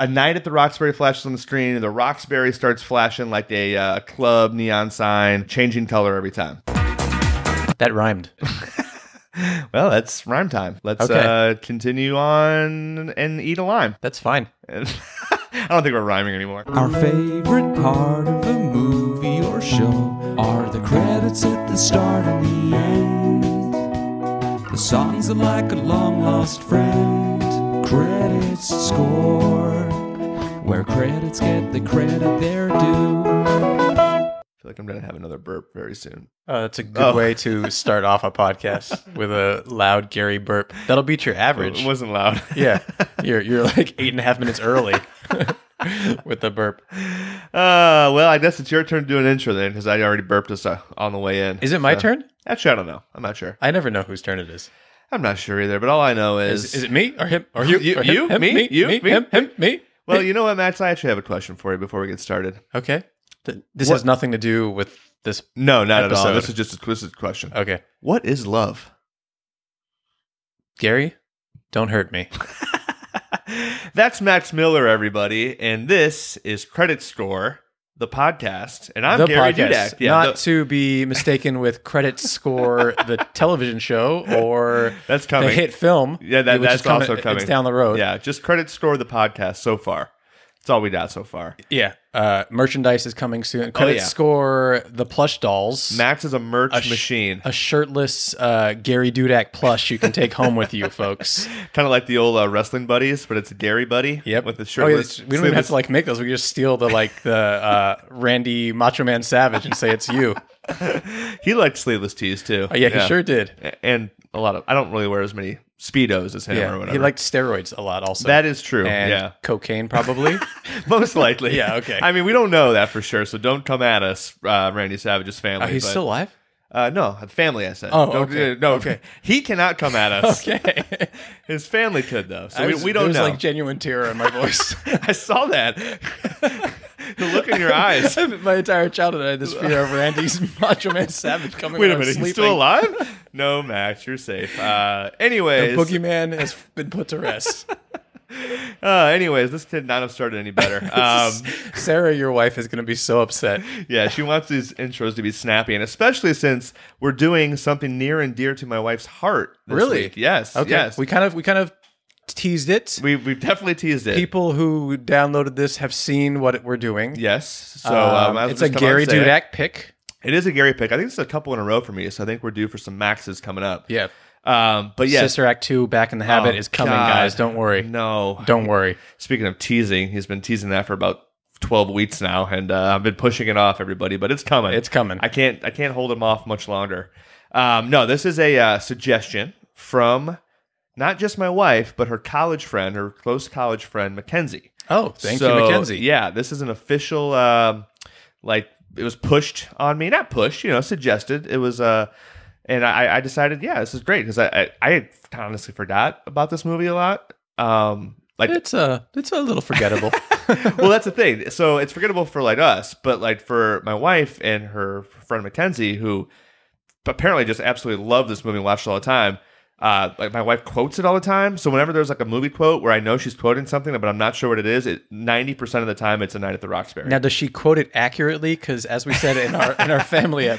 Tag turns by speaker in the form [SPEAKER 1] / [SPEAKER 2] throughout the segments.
[SPEAKER 1] A Night at the Roxbury flashes on the screen, and the Roxbury starts flashing like a uh, club neon sign, changing color every time.
[SPEAKER 2] That rhymed.
[SPEAKER 1] Well, that's rhyme time. Let's
[SPEAKER 2] Okay.
[SPEAKER 1] uh, continue on and eat a lime.
[SPEAKER 2] That's fine.
[SPEAKER 1] I don't think we're rhyming anymore.
[SPEAKER 3] Our favorite part of the movie or show are the credits at the start and the end. The songs are like a long lost friend. Credits score, where credits get the credit they're due.
[SPEAKER 1] I feel like I'm going to have another burp very soon.
[SPEAKER 2] Oh, that's a good
[SPEAKER 1] Oh.
[SPEAKER 2] way to start off a podcast with a loud Gary burp. That'll beat your average.
[SPEAKER 1] It wasn't loud.
[SPEAKER 2] yeah, you're you're like eight and a half minutes early with the burp.
[SPEAKER 1] Uh, well, I guess it's your turn to do an intro then because I already burped us uh, on the way in.
[SPEAKER 2] Is it my
[SPEAKER 1] So-
[SPEAKER 2] turn?
[SPEAKER 1] Actually, I don't know. I'm not sure.
[SPEAKER 2] I never know whose turn it is.
[SPEAKER 1] I'm not sure either, but all I know is.
[SPEAKER 2] Is, is it me or him or you?
[SPEAKER 1] You-
[SPEAKER 2] or him,
[SPEAKER 1] you,
[SPEAKER 2] him,
[SPEAKER 1] me,
[SPEAKER 2] me,
[SPEAKER 1] you,
[SPEAKER 2] me,
[SPEAKER 1] me.
[SPEAKER 2] him, him, me.
[SPEAKER 1] well, you know what, Max? I actually have a question for you before we get started.
[SPEAKER 2] Okay. Th- This
[SPEAKER 1] What-
[SPEAKER 2] has nothing to do with this.
[SPEAKER 1] No, not at all.
[SPEAKER 2] Episode.
[SPEAKER 1] This is just a twisted question.
[SPEAKER 2] Okay.
[SPEAKER 1] What is love?
[SPEAKER 2] Gary, don't hurt me.
[SPEAKER 1] That's Max Miller, everybody, and this is Credit Score, the podcast, and I'm
[SPEAKER 2] the
[SPEAKER 1] Gary
[SPEAKER 2] podcast,
[SPEAKER 1] Dudak. Yeah,
[SPEAKER 2] not
[SPEAKER 1] the-
[SPEAKER 2] to be mistaken with credit score the television show or
[SPEAKER 1] that's
[SPEAKER 2] the
[SPEAKER 1] coming.
[SPEAKER 2] hit film.
[SPEAKER 1] Yeah, that-
[SPEAKER 2] which
[SPEAKER 1] that's
[SPEAKER 2] is coming-
[SPEAKER 1] also coming.
[SPEAKER 2] It's down the road.
[SPEAKER 1] Yeah, just Credit Score, the podcast. So far, it's all we got so far.
[SPEAKER 2] yeah. Uh, merchandise is coming soon. Credit
[SPEAKER 1] Oh, yeah.
[SPEAKER 2] score the plush dolls.
[SPEAKER 1] Max is a merch
[SPEAKER 2] A sh-
[SPEAKER 1] machine,
[SPEAKER 2] a shirtless uh, Gary Dudak plush you can take home with you, folks.
[SPEAKER 1] kind of like the old uh, wrestling buddies, but it's a Gary buddy.
[SPEAKER 2] Yep.
[SPEAKER 1] with the
[SPEAKER 2] Oh, yeah,
[SPEAKER 1] shirtless.
[SPEAKER 2] it's- we don't even
[SPEAKER 1] sleeveless-
[SPEAKER 2] have to like make those. We can just steal the like the uh, Randy Macho Man Savage and say it's you.
[SPEAKER 1] He liked sleeveless tees too.
[SPEAKER 2] Oh, yeah, he sure did.
[SPEAKER 1] A- And a lot of I don't really wear as many speedos as him or
[SPEAKER 2] Yeah,
[SPEAKER 1] whatever.
[SPEAKER 2] he liked steroids a lot also.
[SPEAKER 1] that is true.
[SPEAKER 2] and
[SPEAKER 1] yeah,
[SPEAKER 2] cocaine probably.
[SPEAKER 1] Most likely.
[SPEAKER 2] Yeah, okay.
[SPEAKER 1] I mean, we don't know that for sure, so don't come at us, uh, Randy Savage's family.
[SPEAKER 2] oh, he's
[SPEAKER 1] but-
[SPEAKER 2] still alive.
[SPEAKER 1] Uh, no, the family, I said.
[SPEAKER 2] Oh,
[SPEAKER 1] Don't-
[SPEAKER 2] okay.
[SPEAKER 1] uh, no,
[SPEAKER 2] Okay.
[SPEAKER 1] He cannot come at us.
[SPEAKER 2] Okay.
[SPEAKER 1] His family could, though. So
[SPEAKER 2] I
[SPEAKER 1] we,
[SPEAKER 2] was-
[SPEAKER 1] we
[SPEAKER 2] there
[SPEAKER 1] don't
[SPEAKER 2] was
[SPEAKER 1] know.
[SPEAKER 2] like genuine terror in my voice.
[SPEAKER 1] I saw that. the look in your eyes.
[SPEAKER 2] my entire childhood, I had this fear of Randy's Macho Man Savage coming.
[SPEAKER 1] Wait
[SPEAKER 2] when
[SPEAKER 1] a
[SPEAKER 2] I was
[SPEAKER 1] minute. He's
[SPEAKER 2] sleeping.
[SPEAKER 1] still alive? No, Max, you're safe. Uh, anyways,
[SPEAKER 2] The boogeyman has been put to rest.
[SPEAKER 1] uh, anyways, this could not have started any better. Um,
[SPEAKER 2] Sarah, your wife is going to be so upset.
[SPEAKER 1] yeah, she wants these intros to be snappy, and especially since we're doing something near and dear to my wife's heart. this
[SPEAKER 2] Really?
[SPEAKER 1] week. Yes.
[SPEAKER 2] Okay,
[SPEAKER 1] Yes.
[SPEAKER 2] we kind of we kind of teased it.
[SPEAKER 1] We we've definitely teased it.
[SPEAKER 2] People who downloaded this have seen what we're doing.
[SPEAKER 1] yes. So um, I was
[SPEAKER 2] it's a
[SPEAKER 1] just come out
[SPEAKER 2] Gary
[SPEAKER 1] and say it.
[SPEAKER 2] Dudak pick.
[SPEAKER 1] It is a Gary pick. I think it's a couple in a row for me, so I think we're due for some maxes coming up.
[SPEAKER 2] Yeah.
[SPEAKER 1] Um, but yeah,
[SPEAKER 2] Sister Act 2 Back in the Habit
[SPEAKER 1] Oh,
[SPEAKER 2] is coming,
[SPEAKER 1] God.
[SPEAKER 2] guys. Don't worry.
[SPEAKER 1] No.
[SPEAKER 2] Don't worry.
[SPEAKER 1] Speaking of teasing, he's been teasing that for about twelve weeks now, and uh, I've been pushing it off, everybody. But it's coming.
[SPEAKER 2] It's coming.
[SPEAKER 1] I can't. I can't hold him off much longer. Um, no, this is a uh, suggestion from not just my wife, but her college friend, her close college friend, Mackenzie.
[SPEAKER 2] oh, thank
[SPEAKER 1] So,
[SPEAKER 2] you, Mackenzie.
[SPEAKER 1] Yeah, this is an official. Um, like it was pushed on me, not pushed, you know, suggested. It was, uh, and I, I decided, yeah, this is great because I, I, I had honestly forgot about this movie a lot. Um, like,
[SPEAKER 2] It's a it's a little forgettable.
[SPEAKER 1] well, that's the thing. So it's forgettable for like us, but like for my wife and her friend Mackenzie, who apparently just absolutely loved this movie and watched it all the time. Uh, like my wife quotes it all the time. So whenever there's like a movie quote where I know she's quoting something, but I'm not sure what it is, it 90% of the time it's a night at the Roxbury.
[SPEAKER 2] now, does she quote it accurately? Because as we said in our in our Family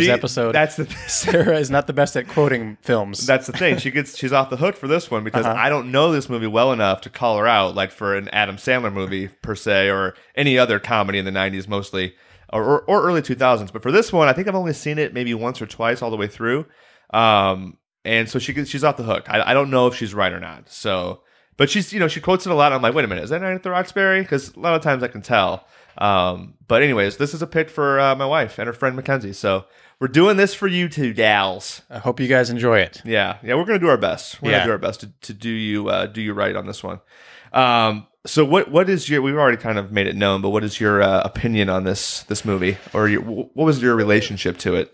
[SPEAKER 1] See,
[SPEAKER 2] episode,
[SPEAKER 1] That's the
[SPEAKER 2] Sarah is not the best at quoting films.
[SPEAKER 1] that's the thing. She gets she's off the hook for this one because I don't know this movie well enough to call her out like for an Adam Sandler movie per se or any other comedy in the '90s mostly or, or, or early 2000s. But for this one, I think I've only seen it maybe once or twice all the way through, um, and so she gets, she's off the hook. I, I don't know if she's right or not. So, but she's you know she quotes it a lot. I'm like, wait a minute, is that Night at the Roxbury? Because a lot of times I can tell. Um, but anyways, this is a pick for uh, my wife and her friend Mackenzie. So we're doing this for you two gals.
[SPEAKER 2] I hope you guys enjoy it.
[SPEAKER 1] Yeah, yeah, we're gonna do our best. We're
[SPEAKER 2] Yeah.
[SPEAKER 1] gonna do our best to, to do you uh, do you right on this one. Um, so what what is your? We've already kind of made it known, but what is your uh, opinion on this this movie, or your, wh- what was your relationship to it?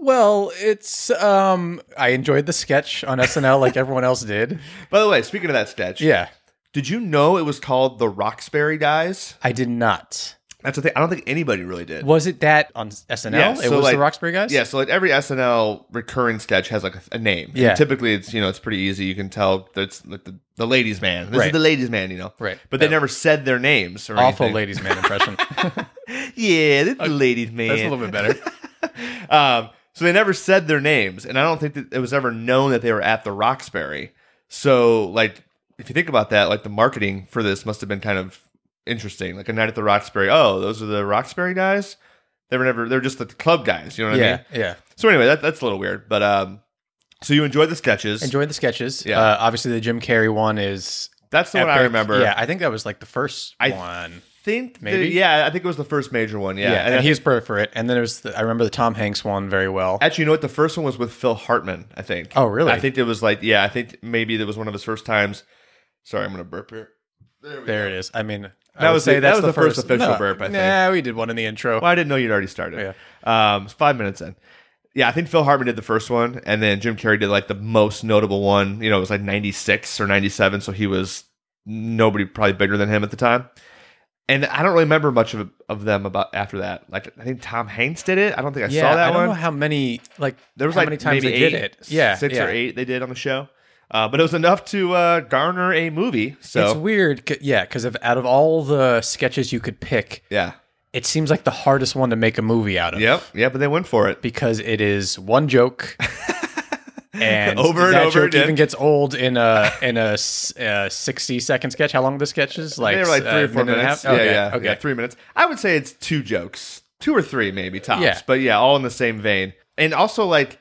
[SPEAKER 2] Well, it's um, I enjoyed the sketch on SNL like everyone else did.
[SPEAKER 1] By the way, speaking of that sketch,
[SPEAKER 2] Yeah,
[SPEAKER 1] did you know it was called the Roxbury Guys?
[SPEAKER 2] I did not.
[SPEAKER 1] That's the thing. I don't think anybody really did.
[SPEAKER 2] Was it that on SNL?
[SPEAKER 1] Yeah,
[SPEAKER 2] it
[SPEAKER 1] so,
[SPEAKER 2] was
[SPEAKER 1] like-
[SPEAKER 2] the Roxbury guys.
[SPEAKER 1] Yeah, so like every SNL recurring sketch has like a, a name.
[SPEAKER 2] Yeah.
[SPEAKER 1] And typically, it's you know it's pretty easy. You can tell that it's like the, the ladies' man. This
[SPEAKER 2] Right.
[SPEAKER 1] is the ladies' man. You know.
[SPEAKER 2] Right.
[SPEAKER 1] But they
[SPEAKER 2] Yeah.
[SPEAKER 1] never said their names or
[SPEAKER 2] Awful
[SPEAKER 1] anything.
[SPEAKER 2] ladies man impression. That's
[SPEAKER 1] Yeah, this is the ladies' man.
[SPEAKER 2] a little bit better.
[SPEAKER 1] Um, so they never said their names, and I don't think that it was ever known that they were at the Roxbury. So, like, if you think about that, like the marketing for this must have been kind of interesting. Like a night at the Roxbury. Oh, those are the Roxbury guys. They were never. They're just the club guys. You know what I
[SPEAKER 2] yeah,
[SPEAKER 1] mean?
[SPEAKER 2] yeah.
[SPEAKER 1] So anyway, that, that's a little weird, but um, so you enjoyed the sketches.
[SPEAKER 2] Enjoyed the sketches.
[SPEAKER 1] Yeah.
[SPEAKER 2] Uh, obviously, the Jim Carrey one is.
[SPEAKER 1] that's the one I
[SPEAKER 2] epic.
[SPEAKER 1] remember.
[SPEAKER 2] Yeah, I think that was like the first
[SPEAKER 1] I-
[SPEAKER 2] one.
[SPEAKER 1] think maybe.
[SPEAKER 2] Maybe?
[SPEAKER 1] yeah, I think it was the first major one. Yeah,
[SPEAKER 2] Yeah, and,
[SPEAKER 1] I
[SPEAKER 2] he was perfect for it. And then there's the, I remember the Tom Hanks one very well.
[SPEAKER 1] Actually, you know what? The first one was with Phil Hartman, I think.
[SPEAKER 2] Oh, really?
[SPEAKER 1] I think it was like, yeah, I think maybe that was one of his first times. Sorry, I'm going to burp here. There we go.
[SPEAKER 2] there it is. I mean, that
[SPEAKER 1] That was the- that was the first official burp, I think.
[SPEAKER 2] Yeah, we did one in the intro.
[SPEAKER 1] Well, I didn't know you'd already started. Yeah. Um, it's five minutes in. Yeah, I think Phil Hartman did the first one, and then Jim Carrey did like the most notable one. You know, it was like 96 or 97, so he was nobody probably bigger than him at the time. And I don't really remember much of, of them about after that. Like, I think Tom Hanks did it. I don't think I
[SPEAKER 2] yeah,
[SPEAKER 1] saw that
[SPEAKER 2] I don't
[SPEAKER 1] one.
[SPEAKER 2] know how many like
[SPEAKER 1] There was
[SPEAKER 2] how
[SPEAKER 1] like
[SPEAKER 2] many times
[SPEAKER 1] maybe
[SPEAKER 2] they
[SPEAKER 1] eight,
[SPEAKER 2] did it. Yeah,
[SPEAKER 1] six
[SPEAKER 2] yeah.
[SPEAKER 1] or eight they did on the show, uh, but it was enough to uh, garner a movie. So
[SPEAKER 2] It's weird, 'cause- yeah, because of out of all the sketches you could pick,
[SPEAKER 1] yeah,
[SPEAKER 2] it seems like the hardest one to make a movie out of.
[SPEAKER 1] yep, yeah. But they went for it.
[SPEAKER 2] because it is one joke. And
[SPEAKER 1] Over and
[SPEAKER 2] that
[SPEAKER 1] over
[SPEAKER 2] joke
[SPEAKER 1] again.
[SPEAKER 2] even gets old in a in a, s- a sixty second sketch. How long the sketch is? Like
[SPEAKER 1] they were like
[SPEAKER 2] uh,
[SPEAKER 1] three or four
[SPEAKER 2] minute and a
[SPEAKER 1] minutes.
[SPEAKER 2] half? Okay,
[SPEAKER 1] yeah, yeah,
[SPEAKER 2] okay.
[SPEAKER 1] yeah, three minutes. I would say it's two jokes, two or three maybe tops.
[SPEAKER 2] Yeah.
[SPEAKER 1] But yeah, all in the same vein. And also like,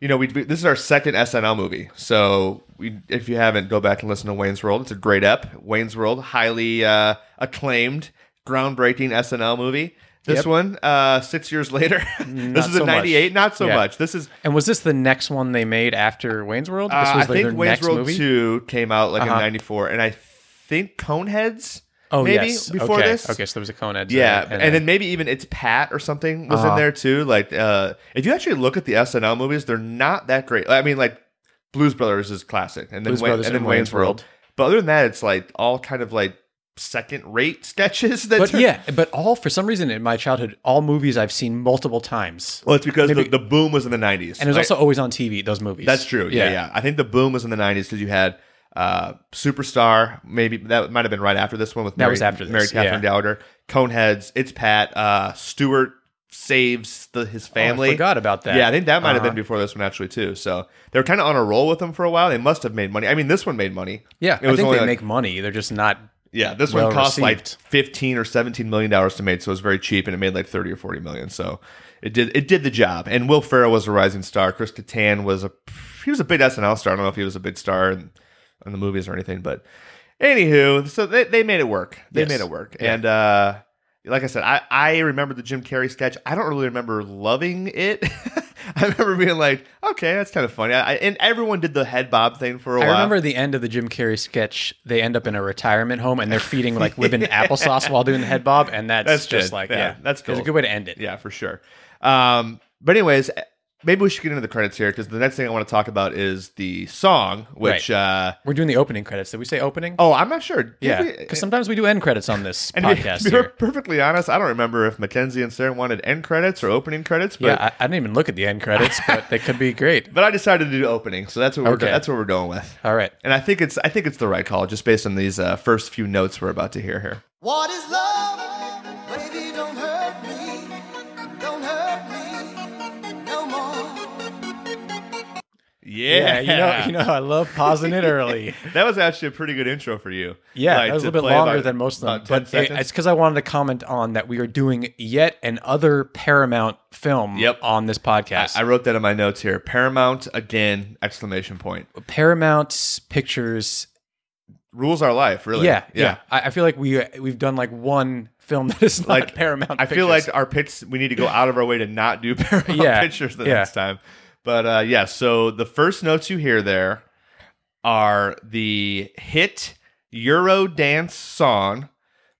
[SPEAKER 1] you know, we we- this is our second SNL movie. So we, if you haven't, go back and listen to Wayne's World. It's a great ep. Wayne's World, highly uh, acclaimed, groundbreaking SNL movie. This
[SPEAKER 2] Yep.
[SPEAKER 1] one, uh, six years later. this
[SPEAKER 2] Not
[SPEAKER 1] is
[SPEAKER 2] so
[SPEAKER 1] a
[SPEAKER 2] much.
[SPEAKER 1] '98. Not so
[SPEAKER 2] Yeah.
[SPEAKER 1] much. This is
[SPEAKER 2] And was this the next one they made after Wayne's World? This
[SPEAKER 1] Uh,
[SPEAKER 2] was
[SPEAKER 1] I think Wayne's World 2 came out like
[SPEAKER 2] Uh-huh.
[SPEAKER 1] in 94, and I think Coneheads
[SPEAKER 2] Oh
[SPEAKER 1] maybe
[SPEAKER 2] yes.
[SPEAKER 1] before
[SPEAKER 2] okay.
[SPEAKER 1] this.
[SPEAKER 2] Okay, so there was a Coneheads.
[SPEAKER 1] Yeah,
[SPEAKER 2] and,
[SPEAKER 1] and, then maybe even It's Pat or something was
[SPEAKER 2] Uh-huh.
[SPEAKER 1] in there too. Like, uh, if you actually look at the SNL movies, they're not that great. I mean, like, Blues Brothers is classic, and then,
[SPEAKER 2] Blues
[SPEAKER 1] Wayne, and
[SPEAKER 2] Brothers
[SPEAKER 1] then
[SPEAKER 2] and
[SPEAKER 1] Wayne's
[SPEAKER 2] Wayne's
[SPEAKER 1] World.
[SPEAKER 2] World.
[SPEAKER 1] But other than that, it's like all kind of like second rate sketches that
[SPEAKER 2] but
[SPEAKER 1] turn-
[SPEAKER 2] yeah, but all for some reason in my childhood, all movies I've seen multiple times,
[SPEAKER 1] Well, it's because the,
[SPEAKER 2] Maybe-
[SPEAKER 1] the boom was in the 90s.
[SPEAKER 2] and it was
[SPEAKER 1] Like,
[SPEAKER 2] also always on TV. Those movies.
[SPEAKER 1] That's true. Yeah, yeah. I think the boom was in the '90s because you had uh, Superstar. Maybe that might have been right after this one with
[SPEAKER 2] That
[SPEAKER 1] Mary,
[SPEAKER 2] was after this,
[SPEAKER 1] Mary Catherine
[SPEAKER 2] yeah.
[SPEAKER 1] Gallagher, Coneheads, It's Pat, uh, Stewart saves the, his
[SPEAKER 2] Oh, I
[SPEAKER 1] family.
[SPEAKER 2] forgot about that.
[SPEAKER 1] Yeah, I think that might have
[SPEAKER 2] Uh-huh.
[SPEAKER 1] been before this one actually too. So they were kind of on a roll with them for a while. They must have made money. I mean, this one made money.
[SPEAKER 2] Yeah,
[SPEAKER 1] it
[SPEAKER 2] I
[SPEAKER 1] was
[SPEAKER 2] think
[SPEAKER 1] only
[SPEAKER 2] they
[SPEAKER 1] like-
[SPEAKER 2] make money. They're just not.
[SPEAKER 1] Yeah, this
[SPEAKER 2] well
[SPEAKER 1] one cost
[SPEAKER 2] received.
[SPEAKER 1] like fifteen or seventeen million dollars to make, so it was very cheap, and it made like thirty or forty million. So it did it did the job. And Will Ferrell was a rising star. Chris Kattan was a he was a big SNL star. I don't know if he was a big star in, in the movies or anything, but anywho, so they, they made it work. They
[SPEAKER 2] Yes.
[SPEAKER 1] made it work. And uh, like I said, I I remember the Jim Carrey sketch. I don't really remember loving it. I remember being like, okay, that's kind of funny. I, I- and everyone did the head bob thing for a
[SPEAKER 2] I
[SPEAKER 1] while.
[SPEAKER 2] remember the end of the Jim Carrey sketch. They end up in a retirement home and they're feeding like ribbon applesauce while doing the head bob, and that's,
[SPEAKER 1] That's
[SPEAKER 2] just
[SPEAKER 1] good.
[SPEAKER 2] like
[SPEAKER 1] Yeah,
[SPEAKER 2] yeah,
[SPEAKER 1] that's
[SPEAKER 2] It's
[SPEAKER 1] cool.
[SPEAKER 2] a good way to end it.
[SPEAKER 1] Yeah, for sure. Um, but anyways, maybe we should get into the credits here because the next thing I want to talk about is the song, which uh,
[SPEAKER 2] We're doing the opening credits. Did we say opening?
[SPEAKER 1] oh, I'm not sure. Did
[SPEAKER 2] yeah.
[SPEAKER 1] we-
[SPEAKER 2] Because sometimes we do end credits on this
[SPEAKER 1] and to be-
[SPEAKER 2] podcast
[SPEAKER 1] to be
[SPEAKER 2] here.
[SPEAKER 1] perfectly honest, I don't remember if Mackenzie and Sarah wanted end credits or opening credits, but
[SPEAKER 2] Yeah, I, I didn't even look at the end credits, but they could be great.
[SPEAKER 1] but I decided to do opening, so that's what we're
[SPEAKER 2] Okay.
[SPEAKER 1] that's what we're going with.
[SPEAKER 2] All right.
[SPEAKER 1] And I think it's I think it's the right call just based on these uh, first few notes we're about to hear here.
[SPEAKER 4] What is love? Baby, don't hurt me. Don't hurt me no more.
[SPEAKER 1] Yeah,
[SPEAKER 2] you know, you know, I love pausing it early.
[SPEAKER 1] that was actually a pretty good intro for you.
[SPEAKER 2] Yeah,
[SPEAKER 1] Like,
[SPEAKER 2] that was a
[SPEAKER 1] to
[SPEAKER 2] little bit
[SPEAKER 1] play
[SPEAKER 2] longer
[SPEAKER 1] about-
[SPEAKER 2] than most
[SPEAKER 1] about
[SPEAKER 2] of them.
[SPEAKER 1] 10
[SPEAKER 2] But it-
[SPEAKER 1] seconds.
[SPEAKER 2] it's because I wanted to comment on that we are doing yet another Paramount film
[SPEAKER 1] Yep.
[SPEAKER 2] on this podcast.
[SPEAKER 1] I wrote that in my notes here. Paramount again! Exclamation point.
[SPEAKER 2] Paramount Pictures.
[SPEAKER 1] Rules our life, really.
[SPEAKER 2] Yeah, yeah. I, I feel like we uh, we've done like one film that is not
[SPEAKER 1] Like,
[SPEAKER 2] Paramount.
[SPEAKER 1] I feel
[SPEAKER 2] Pictures.
[SPEAKER 1] like our picks. We need to go out of our way to not do Paramount
[SPEAKER 2] Yeah,
[SPEAKER 1] pictures the
[SPEAKER 2] yeah.
[SPEAKER 1] next time. But uh, yeah, so the first notes you hear there are the hit Euro dance song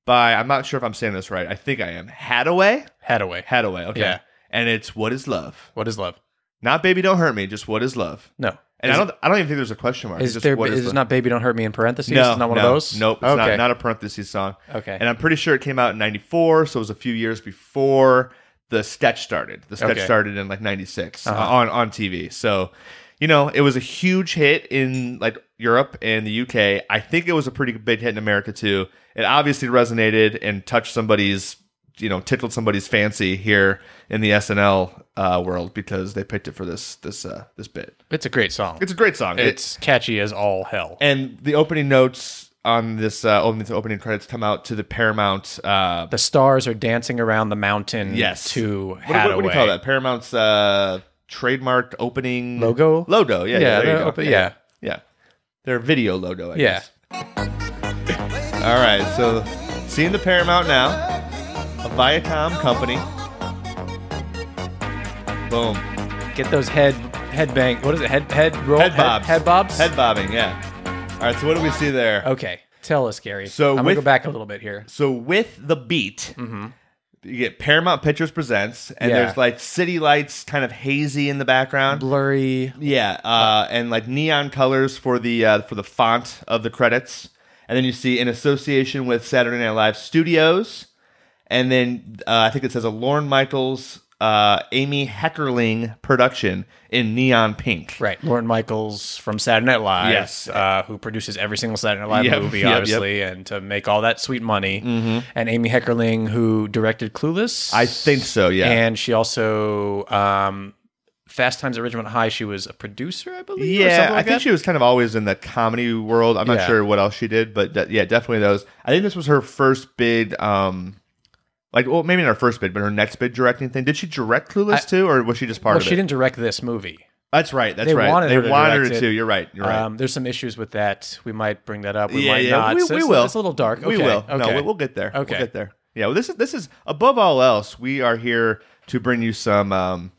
[SPEAKER 1] by I'm not sure if I'm saying this right. I think I am. Hadaway.
[SPEAKER 2] Hathaway.
[SPEAKER 1] Hadaway. Okay.
[SPEAKER 2] Yeah.
[SPEAKER 1] And it's "What Is Love."
[SPEAKER 2] What is love?
[SPEAKER 1] Not "Baby Don't Hurt Me," just "What Is Love."
[SPEAKER 2] No,
[SPEAKER 1] And I don't I don't even think there's a question mark.
[SPEAKER 2] Is
[SPEAKER 1] It's just,
[SPEAKER 2] there
[SPEAKER 1] what
[SPEAKER 2] is
[SPEAKER 1] the-
[SPEAKER 2] not "Baby Don't Hurt Me" in parentheses?
[SPEAKER 1] No,
[SPEAKER 2] it's not one
[SPEAKER 1] no,
[SPEAKER 2] of those.
[SPEAKER 1] Nope, it's
[SPEAKER 2] okay.
[SPEAKER 1] not, not a parentheses song.
[SPEAKER 2] Okay.
[SPEAKER 1] And I'm pretty sure it came out in 94, so it was a few years before the sketch started. The sketch
[SPEAKER 2] Okay. Uh-huh.
[SPEAKER 1] started in like 96 uh, on, on TV. So, you know, it was a huge hit in like Europe and the UK. I think it was a pretty big hit in America too. It obviously resonated and touched somebody's, you know, tickled somebody's fancy here in the SNL uh, world because they picked it for this this uh, this bit.
[SPEAKER 2] it's a great song.
[SPEAKER 1] It's a great song. It-
[SPEAKER 2] it's catchy as all hell.
[SPEAKER 1] and the opening notes on this uh, opening the opening credits come out to the Paramount. Uh,
[SPEAKER 2] the stars are dancing around the mountain.
[SPEAKER 1] yes,
[SPEAKER 2] To
[SPEAKER 1] what, what, what do you call
[SPEAKER 2] Hadaway.
[SPEAKER 1] that? Paramount's uh, trademark opening
[SPEAKER 2] Logo?
[SPEAKER 1] Logo, yeah,
[SPEAKER 2] Yeah,
[SPEAKER 1] yeah, there you
[SPEAKER 2] the
[SPEAKER 1] go.
[SPEAKER 2] open-
[SPEAKER 1] yeah,
[SPEAKER 2] yeah.
[SPEAKER 1] yeah. Their video logo, I
[SPEAKER 2] Yeah.
[SPEAKER 1] guess. All right, so seeing the Paramount now, a Viacom company. Boom,
[SPEAKER 2] Get those head head bang. What is it? Head head roll.
[SPEAKER 1] head bobs,
[SPEAKER 2] Head, bobs.
[SPEAKER 1] head bobbing, yeah. All right, so what do we see there?
[SPEAKER 2] Okay, tell us, Gary.
[SPEAKER 1] So
[SPEAKER 2] I'm gonna
[SPEAKER 1] with-
[SPEAKER 2] go back a little bit here.
[SPEAKER 1] So with the beat, you get Paramount Pictures presents, and
[SPEAKER 2] Yeah.
[SPEAKER 1] there's like city lights, kind of hazy in the background.
[SPEAKER 2] Blurry.
[SPEAKER 1] yeah, uh, and like neon colors for the uh, for the font of the credits, and then you see in association with Saturday Night Live Studios, and then uh, I think it says a Lorne Michaels, uh, Amy Heckerling production in neon pink.
[SPEAKER 2] Right, Lauren Michaels from Saturday Night Live,
[SPEAKER 1] Yes.
[SPEAKER 2] uh, who produces every single Saturday Night Live
[SPEAKER 1] Yep,
[SPEAKER 2] movie,
[SPEAKER 1] yep, yep.
[SPEAKER 2] obviously, and to make all that sweet money. And Amy Heckerling, who directed Clueless,
[SPEAKER 1] I think so. Yeah.
[SPEAKER 2] and she also um, Fast Times at Ridgemont High. She was a producer, I believe. or
[SPEAKER 1] Yeah,
[SPEAKER 2] something like
[SPEAKER 1] I think
[SPEAKER 2] that?
[SPEAKER 1] she was kind of always in the comedy world. I'm not
[SPEAKER 2] Yeah.
[SPEAKER 1] sure what else she did, but that, yeah, definitely those. I think this was her first big, um, like, well, maybe not her first bid, but her next bid directing thing. Did she direct Clueless
[SPEAKER 2] I-
[SPEAKER 1] too, or was she just part
[SPEAKER 2] Well,
[SPEAKER 1] of
[SPEAKER 2] she
[SPEAKER 1] it?
[SPEAKER 2] didn't direct this movie.
[SPEAKER 1] That's right. That's
[SPEAKER 2] they
[SPEAKER 1] right.
[SPEAKER 2] wanted
[SPEAKER 1] they
[SPEAKER 2] her to
[SPEAKER 1] wanted
[SPEAKER 2] direct
[SPEAKER 1] her to.
[SPEAKER 2] it.
[SPEAKER 1] You're right. You're right.
[SPEAKER 2] Um, there's some issues with that. We might bring that up. We
[SPEAKER 1] yeah,
[SPEAKER 2] might
[SPEAKER 1] yeah.
[SPEAKER 2] not.
[SPEAKER 1] We,
[SPEAKER 2] So
[SPEAKER 1] we
[SPEAKER 2] it's-
[SPEAKER 1] will.
[SPEAKER 2] It's a little dark.
[SPEAKER 1] We
[SPEAKER 2] Okay,
[SPEAKER 1] will. No,
[SPEAKER 2] okay.
[SPEAKER 1] we- we'll get there.
[SPEAKER 2] Okay.
[SPEAKER 1] We'll get there. Yeah. Well, this is this is above all else. We are here to bring you some um,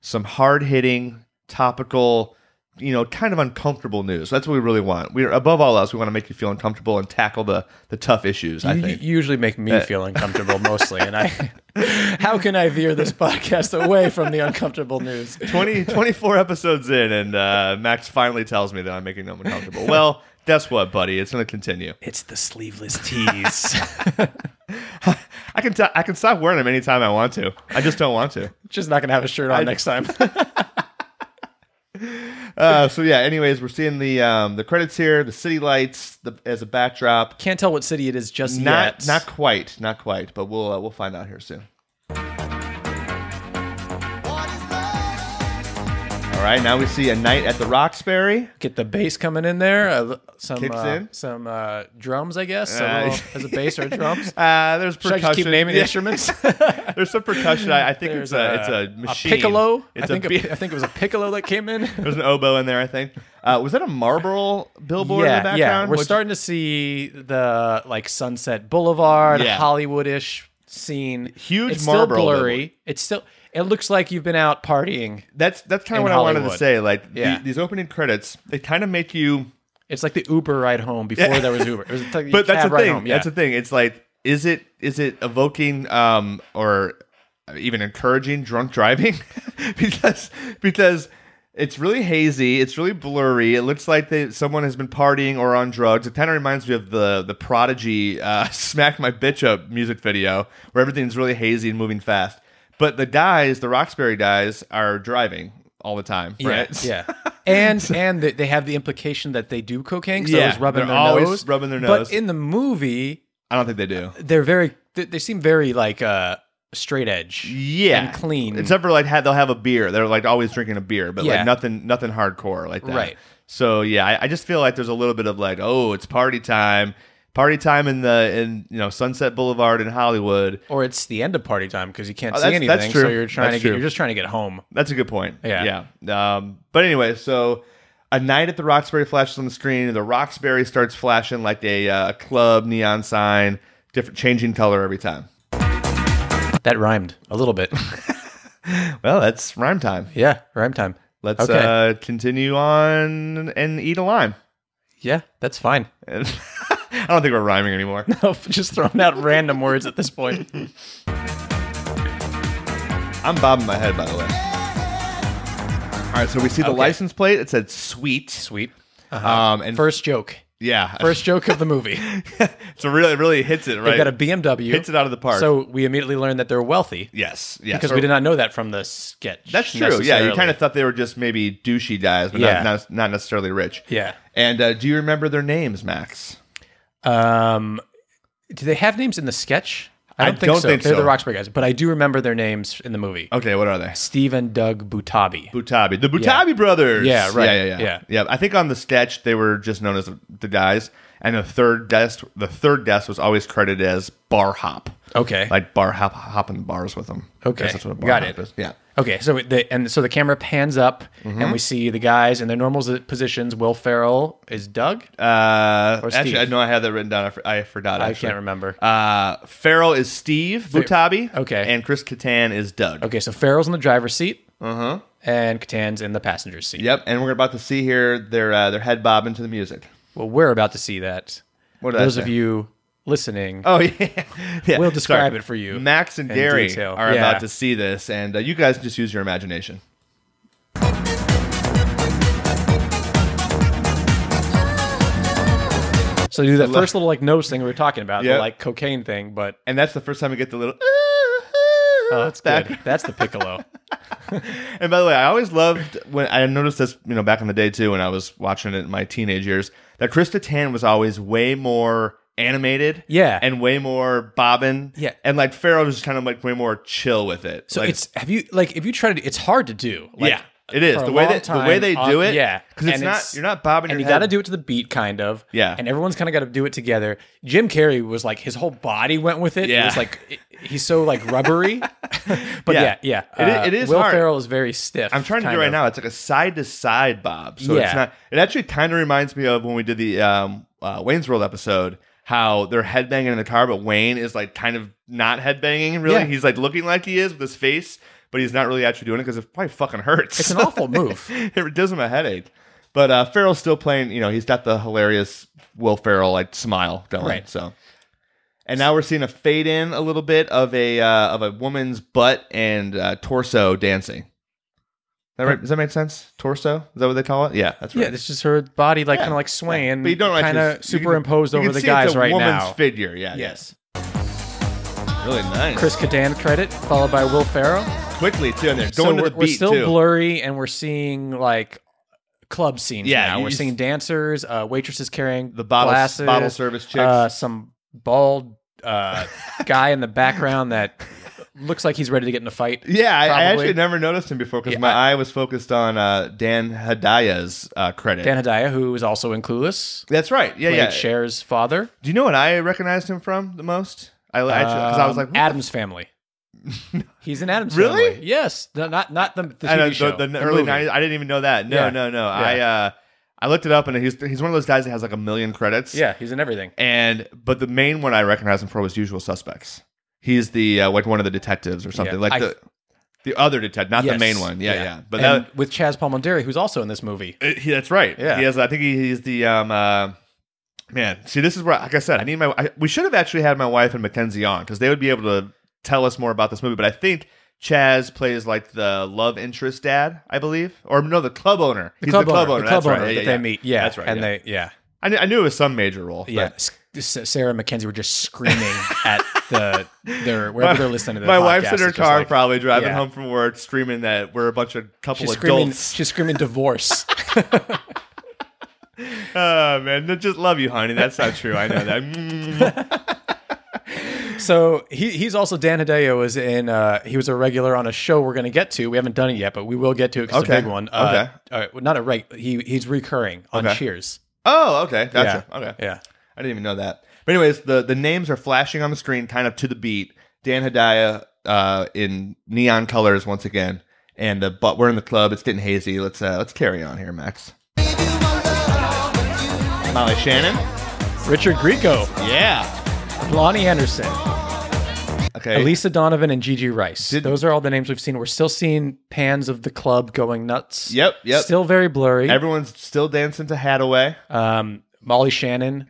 [SPEAKER 1] some hard hitting, topical, you know, kind of uncomfortable news. That's what we really want. We are above all else. We want to make you feel uncomfortable and tackle the the tough issues. I
[SPEAKER 2] You-
[SPEAKER 1] think. Uh,
[SPEAKER 2] You usually make me feel uncomfortable mostly, and I. How can I veer this podcast away from the uncomfortable news?
[SPEAKER 1] 20, 24 episodes in, and uh, Max finally tells me that I'm making them uncomfortable. well, guess what, buddy? It's going to continue.
[SPEAKER 2] It's the sleeveless tees.
[SPEAKER 1] I can t- I can stop wearing them anytime I want to. I just don't want to.
[SPEAKER 2] Just not gonna have a shirt on next time.
[SPEAKER 1] Uh, so yeah. Anyways, we're seeing the um, the credits here, the city lights the, as a backdrop.
[SPEAKER 2] Can't tell what city it is just
[SPEAKER 1] Not
[SPEAKER 2] yet.
[SPEAKER 1] not quite, not quite, but we'll uh, we'll find out here soon. All right, now we see a night at the Roxbury.
[SPEAKER 2] get the bass coming in there. Uh, some
[SPEAKER 1] Kicks
[SPEAKER 2] uh,
[SPEAKER 1] in.
[SPEAKER 2] some uh, drums, I guess. A
[SPEAKER 1] Uh,
[SPEAKER 2] little- as a bass or drums.
[SPEAKER 1] Uh, there's
[SPEAKER 2] Should
[SPEAKER 1] percussion.
[SPEAKER 2] I just keep naming
[SPEAKER 1] Yeah,
[SPEAKER 2] instruments?
[SPEAKER 1] There's some percussion. I, I think it's
[SPEAKER 2] There's
[SPEAKER 1] a, it's a machine.
[SPEAKER 2] piccolo.
[SPEAKER 1] It's
[SPEAKER 2] I think
[SPEAKER 1] a,
[SPEAKER 2] a-
[SPEAKER 1] be-
[SPEAKER 2] I think it was a piccolo that came in.
[SPEAKER 1] there's an oboe in there. I think. Uh, was that a Marlboro billboard in the background?
[SPEAKER 2] Yeah, we're
[SPEAKER 1] Which-
[SPEAKER 2] starting to see the like Sunset Boulevard,
[SPEAKER 1] Yeah.
[SPEAKER 2] Hollywood-ish scene.
[SPEAKER 1] Huge
[SPEAKER 2] it's
[SPEAKER 1] Marlboro
[SPEAKER 2] still blurry.
[SPEAKER 1] billboard.
[SPEAKER 2] It's still. It looks like you've been out partying.
[SPEAKER 1] That's that's kind of
[SPEAKER 2] in
[SPEAKER 1] what I wanted to
[SPEAKER 2] Hollywood.
[SPEAKER 1] say. Like the-
[SPEAKER 2] Yeah.
[SPEAKER 1] these opening credits, they kind of make you
[SPEAKER 2] It's like the Uber ride home before there was Uber. It was like
[SPEAKER 1] but that's
[SPEAKER 2] cab
[SPEAKER 1] the
[SPEAKER 2] ride
[SPEAKER 1] thing.
[SPEAKER 2] home, yeah.
[SPEAKER 1] That's the thing. It's like, is it is it evoking um or even encouraging drunk driving? because because it's really hazy. It's really blurry. It looks like they, someone has been partying or on drugs. It kind of reminds me of the the Prodigy uh, "Smack My Bitch Up" music video, where everything's really hazy and moving fast. But the guys, the Roxbury guys, are driving all the time, right?
[SPEAKER 2] Yeah. yeah. And and they- they have the implication that they do cocaine because
[SPEAKER 1] Yeah,
[SPEAKER 2] they're always rubbing
[SPEAKER 1] they're
[SPEAKER 2] their
[SPEAKER 1] always
[SPEAKER 2] nose.
[SPEAKER 1] rubbing their nose.
[SPEAKER 2] But in the movie,
[SPEAKER 1] I don't think they do.
[SPEAKER 2] they're very they, they seem very like uh straight edge.
[SPEAKER 1] yeah
[SPEAKER 2] and clean.
[SPEAKER 1] except for like ha they'll have a beer they're like always drinking a beer but
[SPEAKER 2] Yeah.
[SPEAKER 1] like nothing nothing hardcore like that
[SPEAKER 2] Right.
[SPEAKER 1] so yeah I, I just feel like there's a little bit of like oh it's party time party time in the in you know sunset boulevard in hollywood
[SPEAKER 2] Or it's the end of party time because you can't
[SPEAKER 1] Oh,
[SPEAKER 2] see
[SPEAKER 1] that's-
[SPEAKER 2] anything.
[SPEAKER 1] that's
[SPEAKER 2] So
[SPEAKER 1] true.
[SPEAKER 2] you're trying
[SPEAKER 1] That's
[SPEAKER 2] to get,
[SPEAKER 1] true.
[SPEAKER 2] you're just trying to get home.
[SPEAKER 1] that's a good point
[SPEAKER 2] Yeah.
[SPEAKER 1] yeah um but anyway so a night at the roxbury flashes on the screen and the roxbury starts flashing like a uh, club neon sign different changing color every time
[SPEAKER 2] That rhymed a little bit.
[SPEAKER 1] well that's rhyme time
[SPEAKER 2] yeah, rhyme time.
[SPEAKER 1] let's
[SPEAKER 2] Okay.
[SPEAKER 1] uh continue on and eat a lime
[SPEAKER 2] Yeah, that's fine.
[SPEAKER 1] I don't think we're rhyming anymore.
[SPEAKER 2] just throwing out random words at this point.
[SPEAKER 1] I'm bobbing my head, by the way. All right, so we see the
[SPEAKER 2] Okay.
[SPEAKER 1] license plate. It said "sweet."
[SPEAKER 2] Sweet.
[SPEAKER 1] Um, and
[SPEAKER 2] First joke.
[SPEAKER 1] yeah,
[SPEAKER 2] First joke of the movie.
[SPEAKER 1] so really, it really hits it
[SPEAKER 2] They've
[SPEAKER 1] right.
[SPEAKER 2] got a BMW.
[SPEAKER 1] Hits it out of the park.
[SPEAKER 2] So we immediately learn that they're wealthy
[SPEAKER 1] yes, yes,
[SPEAKER 2] because
[SPEAKER 1] Or-
[SPEAKER 2] we did not know that from the sketch.
[SPEAKER 1] That's true. Yeah, you
[SPEAKER 2] necessarily.
[SPEAKER 1] kind of thought they were just maybe douchey guys, but
[SPEAKER 2] Yeah.
[SPEAKER 1] not, not not necessarily rich.
[SPEAKER 2] Yeah.
[SPEAKER 1] And uh, do you remember their names, Max?
[SPEAKER 2] Um, do they have names in the sketch? I don't, think,
[SPEAKER 1] don't
[SPEAKER 2] so.
[SPEAKER 1] think
[SPEAKER 2] They're
[SPEAKER 1] so.
[SPEAKER 2] the Roxbury guys, but I do remember their names in the movie.
[SPEAKER 1] Okay, what are they?
[SPEAKER 2] Steve and Doug Butabi.
[SPEAKER 1] Butabi, the Butabi brothers.
[SPEAKER 2] Yeah, right.
[SPEAKER 1] Yeah, yeah, yeah,
[SPEAKER 2] Yeah.
[SPEAKER 1] Yeah, I think on the sketch they were just known as the, the guys, and the third guest, the third guest was always credited as Bar Hop,
[SPEAKER 2] Okay.
[SPEAKER 1] like Bar Hop hopping the bars with them. I
[SPEAKER 2] Okay.
[SPEAKER 1] guess that's what a bar
[SPEAKER 2] Got
[SPEAKER 1] hop
[SPEAKER 2] it.
[SPEAKER 1] is. Yeah.
[SPEAKER 2] okay. So the and so the camera pans up and we see the guys in their normal s- positions. Will Ferrell is Doug.
[SPEAKER 1] Uh,
[SPEAKER 2] Or
[SPEAKER 1] actually,
[SPEAKER 2] Steve.
[SPEAKER 1] I know I had that written down. I, for- I forgot.
[SPEAKER 2] I
[SPEAKER 1] actually.
[SPEAKER 2] can't remember.
[SPEAKER 1] Uh, Farrell is Steve Butabi.
[SPEAKER 2] okay.
[SPEAKER 1] And Chris Kattan is Doug.
[SPEAKER 2] uh, okay. So Ferrell's in the driver's seat. Uh huh. And Catan's in the passenger's seat.
[SPEAKER 1] Yep, and we're about to see here their uh, their head bob into the music.
[SPEAKER 2] Well, we're about to see that.
[SPEAKER 1] What did I
[SPEAKER 2] Those
[SPEAKER 1] say?
[SPEAKER 2] of you listening,
[SPEAKER 1] Oh yeah, Yeah,
[SPEAKER 2] We'll describe it for you
[SPEAKER 1] Max and
[SPEAKER 2] in
[SPEAKER 1] Derry
[SPEAKER 2] detail.
[SPEAKER 1] are
[SPEAKER 2] Yeah.
[SPEAKER 1] about to see this, and uh, you guys just use your imagination.
[SPEAKER 2] so do that first little like nose thing we were talking about,
[SPEAKER 1] Yep.
[SPEAKER 2] the like cocaine thing, but
[SPEAKER 1] And that's the first time we get the little. "Ah,
[SPEAKER 2] oh, that's
[SPEAKER 1] back.
[SPEAKER 2] good. That's the piccolo.
[SPEAKER 1] And by the way, I always loved when I noticed this, you know, back in the day too, when I was watching it in my teenage years, that Krista Tan was always way more animated,
[SPEAKER 2] Yeah.
[SPEAKER 1] and way more bobbing,
[SPEAKER 2] Yeah.
[SPEAKER 1] and like Pharaoh was kind of like way more chill with it.
[SPEAKER 2] So
[SPEAKER 1] Like,
[SPEAKER 2] it's have you like if you try to, it's hard to do. Like,
[SPEAKER 1] yeah, it is
[SPEAKER 2] for a
[SPEAKER 1] the way
[SPEAKER 2] long
[SPEAKER 1] that the way
[SPEAKER 2] time
[SPEAKER 1] they
[SPEAKER 2] on-
[SPEAKER 1] do it.
[SPEAKER 2] Yeah,
[SPEAKER 1] because it's
[SPEAKER 2] And
[SPEAKER 1] not you're not bobbing.
[SPEAKER 2] and
[SPEAKER 1] your
[SPEAKER 2] you got to
[SPEAKER 1] head.
[SPEAKER 2] do it to the beat, kind of.
[SPEAKER 1] Yeah.
[SPEAKER 2] and everyone's kind of got to do it together. Jim Carrey was like his whole body went with it.
[SPEAKER 1] Yeah.
[SPEAKER 2] it was like it- he's so like rubbery. but
[SPEAKER 1] Yeah.
[SPEAKER 2] yeah, yeah, uh,
[SPEAKER 1] It i- it is
[SPEAKER 2] Will
[SPEAKER 1] hard.
[SPEAKER 2] Ferrell is very stiff.
[SPEAKER 1] I'm trying to
[SPEAKER 2] kind
[SPEAKER 1] do right
[SPEAKER 2] of.
[SPEAKER 1] now. It's like a side to side bob. So it's
[SPEAKER 2] Yeah.
[SPEAKER 1] not. It actually kind of reminds me of when we did the um, uh, Wayne's World episode. How they're headbanging in the car, but Wayne is like kind of not headbanging. Really,
[SPEAKER 2] Yeah.
[SPEAKER 1] he's like looking like he is with his face, but he's not really actually doing it because it probably fucking hurts.
[SPEAKER 2] It's an awful move.
[SPEAKER 1] it gives him a headache. But uh, Farrell's still playing. You know, he's got the hilarious Will Ferrell like smile going.
[SPEAKER 2] Right.
[SPEAKER 1] So, and now we're seeing a fade in a little bit of a uh, of a woman's butt and uh, torso dancing. That right? Does that make sense? Torso? Is that what they call it? Yeah, that's right.
[SPEAKER 2] Yeah, it's just her body like kind of like swaying,
[SPEAKER 1] but you don't
[SPEAKER 2] kind
[SPEAKER 1] actually- you
[SPEAKER 2] of
[SPEAKER 1] can-
[SPEAKER 2] superimposed
[SPEAKER 1] you
[SPEAKER 2] over
[SPEAKER 1] can
[SPEAKER 2] the
[SPEAKER 1] see it's
[SPEAKER 2] guys
[SPEAKER 1] a
[SPEAKER 2] right
[SPEAKER 1] woman's
[SPEAKER 2] now.
[SPEAKER 1] Figure, yeah,
[SPEAKER 2] Yes,
[SPEAKER 1] yeah. really nice.
[SPEAKER 2] Chris Kattan credit followed by Will Ferrell.
[SPEAKER 1] quickly too, and they're going
[SPEAKER 2] so
[SPEAKER 1] to
[SPEAKER 2] we're,
[SPEAKER 1] the
[SPEAKER 2] we're
[SPEAKER 1] beat
[SPEAKER 2] still
[SPEAKER 1] too.
[SPEAKER 2] blurry and we're seeing like club scenes
[SPEAKER 1] Yeah,
[SPEAKER 2] yeah now.
[SPEAKER 1] you-
[SPEAKER 2] we're
[SPEAKER 1] you-
[SPEAKER 2] seeing dancers uh waitresses carrying
[SPEAKER 1] The bottle-
[SPEAKER 2] glasses,
[SPEAKER 1] bottle service chicks.
[SPEAKER 2] uh, some bald uh guy in the background that looks like he's ready to get in a fight
[SPEAKER 1] Yeah, I, I
[SPEAKER 2] Probably.
[SPEAKER 1] actually never noticed him before because
[SPEAKER 2] Yeah,
[SPEAKER 1] my
[SPEAKER 2] I-
[SPEAKER 1] eye was focused on uh, Dan Hadaya's uh, credit.
[SPEAKER 2] dan Hedaya, who is also in clueless
[SPEAKER 1] That's right. Yeah,
[SPEAKER 2] played
[SPEAKER 1] yeah.
[SPEAKER 2] Cher's father
[SPEAKER 1] Do you know what I recognized him from the most? I because I was
[SPEAKER 2] Um,
[SPEAKER 1] like what the
[SPEAKER 2] adam's family he's in adam's
[SPEAKER 1] Really?
[SPEAKER 2] family yes no, not not the, the,
[SPEAKER 1] I
[SPEAKER 2] TV
[SPEAKER 1] know,
[SPEAKER 2] show,
[SPEAKER 1] the, the
[SPEAKER 2] the
[SPEAKER 1] early
[SPEAKER 2] movie.
[SPEAKER 1] nineties. I didn't even know that. No,
[SPEAKER 2] Yeah.
[SPEAKER 1] no, no. I uh, I looked it up and he's he's one of those guys that has like a million credits.
[SPEAKER 2] yeah he's in everything
[SPEAKER 1] And but the main one I recognized him for was Usual Suspects. He's the uh, like one of the detectives or something
[SPEAKER 2] Yeah,
[SPEAKER 1] like
[SPEAKER 2] I-
[SPEAKER 1] the the other detective, not the
[SPEAKER 2] Yes.
[SPEAKER 1] main one. Yeah, yeah. But
[SPEAKER 2] And
[SPEAKER 1] that,
[SPEAKER 2] with chaz palmondari who's also in this movie
[SPEAKER 1] Uh, he, that's right.
[SPEAKER 2] Yeah.
[SPEAKER 1] he has. I think he, he's the um. Uh, man, see, this is where, like I said, I need my. I, we should have actually had my wife and Mackenzie on because they would be able to tell us more about this movie. But I think Chaz plays like the love interest dad, I believe, or no, the club owner.
[SPEAKER 2] the club, owner, the
[SPEAKER 1] that's
[SPEAKER 2] club owner
[SPEAKER 1] right. Yeah,
[SPEAKER 2] that
[SPEAKER 1] yeah,
[SPEAKER 2] they meet. Yeah,
[SPEAKER 1] that's right.
[SPEAKER 2] And
[SPEAKER 1] yeah.
[SPEAKER 2] they, yeah,
[SPEAKER 1] I, knew, I knew it was some major role.
[SPEAKER 2] yeah.
[SPEAKER 1] but-
[SPEAKER 2] S- S- Sarah and Mackenzie were just screaming at the their wherever they're listening to. The
[SPEAKER 1] my wife's
[SPEAKER 2] podcast,
[SPEAKER 1] in her
[SPEAKER 2] it's just
[SPEAKER 1] car,
[SPEAKER 2] like-
[SPEAKER 1] probably driving
[SPEAKER 2] yeah.
[SPEAKER 1] home from work, screaming that we're a bunch of couple
[SPEAKER 2] She's screaming.
[SPEAKER 1] adults.
[SPEAKER 2] She's screaming divorce.
[SPEAKER 1] Oh man, they just love you, honey. That's not true. I know that. Mm.
[SPEAKER 2] so he, he's also Dan Hideo was in. Uh, he was a regular on a show we're going to get to. We haven't done it yet, but we will get to it. 'cause
[SPEAKER 1] Okay.
[SPEAKER 2] It's a big one. Uh, okay. not a reg. He he's recurring on
[SPEAKER 1] Okay.
[SPEAKER 2] Cheers.
[SPEAKER 1] oh, okay, gotcha. Okay,
[SPEAKER 2] Yeah.
[SPEAKER 1] I didn't even know that. But anyways, the the names are flashing on the screen, kind of to the beat. Dan Hedaya uh, in neon colors once again, and uh, but we're in the club. It's getting hazy. Let's uh, let's carry on here, Max. Molly Shannon.
[SPEAKER 2] Richard Grieco,
[SPEAKER 1] Yeah.
[SPEAKER 2] Lonnie Anderson,
[SPEAKER 1] Okay.
[SPEAKER 2] Elisa Donovan, and Gigi Rice.
[SPEAKER 1] Did-
[SPEAKER 2] Those are all the names we've seen. We're still seeing pans of the club going nuts.
[SPEAKER 1] Yep. Yep.
[SPEAKER 2] Still very blurry.
[SPEAKER 1] Everyone's still dancing to Hadaway.
[SPEAKER 2] Um, Molly Shannon,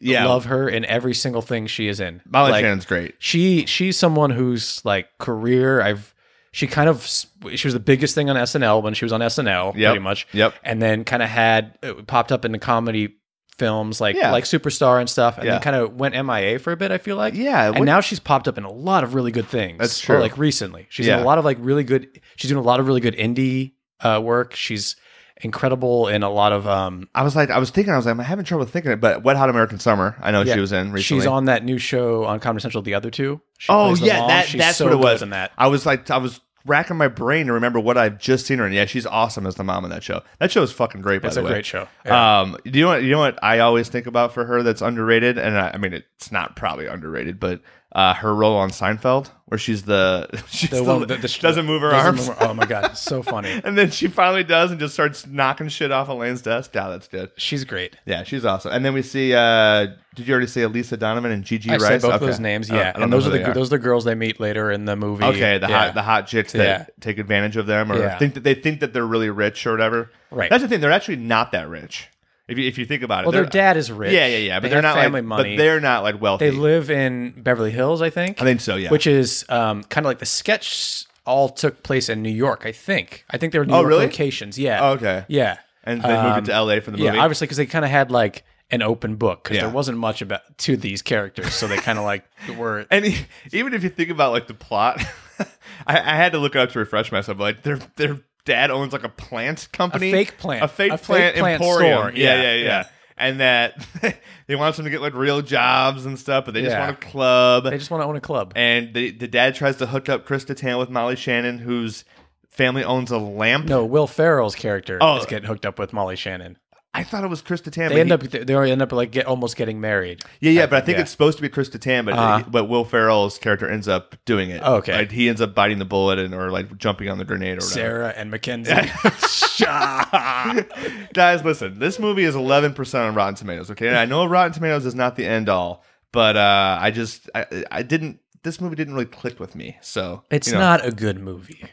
[SPEAKER 1] Yeah.
[SPEAKER 2] love her in every single thing she is in.
[SPEAKER 1] Molly
[SPEAKER 2] Like,
[SPEAKER 1] Shannon's great.
[SPEAKER 2] She she's someone whose like career I've she kind of s- she was the biggest thing on SNL when she was on SNL
[SPEAKER 1] Yep.
[SPEAKER 2] pretty much.
[SPEAKER 1] Yep.
[SPEAKER 2] And then kind of had it popped up in the comedy films like
[SPEAKER 1] Yeah.
[SPEAKER 2] like Superstar and stuff, and
[SPEAKER 1] Yeah.
[SPEAKER 2] then kind of went MIA for a bit. I feel like
[SPEAKER 1] Yeah,
[SPEAKER 2] And
[SPEAKER 1] what-
[SPEAKER 2] now she's popped up in a lot of really good things.
[SPEAKER 1] That's
[SPEAKER 2] Or,
[SPEAKER 1] true.
[SPEAKER 2] like recently, she's in
[SPEAKER 1] Yeah.
[SPEAKER 2] a lot of like really good. She's doing a lot of really good indie uh, work. She's incredible in a lot of um.
[SPEAKER 1] I was like, I was thinking, I was like, I'm having trouble thinking it, but Wet Hot American Summer, I know
[SPEAKER 2] yeah,
[SPEAKER 1] she was in recently.
[SPEAKER 2] She's on that new show on Comedy Central, The Other Two. She
[SPEAKER 1] Oh
[SPEAKER 2] plays the
[SPEAKER 1] yeah,
[SPEAKER 2] mom.
[SPEAKER 1] that,
[SPEAKER 2] She's
[SPEAKER 1] that's
[SPEAKER 2] so
[SPEAKER 1] what it
[SPEAKER 2] good
[SPEAKER 1] was.
[SPEAKER 2] In that,
[SPEAKER 1] I was like, I was racking my brain to remember what I've just seen her in. Yeah, she's awesome as the mom in that show. That show is fucking great. By
[SPEAKER 2] It's
[SPEAKER 1] the
[SPEAKER 2] a
[SPEAKER 1] way.
[SPEAKER 2] great show. Uh,
[SPEAKER 1] Um, do you know what, you know what I always think about for her that's underrated, and I, I mean it's not probably underrated, but uh, her role on Seinfeld where she's the she's
[SPEAKER 2] the
[SPEAKER 1] the
[SPEAKER 2] one that the,
[SPEAKER 1] she doesn't move her
[SPEAKER 2] doesn't
[SPEAKER 1] arms.
[SPEAKER 2] move her- oh my god, so funny.
[SPEAKER 1] and then she finally does and just starts knocking shit off Elaine's desk. Yeah, that's good.
[SPEAKER 2] She's great.
[SPEAKER 1] Yeah, she's awesome. And then we see. uh Did you already see Elisa Donovan and Gigi
[SPEAKER 2] I
[SPEAKER 1] Rice?
[SPEAKER 2] said both
[SPEAKER 1] Okay.
[SPEAKER 2] those names,
[SPEAKER 1] Uh, I
[SPEAKER 2] yeah.
[SPEAKER 1] don't
[SPEAKER 2] and
[SPEAKER 1] know
[SPEAKER 2] those
[SPEAKER 1] who
[SPEAKER 2] are the
[SPEAKER 1] they
[SPEAKER 2] those are the girls they meet later in the movie.
[SPEAKER 1] Okay, the
[SPEAKER 2] Yeah.
[SPEAKER 1] hot the hot chicks that
[SPEAKER 2] Yeah.
[SPEAKER 1] take advantage of them or
[SPEAKER 2] Yeah.
[SPEAKER 1] think that they think that they're really rich or whatever.
[SPEAKER 2] Right.
[SPEAKER 1] That's the thing. They're actually not that rich. If you if you think about it,
[SPEAKER 2] Well, their dad is rich.
[SPEAKER 1] Yeah, yeah, yeah. But
[SPEAKER 2] They
[SPEAKER 1] they are
[SPEAKER 2] have
[SPEAKER 1] not
[SPEAKER 2] family
[SPEAKER 1] like,
[SPEAKER 2] money.
[SPEAKER 1] But they're not like wealthy.
[SPEAKER 2] They live in Beverly Hills, I think.
[SPEAKER 1] I think so. Yeah.
[SPEAKER 2] Which is um, kind of like the sketch all took place in New York, I think. I think they were New
[SPEAKER 1] Oh,
[SPEAKER 2] York
[SPEAKER 1] really?
[SPEAKER 2] locations. Yeah.
[SPEAKER 1] Oh, okay.
[SPEAKER 2] Yeah.
[SPEAKER 1] and they moved it to L.A. for the movie.
[SPEAKER 2] um, Yeah, obviously, because they kind of had like an open book because
[SPEAKER 1] Yeah.
[SPEAKER 2] there wasn't much about to these characters, so they kind of like were.
[SPEAKER 1] and e- even if you think about like the plot, I, I had to look it up to refresh myself. but, Like their their dad owns like a plant company,
[SPEAKER 2] fake plant.
[SPEAKER 1] a fake
[SPEAKER 2] A fake
[SPEAKER 1] plant,
[SPEAKER 2] plant
[SPEAKER 1] emporium.
[SPEAKER 2] store.
[SPEAKER 1] Yeah,
[SPEAKER 2] Yeah,
[SPEAKER 1] yeah, yeah.
[SPEAKER 2] yeah.
[SPEAKER 1] And that they want them to get like real jobs and stuff, but they just
[SPEAKER 2] Yeah.
[SPEAKER 1] want a club.
[SPEAKER 2] They just want to own a club.
[SPEAKER 1] and the, the dad tries to hook up Chris Tan with Molly Shannon, whose family owns a lamp.
[SPEAKER 2] No, Will Ferrell's character
[SPEAKER 1] Oh.
[SPEAKER 2] is getting hooked up with Molly Shannon.
[SPEAKER 1] I thought it was Chris Tan.
[SPEAKER 2] They end up they already end up like get, almost getting married.
[SPEAKER 1] yeah, yeah, but I think
[SPEAKER 2] yeah.
[SPEAKER 1] it's supposed to be Chris Tan, but
[SPEAKER 2] Uh-huh.
[SPEAKER 1] but Will Ferrell's character ends up doing it.
[SPEAKER 2] Okay.
[SPEAKER 1] Like, he ends up biting the bullet and or like jumping on the grenade or whatever.
[SPEAKER 2] Sarah and Mackenzie.
[SPEAKER 1] Guys, listen, this movie is 11 percent on Rotten Tomatoes. Okay, and I know Rotten Tomatoes is not the end all, but uh, I just I, I didn't. This movie didn't really click with me, so
[SPEAKER 2] it's
[SPEAKER 1] you know.
[SPEAKER 2] not a good movie.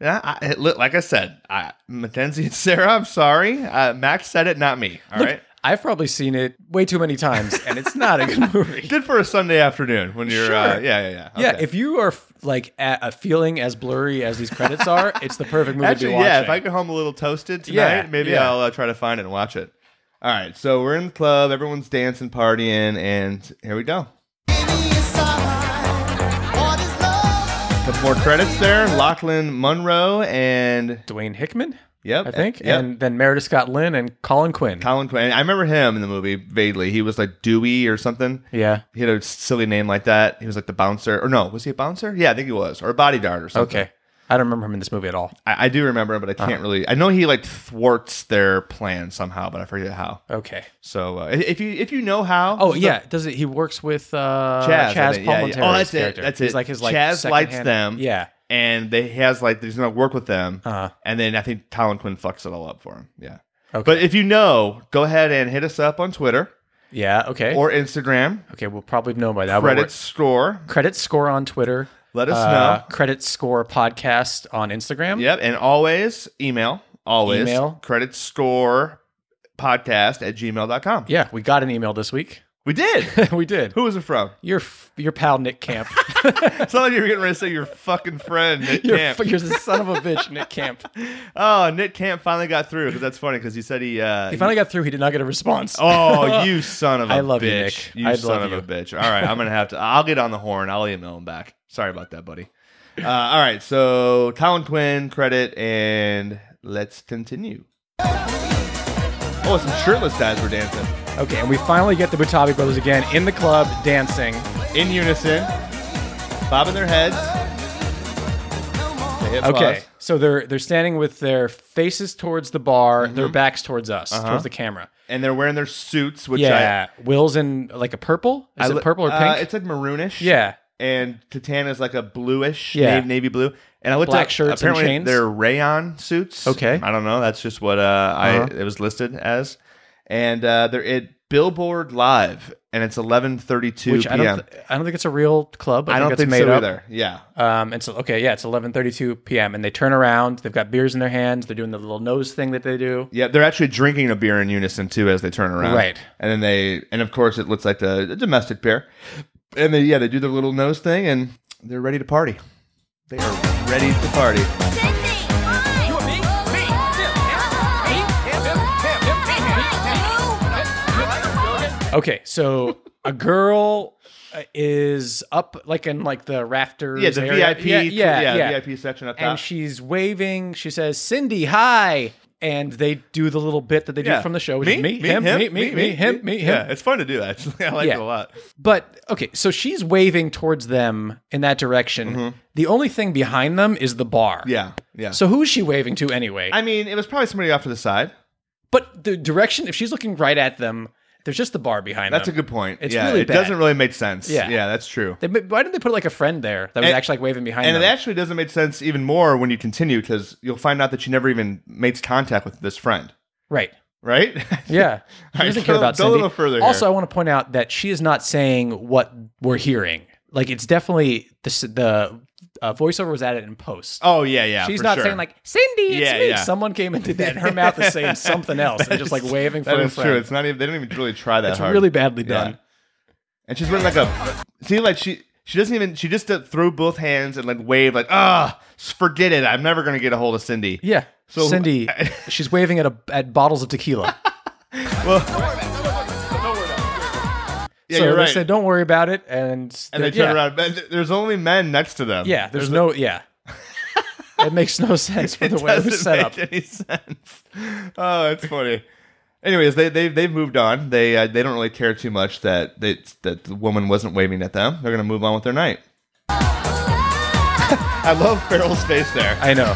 [SPEAKER 1] Yeah, I, it, look, like I said, I, Mackenzie and Sarah, I'm sorry. Uh, Max said it, not me. All right.
[SPEAKER 2] I've probably seen it way too many times, and it's not a good movie.
[SPEAKER 1] Good for a Sunday afternoon when you're. Uh,
[SPEAKER 2] Sure.
[SPEAKER 1] yeah, yeah, yeah.
[SPEAKER 2] Yeah,
[SPEAKER 1] Okay.
[SPEAKER 2] if you are f- like at a feeling as blurry as these credits are, it's the perfect movie to
[SPEAKER 1] actually,
[SPEAKER 2] be watching.
[SPEAKER 1] yeah, if I get home a little toasted tonight,
[SPEAKER 2] Yeah,
[SPEAKER 1] maybe
[SPEAKER 2] yeah.
[SPEAKER 1] I'll uh, try to find it and watch it. All right, so we're in the club. Everyone's dancing, partying, and here we go. Couple more credits there. Lachlan Munro and
[SPEAKER 2] Dwayne Hickman,
[SPEAKER 1] yep,
[SPEAKER 2] I think,
[SPEAKER 1] Eh, yep.
[SPEAKER 2] and then Meredith Scott Lynn and Colin Quinn.
[SPEAKER 1] Colin Quinn. I remember him in the movie vaguely. He was like Dewey or something.
[SPEAKER 2] yeah.
[SPEAKER 1] he had a silly name like that. He was like the bouncer, or no, was he a bouncer? Yeah, I think he was, or a bodyguard or something.
[SPEAKER 2] Okay. Uh-huh. I don't remember him in this movie at all.
[SPEAKER 1] I, I do remember, him, but I can't really. I know he like thwarts their plan somehow, but I forget how.
[SPEAKER 2] Okay.
[SPEAKER 1] So uh, i- if you if you know how,
[SPEAKER 2] Oh
[SPEAKER 1] just
[SPEAKER 2] yeah, does it? He works with uh,
[SPEAKER 1] Chaz,
[SPEAKER 2] Chaz,
[SPEAKER 1] I
[SPEAKER 2] Chaz
[SPEAKER 1] think. Yeah, yeah.
[SPEAKER 2] Palminteri's
[SPEAKER 1] Oh, that's it.
[SPEAKER 2] character.
[SPEAKER 1] That's
[SPEAKER 2] He's
[SPEAKER 1] it.
[SPEAKER 2] like his like
[SPEAKER 1] Chaz
[SPEAKER 2] secondhand-
[SPEAKER 1] likes them.
[SPEAKER 2] Yeah,
[SPEAKER 1] the- and they he has like he's gonna work with them,
[SPEAKER 2] Uh-huh.
[SPEAKER 1] and then I think Colin Quinn fucks it all up for him. Yeah.
[SPEAKER 2] Okay.
[SPEAKER 1] But if you know, go ahead and hit us up on Twitter
[SPEAKER 2] yeah. Okay.
[SPEAKER 1] or Instagram.
[SPEAKER 2] okay, we'll probably know by that. but
[SPEAKER 1] Credit
[SPEAKER 2] we're-
[SPEAKER 1] score.
[SPEAKER 2] credit score on Twitter. uh,
[SPEAKER 1] Let us know.
[SPEAKER 2] Credit score podcast on Instagram.
[SPEAKER 1] Yep. And always email, always
[SPEAKER 2] Email.
[SPEAKER 1] credit score podcast at gmail.com.
[SPEAKER 2] Yeah, we got an email this week.
[SPEAKER 1] We did.
[SPEAKER 2] we did.
[SPEAKER 1] Who was it from?
[SPEAKER 2] Your f- your pal Nick Camp.
[SPEAKER 1] It's not like you were getting ready to say your fucking friend, Nick
[SPEAKER 2] You're,
[SPEAKER 1] Camp.
[SPEAKER 2] f- you're the son of a bitch, Nick Camp.
[SPEAKER 1] oh, Nick Camp finally got through because that's funny because he said he. Uh,
[SPEAKER 2] He finally got through. He did not get a response.
[SPEAKER 1] oh, you son of a bitch.
[SPEAKER 2] I love you, Nick. I
[SPEAKER 1] son
[SPEAKER 2] love
[SPEAKER 1] of a bitch. All right, I'm going to have to. I'll get on the horn. I'll email him back. Sorry about that, buddy. Uh, all right, so Colin Quinn, credit, and let's continue. Oh, some shirtless guys were dancing.
[SPEAKER 2] Okay, and we finally get the Butabi brothers again in the club dancing.
[SPEAKER 1] in unison, bobbing their heads. They hit
[SPEAKER 2] Okay,
[SPEAKER 1] pause.
[SPEAKER 2] so they're they're standing with their faces towards the bar,
[SPEAKER 1] Mm-hmm.
[SPEAKER 2] their backs towards us, towards the camera.
[SPEAKER 1] and they're wearing their suits, Uh-huh. which
[SPEAKER 2] yeah, Will's in like a purple.
[SPEAKER 1] I,
[SPEAKER 2] Is
[SPEAKER 1] I
[SPEAKER 2] it purple or pink?
[SPEAKER 1] Uh, it's like maroonish.
[SPEAKER 2] yeah,
[SPEAKER 1] and Titana's like a bluish,
[SPEAKER 2] Yeah.
[SPEAKER 1] navy, navy blue. And I looked
[SPEAKER 2] Black
[SPEAKER 1] up,
[SPEAKER 2] shirts and
[SPEAKER 1] apparently
[SPEAKER 2] chains?
[SPEAKER 1] They're rayon suits.
[SPEAKER 2] Okay.
[SPEAKER 1] I don't know. That's just what uh,
[SPEAKER 2] Uh-huh.
[SPEAKER 1] I it was listed as. And uh, they're at Billboard Live, and it's eleven thirty-two
[SPEAKER 2] which
[SPEAKER 1] p.m.
[SPEAKER 2] I don't th- I don't think it's a real club. I,
[SPEAKER 1] I don't
[SPEAKER 2] it's
[SPEAKER 1] think
[SPEAKER 2] made
[SPEAKER 1] so
[SPEAKER 2] up.
[SPEAKER 1] either. Yeah,
[SPEAKER 2] Um, and so okay, yeah, it's 11:32 p.m. and they turn around. They've got beers in their hands. They're doing the little nose thing that they do.
[SPEAKER 1] Yeah, they're actually drinking a beer in unison too as they turn around.
[SPEAKER 2] Right.
[SPEAKER 1] And then they and of course it looks like the, the domestic beer. And they yeah, they do their little nose thing and they're ready to party. They are ready to party.
[SPEAKER 2] Okay, so a girl uh, is up like in like the rafters.
[SPEAKER 1] Yeah, the
[SPEAKER 2] area.
[SPEAKER 1] VIP,
[SPEAKER 2] Yeah, yeah, yeah.
[SPEAKER 1] VIP section up top.
[SPEAKER 2] And she's waving. She says, "Cindy, hi." And they do the little bit that they do from the show, which
[SPEAKER 1] me,
[SPEAKER 2] is me, him, me, me, me, him, me, him.
[SPEAKER 1] Yeah, it's fun to do actually. I like
[SPEAKER 2] Yeah.
[SPEAKER 1] it a lot.
[SPEAKER 2] But okay, so she's waving towards them in that direction. The only thing behind them is the bar.
[SPEAKER 1] Yeah, yeah.
[SPEAKER 2] So who is she waving to anyway?
[SPEAKER 1] I mean, it was probably somebody off to the side.
[SPEAKER 2] but the direction, if she's looking right at them, there's just the bar behind
[SPEAKER 1] That's a
[SPEAKER 2] them.
[SPEAKER 1] good point.
[SPEAKER 2] It's
[SPEAKER 1] yeah,
[SPEAKER 2] really
[SPEAKER 1] it
[SPEAKER 2] bad.
[SPEAKER 1] doesn't really make sense.
[SPEAKER 2] Yeah.
[SPEAKER 1] yeah, that's true.
[SPEAKER 2] They, but why didn't they put like a friend there that was
[SPEAKER 1] And-
[SPEAKER 2] actually like waving behind
[SPEAKER 1] and
[SPEAKER 2] them?
[SPEAKER 1] it actually doesn't make sense even more when you continue because you'll find out that she never even makes contact with this friend,
[SPEAKER 2] right.
[SPEAKER 1] right?
[SPEAKER 2] Yeah. She
[SPEAKER 1] right,
[SPEAKER 2] doesn't care
[SPEAKER 1] go-
[SPEAKER 2] about
[SPEAKER 1] go a
[SPEAKER 2] Cindy.
[SPEAKER 1] little further here.
[SPEAKER 2] also, I want to point out that she is not saying what we're hearing. Like it's definitely the s- the uh, voiceover was added in post.
[SPEAKER 1] oh yeah, yeah.
[SPEAKER 2] She's
[SPEAKER 1] for
[SPEAKER 2] not
[SPEAKER 1] sure.
[SPEAKER 2] saying like Cindy, it's
[SPEAKER 1] Yeah,
[SPEAKER 2] me.
[SPEAKER 1] yeah.
[SPEAKER 2] Someone came and did that, and her mouth is saying something else, and just like waving for
[SPEAKER 1] That
[SPEAKER 2] a
[SPEAKER 1] is
[SPEAKER 2] friend.
[SPEAKER 1] true. It's not even. They don't even really try that
[SPEAKER 2] It's
[SPEAKER 1] hard.
[SPEAKER 2] really badly
[SPEAKER 1] Yeah.
[SPEAKER 2] done.
[SPEAKER 1] And she's wearing like a. See, like she she doesn't even she just uh, threw both hands and like waved like ah forget it I'm never gonna get a hold of Cindy.
[SPEAKER 2] Yeah.
[SPEAKER 1] So-
[SPEAKER 2] Cindy, she's waving at a, at bottles of tequila.
[SPEAKER 1] yeah,
[SPEAKER 2] so
[SPEAKER 1] you're
[SPEAKER 2] they
[SPEAKER 1] right.
[SPEAKER 2] said, "Don't worry about it," and
[SPEAKER 1] and they
[SPEAKER 2] yeah,
[SPEAKER 1] turn around. But th- there's only men next to them.
[SPEAKER 2] Yeah, there's, no yeah. it makes no sense for the way it was
[SPEAKER 1] doesn't
[SPEAKER 2] set up.
[SPEAKER 1] make any sense. Oh, that's funny. Anyways, they they they've moved on. They uh, they don't really care too much that they, that the woman wasn't waving at them. They're gonna move on with their night. I love Farrell's face there.
[SPEAKER 2] I know.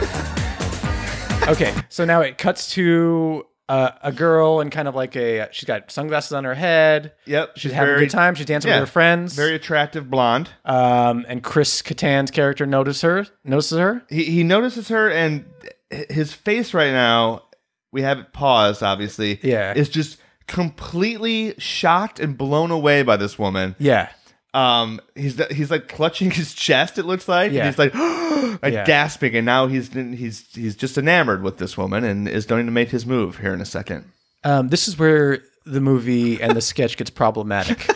[SPEAKER 2] okay, so now it cuts to uh, a girl and kind of like a she's got sunglasses on her head.
[SPEAKER 1] Yep,
[SPEAKER 2] she's,
[SPEAKER 1] she's
[SPEAKER 2] having a
[SPEAKER 1] very-
[SPEAKER 2] good time. She's dancing
[SPEAKER 1] yeah,
[SPEAKER 2] with her friends.
[SPEAKER 1] Very attractive blonde. Uh,
[SPEAKER 2] um, and Chris Kattan's character notices her. Notices her.
[SPEAKER 1] he he notices her and h- his face right now we have it paused obviously
[SPEAKER 2] Yeah.
[SPEAKER 1] is just completely shocked and blown away by this woman
[SPEAKER 2] Yeah,
[SPEAKER 1] um he's he's like clutching his chest it looks like
[SPEAKER 2] Yeah.
[SPEAKER 1] and he's like like
[SPEAKER 2] Yeah.
[SPEAKER 1] gasping and now he's he's he's just enamored with this woman and is going to make his move here in a second
[SPEAKER 2] um, this is where the movie and the sketch gets problematic.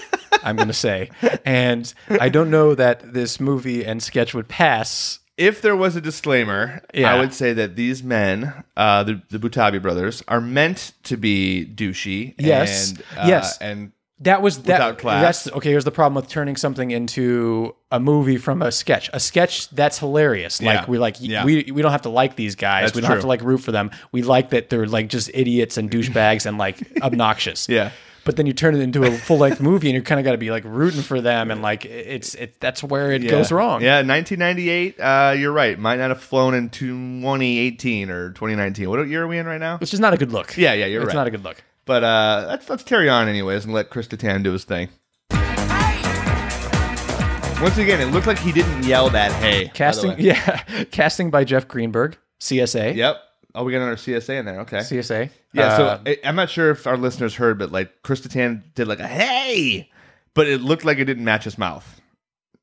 [SPEAKER 2] I'm going to say, and I don't know that this movie and sketch would pass.
[SPEAKER 1] if there was a disclaimer,
[SPEAKER 2] Yeah.
[SPEAKER 1] I would say that these men, uh, the, the Butabi brothers, are meant to be douchey.
[SPEAKER 2] Yes.
[SPEAKER 1] And, uh,
[SPEAKER 2] Yes.
[SPEAKER 1] And
[SPEAKER 2] That was that.
[SPEAKER 1] Without class.
[SPEAKER 2] That's okay. Here's the problem with turning something into a movie from a sketch. A sketch that's hilarious. Like
[SPEAKER 1] Yeah.
[SPEAKER 2] we like
[SPEAKER 1] Yeah.
[SPEAKER 2] we we don't have to like these guys.
[SPEAKER 1] That's
[SPEAKER 2] we don't have
[SPEAKER 1] true.
[SPEAKER 2] to like root for them. We like that they're like just idiots and douchebags and like obnoxious.
[SPEAKER 1] Yeah.
[SPEAKER 2] But then you turn it into a full length movie, and you kind of got to be like rooting for them, and like it's it. That's where it goes wrong.
[SPEAKER 1] Yeah, 1998. Uh, you're right. Might not have flown in 2018 or 2019. What year are we in right now?
[SPEAKER 2] Which is not a good look.
[SPEAKER 1] Yeah, yeah, you're
[SPEAKER 2] It's
[SPEAKER 1] right.
[SPEAKER 2] not a good look.
[SPEAKER 1] But uh, let's let's carry on anyways and let Chris Kattan do his thing. Once again, it looked like he didn't yell that. Hey, by the
[SPEAKER 2] Casting.
[SPEAKER 1] way.
[SPEAKER 2] Yeah. Casting by Jeff Greenberg, CSA.
[SPEAKER 1] Yep. Oh, we got another CSA in there. Okay.
[SPEAKER 2] CSA.
[SPEAKER 1] yeah.
[SPEAKER 2] Uh,
[SPEAKER 1] so I, I'm not sure if our listeners heard, but like Chris Kattan did like a hey, but it looked like it didn't match his mouth.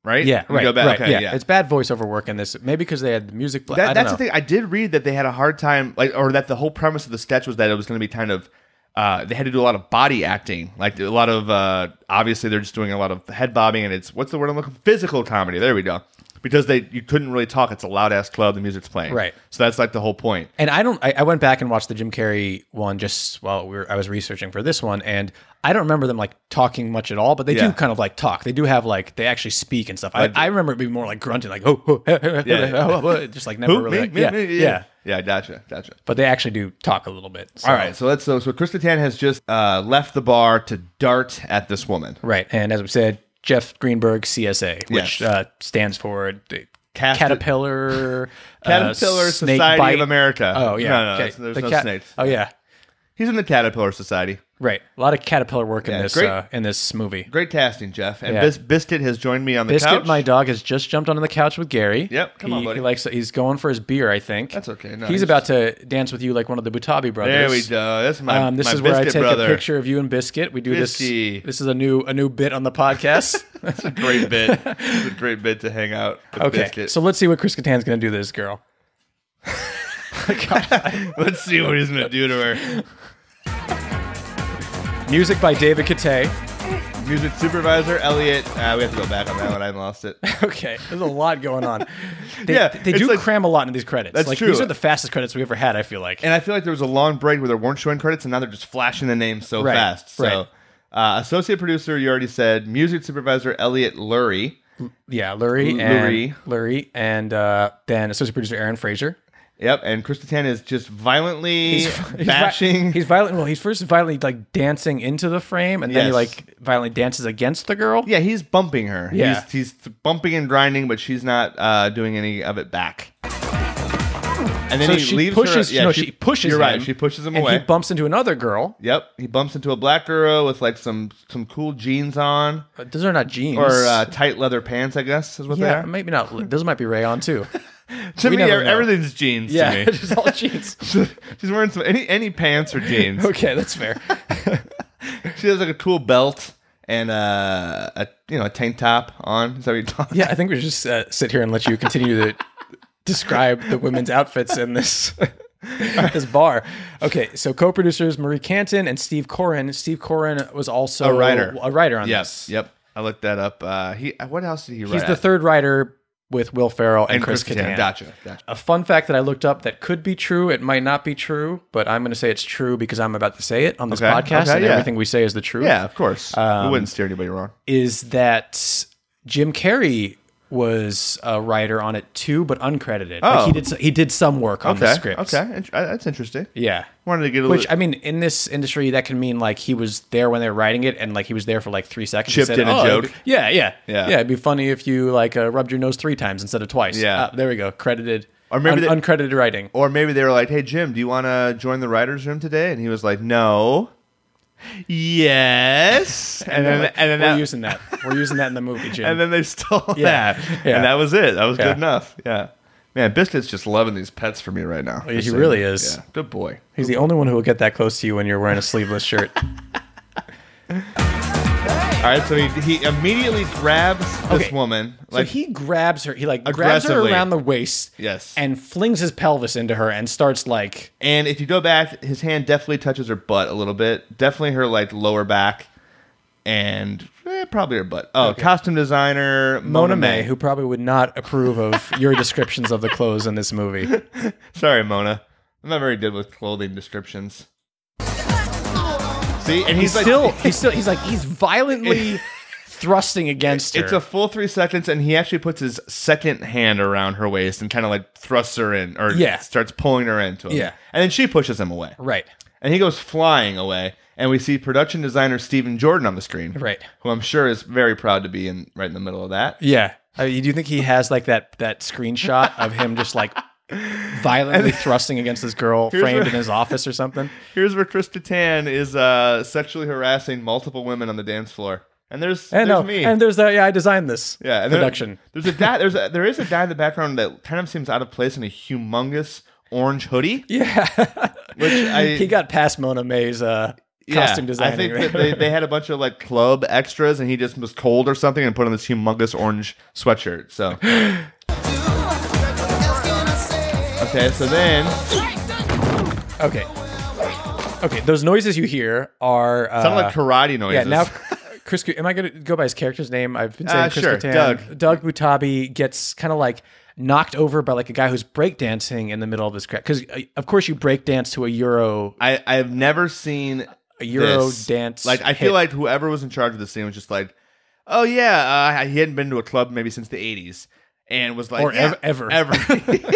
[SPEAKER 1] Right.
[SPEAKER 2] Yeah,
[SPEAKER 1] We
[SPEAKER 2] right,
[SPEAKER 1] go back-
[SPEAKER 2] right.
[SPEAKER 1] okay,
[SPEAKER 2] yeah. it's bad voiceover work in this. Maybe because they had the music. Play. I
[SPEAKER 1] That,
[SPEAKER 2] don't
[SPEAKER 1] that's the
[SPEAKER 2] know.
[SPEAKER 1] thing. I did read that they had a hard time, like, or that the whole premise of the sketch was that it was going to be kind of. Uh, they had to do a lot of body acting, like a lot of. Uh, obviously, they're just doing a lot of head bobbing, and it's what's the word I'm looking? Physical comedy. There we go. Because they you couldn't really talk. It's a loud ass club. The music's playing.
[SPEAKER 2] Right.
[SPEAKER 1] So that's like the whole point.
[SPEAKER 2] And I don't. I, I went back and watched the Jim Carrey one just while we were, I was researching for this one, and I don't remember them like talking much at all. But they
[SPEAKER 1] Yeah.
[SPEAKER 2] do kind of like talk. They do have like they actually speak and stuff. I,
[SPEAKER 1] Like-
[SPEAKER 2] I remember it being more like grunting, like oh, oh,
[SPEAKER 1] yeah.
[SPEAKER 2] just like never
[SPEAKER 1] Who?
[SPEAKER 2] really.
[SPEAKER 1] Me?
[SPEAKER 2] like-
[SPEAKER 1] Me?
[SPEAKER 2] yeah,
[SPEAKER 1] Me?
[SPEAKER 2] yeah.
[SPEAKER 1] yeah. Yeah. Gotcha. Gotcha.
[SPEAKER 2] But they actually do talk a little bit. So-
[SPEAKER 1] All right. So let's. So, so Chris Kattan has just uh, left the bar to dart at this woman.
[SPEAKER 2] right. And as we said, Jeff Greenberg CSA,
[SPEAKER 1] Yes.
[SPEAKER 2] which uh, stands for the
[SPEAKER 1] Cast-
[SPEAKER 2] Caterpillar uh,
[SPEAKER 1] Caterpillar
[SPEAKER 2] Snake
[SPEAKER 1] Society
[SPEAKER 2] Bite.
[SPEAKER 1] of America.
[SPEAKER 2] Oh yeah.
[SPEAKER 1] No, no,
[SPEAKER 2] Okay.
[SPEAKER 1] it's- there's
[SPEAKER 2] The
[SPEAKER 1] no
[SPEAKER 2] cat-
[SPEAKER 1] snakes.
[SPEAKER 2] Oh yeah.
[SPEAKER 1] He's in the Caterpillar Society.
[SPEAKER 2] Right. A lot of caterpillar work in
[SPEAKER 1] Yeah,
[SPEAKER 2] this
[SPEAKER 1] great.
[SPEAKER 2] uh, in this movie.
[SPEAKER 1] Great casting, Jeff. And
[SPEAKER 2] Yeah.
[SPEAKER 1] Bis- Biscuit has joined me on the
[SPEAKER 2] Biscuit,
[SPEAKER 1] couch.
[SPEAKER 2] my dog, has just jumped onto the couch with Gary.
[SPEAKER 1] Yep, come
[SPEAKER 2] he,
[SPEAKER 1] on, buddy.
[SPEAKER 2] He likes. He's going for his beer. I think
[SPEAKER 1] That's okay, no,
[SPEAKER 2] he's,
[SPEAKER 1] he's
[SPEAKER 2] about to dance with you like one of the Butabi brothers.
[SPEAKER 1] there we go. That's my
[SPEAKER 2] um, this
[SPEAKER 1] my
[SPEAKER 2] is
[SPEAKER 1] Biscuit
[SPEAKER 2] where I take
[SPEAKER 1] brother.
[SPEAKER 2] a picture of you and Biscuit. We do
[SPEAKER 1] Bisky.
[SPEAKER 2] this. This is a new a new bit on the podcast.
[SPEAKER 1] Great bit. it's a great bit to hang out with
[SPEAKER 2] okay,
[SPEAKER 1] Biscuit.
[SPEAKER 2] so let's see what Chris Kattan's going to do to this girl.
[SPEAKER 1] let's see what he's gonna do to her.
[SPEAKER 2] Music by David Kattay.
[SPEAKER 1] Music supervisor Elliot. Uh, we have to go back on that one. I lost it.
[SPEAKER 2] Okay, there's a lot going on. They,
[SPEAKER 1] Yeah,
[SPEAKER 2] they
[SPEAKER 1] it's
[SPEAKER 2] do
[SPEAKER 1] like-
[SPEAKER 2] cram a lot into these credits.
[SPEAKER 1] That's
[SPEAKER 2] like,
[SPEAKER 1] true.
[SPEAKER 2] These are the fastest credits we ever had. I feel like.
[SPEAKER 1] And I feel like there was a long break where there weren't showing credits, and now they're just flashing the names so
[SPEAKER 2] Right,
[SPEAKER 1] fast. So,
[SPEAKER 2] right.
[SPEAKER 1] uh, associate producer, you already said. Music supervisor Elliot Lurie.
[SPEAKER 2] yeah, Lurie
[SPEAKER 1] Lurie.
[SPEAKER 2] and Lurie and uh, then associate producer Aaron Fraser.
[SPEAKER 1] Yep, and Chris Kattan is just violently
[SPEAKER 2] vi-
[SPEAKER 1] bashing.
[SPEAKER 2] he's violent. Well, he's first violently like dancing into the frame, and then he
[SPEAKER 1] Yes.
[SPEAKER 2] like violently dances against the girl.
[SPEAKER 1] yeah, he's bumping her.
[SPEAKER 2] Yeah.
[SPEAKER 1] He's, he's th- bumping and grinding, but she's not uh, doing any of it back. And then
[SPEAKER 2] So
[SPEAKER 1] he
[SPEAKER 2] she
[SPEAKER 1] leaves
[SPEAKER 2] pushes-
[SPEAKER 1] her. yeah,
[SPEAKER 2] no, she pushes
[SPEAKER 1] You're right.
[SPEAKER 2] him,
[SPEAKER 1] She pushes him
[SPEAKER 2] and
[SPEAKER 1] away.
[SPEAKER 2] he bumps into another girl.
[SPEAKER 1] yep, he bumps into a black girl with like some some cool jeans on
[SPEAKER 2] But those are not jeans.
[SPEAKER 1] or uh, tight leather pants. I guess is what
[SPEAKER 2] yeah,
[SPEAKER 1] they are.
[SPEAKER 2] maybe not. Those might be rayon too.
[SPEAKER 1] To
[SPEAKER 2] we
[SPEAKER 1] me, e-
[SPEAKER 2] never know.
[SPEAKER 1] everything's jeans.
[SPEAKER 2] yeah,
[SPEAKER 1] to me.
[SPEAKER 2] it's all jeans.
[SPEAKER 1] She's wearing some any any pants or jeans.
[SPEAKER 2] Okay, that's fair.
[SPEAKER 1] She has like a cool belt and uh, a you know a tank top on. Is that what you're talking?
[SPEAKER 2] Yeah, I think we should just uh, sit here and let you continue to describe the women's outfits in this this bar. Okay, so co-producers Marie Canton and Steve Corin. Steve Corin was also
[SPEAKER 1] A writer.
[SPEAKER 2] a writer on
[SPEAKER 1] Yes.
[SPEAKER 2] this.
[SPEAKER 1] Yep. I looked that up. Uh, he. What else did he write?
[SPEAKER 2] He's the third writer with Will Ferrell and,
[SPEAKER 1] And
[SPEAKER 2] Chris,
[SPEAKER 1] Chris
[SPEAKER 2] Kattan.
[SPEAKER 1] Kattan. Gotcha. Gotcha.
[SPEAKER 2] A fun fact that I looked up that could be true, it might not be true, but I'm going to say it's true because I'm about to say it on this
[SPEAKER 1] Okay,
[SPEAKER 2] podcast,
[SPEAKER 1] okay,
[SPEAKER 2] and
[SPEAKER 1] yeah.
[SPEAKER 2] everything we say is the truth.
[SPEAKER 1] Yeah, of course.
[SPEAKER 2] Um,
[SPEAKER 1] we wouldn't steer anybody wrong.
[SPEAKER 2] is that Jim Carrey was a writer on it too, but uncredited. Like
[SPEAKER 1] Oh.
[SPEAKER 2] he did s- he did some work on the
[SPEAKER 1] Okay.
[SPEAKER 2] script.
[SPEAKER 1] Okay. Int- uh, That's interesting.
[SPEAKER 2] Yeah.
[SPEAKER 1] Wanted to get a
[SPEAKER 2] Which
[SPEAKER 1] little
[SPEAKER 2] I mean, in this industry, that can mean like he was there when they were writing it, and like he was there for like three seconds. He
[SPEAKER 1] Chipped in a
[SPEAKER 2] it'd
[SPEAKER 1] joke."
[SPEAKER 2] be- yeah, yeah,
[SPEAKER 1] Yeah.
[SPEAKER 2] yeah. It'd be funny if you like uh, rubbed your nose three times instead of twice.
[SPEAKER 1] Yeah.
[SPEAKER 2] Ah, there we go. Credited
[SPEAKER 1] Or maybe they-
[SPEAKER 2] un- uncredited writing.
[SPEAKER 1] or maybe they were like, "Hey Jim, do you want to join the writers' room today?" And he was like, "No." Yes. and, then
[SPEAKER 2] Like,
[SPEAKER 1] and then
[SPEAKER 2] we're
[SPEAKER 1] that,
[SPEAKER 2] using that. We're using that in the movie, Jim.
[SPEAKER 1] and then they stole
[SPEAKER 2] Yeah,
[SPEAKER 1] that.
[SPEAKER 2] yeah.
[SPEAKER 1] And that was it. That was
[SPEAKER 2] Yeah.
[SPEAKER 1] good enough. Yeah. Man, Biscuit's just loving these pets for me right now.
[SPEAKER 2] he
[SPEAKER 1] Just saying.
[SPEAKER 2] really is.
[SPEAKER 1] Yeah. Good boy.
[SPEAKER 2] He's the only one who will get that close to you when you're wearing a sleeveless shirt.
[SPEAKER 1] All right, so he, he immediately grabs this
[SPEAKER 2] Okay.
[SPEAKER 1] woman.
[SPEAKER 2] so he grabs her. He like grabs her
[SPEAKER 1] Aggressively.
[SPEAKER 2] around the waist.
[SPEAKER 1] Yes.
[SPEAKER 2] And flings his pelvis into her and starts like
[SPEAKER 1] And if you go back, his hand definitely touches her butt a little bit. Definitely her like lower back, and eh, probably her butt. Oh, costume designer
[SPEAKER 2] Mona
[SPEAKER 1] Mona,
[SPEAKER 2] May,
[SPEAKER 1] May.
[SPEAKER 2] who probably would not approve of your descriptions of the clothes in this movie.
[SPEAKER 1] Sorry, Mona. I'm not very good with clothing descriptions. See, and he's,
[SPEAKER 2] He's
[SPEAKER 1] like,
[SPEAKER 2] still, he's still, he's like, he's violently thrusting against her.
[SPEAKER 1] It's a full three seconds, and he actually puts his second hand around her waist and kind of like thrusts her in, or
[SPEAKER 2] Yeah.
[SPEAKER 1] starts pulling her into him.
[SPEAKER 2] Yeah.
[SPEAKER 1] and then she pushes him away.
[SPEAKER 2] right.
[SPEAKER 1] and he goes flying away. And we see production designer Stephen Jordan on the screen,
[SPEAKER 2] Right.
[SPEAKER 1] Who I'm sure is very proud to be in right in the middle of that.
[SPEAKER 2] Yeah. I mean, do you think he has like that that screenshot of him just like violently thrusting against this girl framed
[SPEAKER 1] what-
[SPEAKER 2] in his office or something?
[SPEAKER 1] Here's where Chris Kattan is uh, sexually harassing multiple women on the dance floor, and there's
[SPEAKER 2] And
[SPEAKER 1] there's
[SPEAKER 2] Eh, no,
[SPEAKER 1] me.
[SPEAKER 2] and there's that. Yeah, I designed this.
[SPEAKER 1] yeah, and there-
[SPEAKER 2] production.
[SPEAKER 1] There's a guy. There's a, there is a guy in the background that kind of seems out of place in a humongous orange hoodie.
[SPEAKER 2] yeah.
[SPEAKER 1] Which I-
[SPEAKER 2] he got past Mona May's uh,
[SPEAKER 1] Yeah,
[SPEAKER 2] costume design.
[SPEAKER 1] I think that they, they had a bunch of like club extras, and he just was cold or something, and put on this humongous orange sweatshirt. So okay, so then
[SPEAKER 2] okay. Okay. Those noises you hear are uh,
[SPEAKER 1] sounded like karate
[SPEAKER 2] yeah.
[SPEAKER 1] noises.
[SPEAKER 2] Now, Chris, am I going to go by his character's name? I've been saying
[SPEAKER 1] Uh,
[SPEAKER 2] Chris
[SPEAKER 1] sure,
[SPEAKER 2] Kattan.
[SPEAKER 1] Doug.
[SPEAKER 2] Doug Butabi gets kind of like knocked over by like a guy who's breakdancing in the middle of this crowd because uh, of course you breakdance to a euro
[SPEAKER 1] I I have never seen
[SPEAKER 2] a euro
[SPEAKER 1] this.
[SPEAKER 2] dance.
[SPEAKER 1] Like I
[SPEAKER 2] hit.
[SPEAKER 1] feel like whoever was in charge of this scene was just like, oh yeah, uh, he hadn't been to a club maybe since the '80s, and was like,
[SPEAKER 2] Or
[SPEAKER 1] yeah,
[SPEAKER 2] ev- ever.
[SPEAKER 1] ever,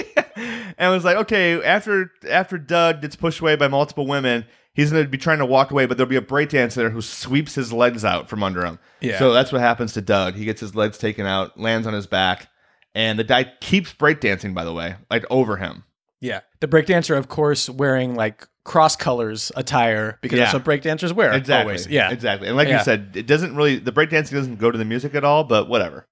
[SPEAKER 1] and was like, okay, after after Doug gets pushed away by multiple women. He's going to be trying to walk away, but there'll be a breakdancer there who sweeps his legs out from under him.
[SPEAKER 2] Yeah.
[SPEAKER 1] So that's what happens to Doug. He gets his legs taken out, lands on his back, and the guy keeps breakdancing, by the way, like over him.
[SPEAKER 2] yeah. The breakdancer, of course, wearing like cross colors attire because
[SPEAKER 1] Yeah.
[SPEAKER 2] that's what breakdancers wear.
[SPEAKER 1] Exactly.
[SPEAKER 2] Always. Yeah.
[SPEAKER 1] Exactly. And like
[SPEAKER 2] Yeah.
[SPEAKER 1] you said, it doesn't really, the breakdancing doesn't go to the music at all, but whatever.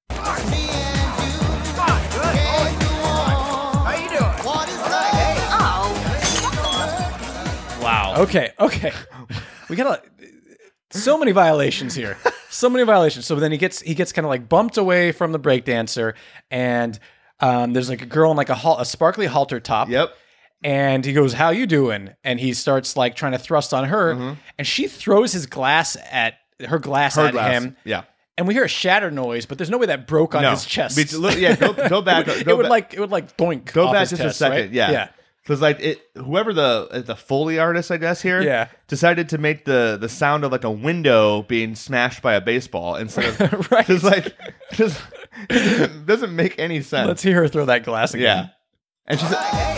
[SPEAKER 1] Wow.
[SPEAKER 2] Okay, okay. We got a, so many violations here. So many violations. So then he gets he gets kind of like bumped away from the breakdancer, and um, there's like a girl in like a hal- a sparkly halter top.
[SPEAKER 1] Yep.
[SPEAKER 2] And he goes, "How you doing?" And he starts like trying to thrust on her, and she throws his glass at her glass
[SPEAKER 1] Mm-hmm. Her
[SPEAKER 2] at
[SPEAKER 1] glass.
[SPEAKER 2] him,
[SPEAKER 1] Yeah.
[SPEAKER 2] and we hear a shatter noise, but there's no way that broke on
[SPEAKER 1] No.
[SPEAKER 2] his chest.
[SPEAKER 1] Be- look- Yeah. Go, go back.
[SPEAKER 2] it
[SPEAKER 1] go
[SPEAKER 2] would
[SPEAKER 1] ba-
[SPEAKER 2] like it would like doink.
[SPEAKER 1] go
[SPEAKER 2] off
[SPEAKER 1] back
[SPEAKER 2] his
[SPEAKER 1] just
[SPEAKER 2] chest,
[SPEAKER 1] a second.
[SPEAKER 2] right?
[SPEAKER 1] Yeah.
[SPEAKER 2] yeah.
[SPEAKER 1] Because like it, whoever the the foley artist, I guess here,
[SPEAKER 2] Yeah.
[SPEAKER 1] decided to make the the sound of like a window being smashed by a baseball instead of
[SPEAKER 2] Right.
[SPEAKER 1] Just like just it doesn't make any sense.
[SPEAKER 2] Let's hear her throw that glass
[SPEAKER 1] yeah.
[SPEAKER 2] again.
[SPEAKER 1] And she said,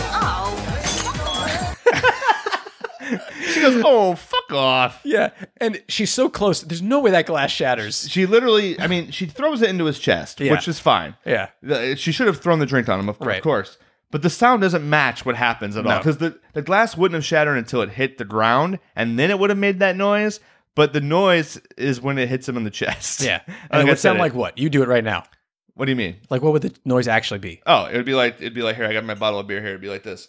[SPEAKER 1] she goes, "Oh, fuck off."
[SPEAKER 2] Yeah, yeah, and she's so close. There's no way that glass shatters.
[SPEAKER 1] She literally, I mean, she throws it into his chest,
[SPEAKER 2] Yeah.
[SPEAKER 1] which is fine.
[SPEAKER 2] Yeah,
[SPEAKER 1] The- She should have thrown the drink on him, of, of
[SPEAKER 2] Right.
[SPEAKER 1] course. But the sound doesn't match what happens at all
[SPEAKER 2] No.
[SPEAKER 1] because the, the glass wouldn't have shattered until it hit the ground, and then it would have made that noise. But the noise is when it hits him in the chest.
[SPEAKER 2] yeah,
[SPEAKER 1] Like
[SPEAKER 2] and
[SPEAKER 1] I
[SPEAKER 2] it would
[SPEAKER 1] said
[SPEAKER 2] sound like what? You do it right now.
[SPEAKER 1] What do you mean?
[SPEAKER 2] Like, what would the noise actually be?
[SPEAKER 1] Oh, it would be like it'd be like here. I got my bottle of beer here. It'd be like this.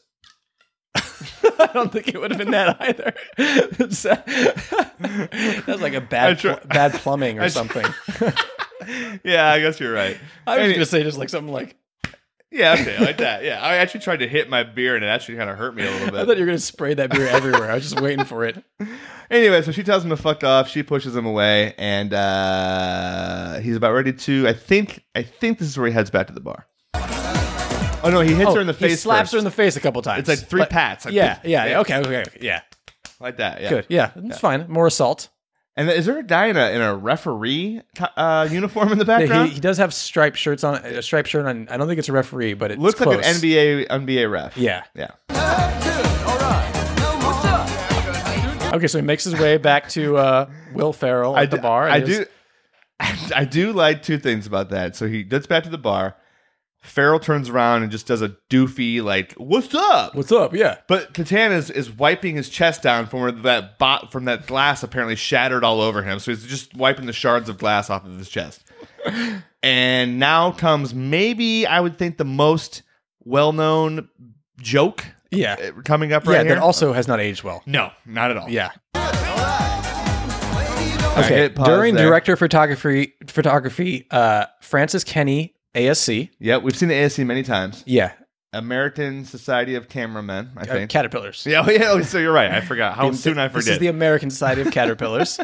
[SPEAKER 2] I don't think it would have been that either. that was like a
[SPEAKER 1] I
[SPEAKER 2] bad
[SPEAKER 1] tr-
[SPEAKER 2] pl- bad plumbing or
[SPEAKER 1] I tr-
[SPEAKER 2] something.
[SPEAKER 1] Yeah, I guess you're right.
[SPEAKER 2] I was
[SPEAKER 1] Any-
[SPEAKER 2] gonna say just like something like
[SPEAKER 1] yeah, okay, like that. Yeah, I actually tried to hit my beer, and it actually kind of hurt me a little bit.
[SPEAKER 2] I thought you were gonna spray that beer everywhere. I was just waiting for it.
[SPEAKER 1] Anyway, so she tells him to fuck off. She pushes him away, and uh, he's about ready to. I think. I think this is where he heads back to the bar. Oh no, he hits her in the
[SPEAKER 2] he
[SPEAKER 1] face.
[SPEAKER 2] slaps her in
[SPEAKER 1] first.
[SPEAKER 2] the face a couple times.
[SPEAKER 1] It's like three
[SPEAKER 2] But-
[SPEAKER 1] pats. Like,
[SPEAKER 2] yeah, yeah,
[SPEAKER 1] yeah.
[SPEAKER 2] Okay, okay, okay, yeah.
[SPEAKER 1] like that. Yeah.
[SPEAKER 2] Good. Yeah, it's fine. More assault.
[SPEAKER 1] And then- is there a guy in a in a referee t- uh, uniform in the
[SPEAKER 2] Yeah,
[SPEAKER 1] background?
[SPEAKER 2] He, he does have striped shirts on a striped shirt on. I don't think it's a referee, but it
[SPEAKER 1] Looks
[SPEAKER 2] close.
[SPEAKER 1] like an NBA NBA ref.
[SPEAKER 2] Yeah.
[SPEAKER 1] Yeah.
[SPEAKER 2] Okay, so he makes his way back to uh, Will Ferrell at
[SPEAKER 1] I
[SPEAKER 2] the
[SPEAKER 1] d-
[SPEAKER 2] bar. and
[SPEAKER 1] I
[SPEAKER 2] he
[SPEAKER 1] do.
[SPEAKER 2] goes,
[SPEAKER 1] I do like two things about that. So he gets back to the bar. Farrell turns around and just does a doofy like, "What's up?"
[SPEAKER 2] What's up? Yeah.
[SPEAKER 1] But Catan is, is wiping his chest down from where that bot from that glass apparently shattered all over him. So he's just wiping the shards of glass off of his chest. and now comes maybe I would think the most well known joke
[SPEAKER 2] Yeah.
[SPEAKER 1] uh, coming up right
[SPEAKER 2] yeah.
[SPEAKER 1] here.
[SPEAKER 2] That also has not aged well.
[SPEAKER 1] no, not at all.
[SPEAKER 2] Yeah.
[SPEAKER 1] All right,
[SPEAKER 2] Okay.
[SPEAKER 1] hit pause
[SPEAKER 2] During
[SPEAKER 1] there.
[SPEAKER 2] director of photography, photography, uh, Francis Kenny, ASC.
[SPEAKER 1] yeah, we've seen the ASC many times.
[SPEAKER 2] Yeah.
[SPEAKER 1] American Society of Cameramen, I
[SPEAKER 2] uh,
[SPEAKER 1] think.
[SPEAKER 2] caterpillars.
[SPEAKER 1] yeah, oh, yeah. oh, So you're right. I forgot. How soon I forget.
[SPEAKER 2] This is the American Society of Caterpillars.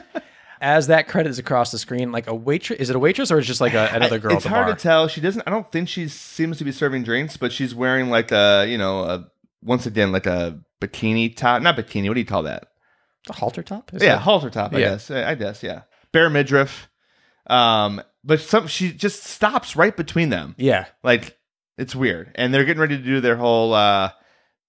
[SPEAKER 2] As that credit is across the screen, like a waitress, is it a waitress or is it just like a, another girl
[SPEAKER 1] It's
[SPEAKER 2] at the
[SPEAKER 1] hard
[SPEAKER 2] bar?
[SPEAKER 1] to tell. She doesn't. I don't think she seems to be serving drinks, but she's wearing like a you know a, once again like a bikini top. Not bikini. What do you call that?
[SPEAKER 2] a halter top? Is
[SPEAKER 1] yeah,
[SPEAKER 2] that-
[SPEAKER 1] halter top. I
[SPEAKER 2] Yeah.
[SPEAKER 1] guess. I I guess. Yeah, bare midriff. Um, but some she just stops right between them.
[SPEAKER 2] yeah,
[SPEAKER 1] Like it's weird, and they're getting ready to do their whole uh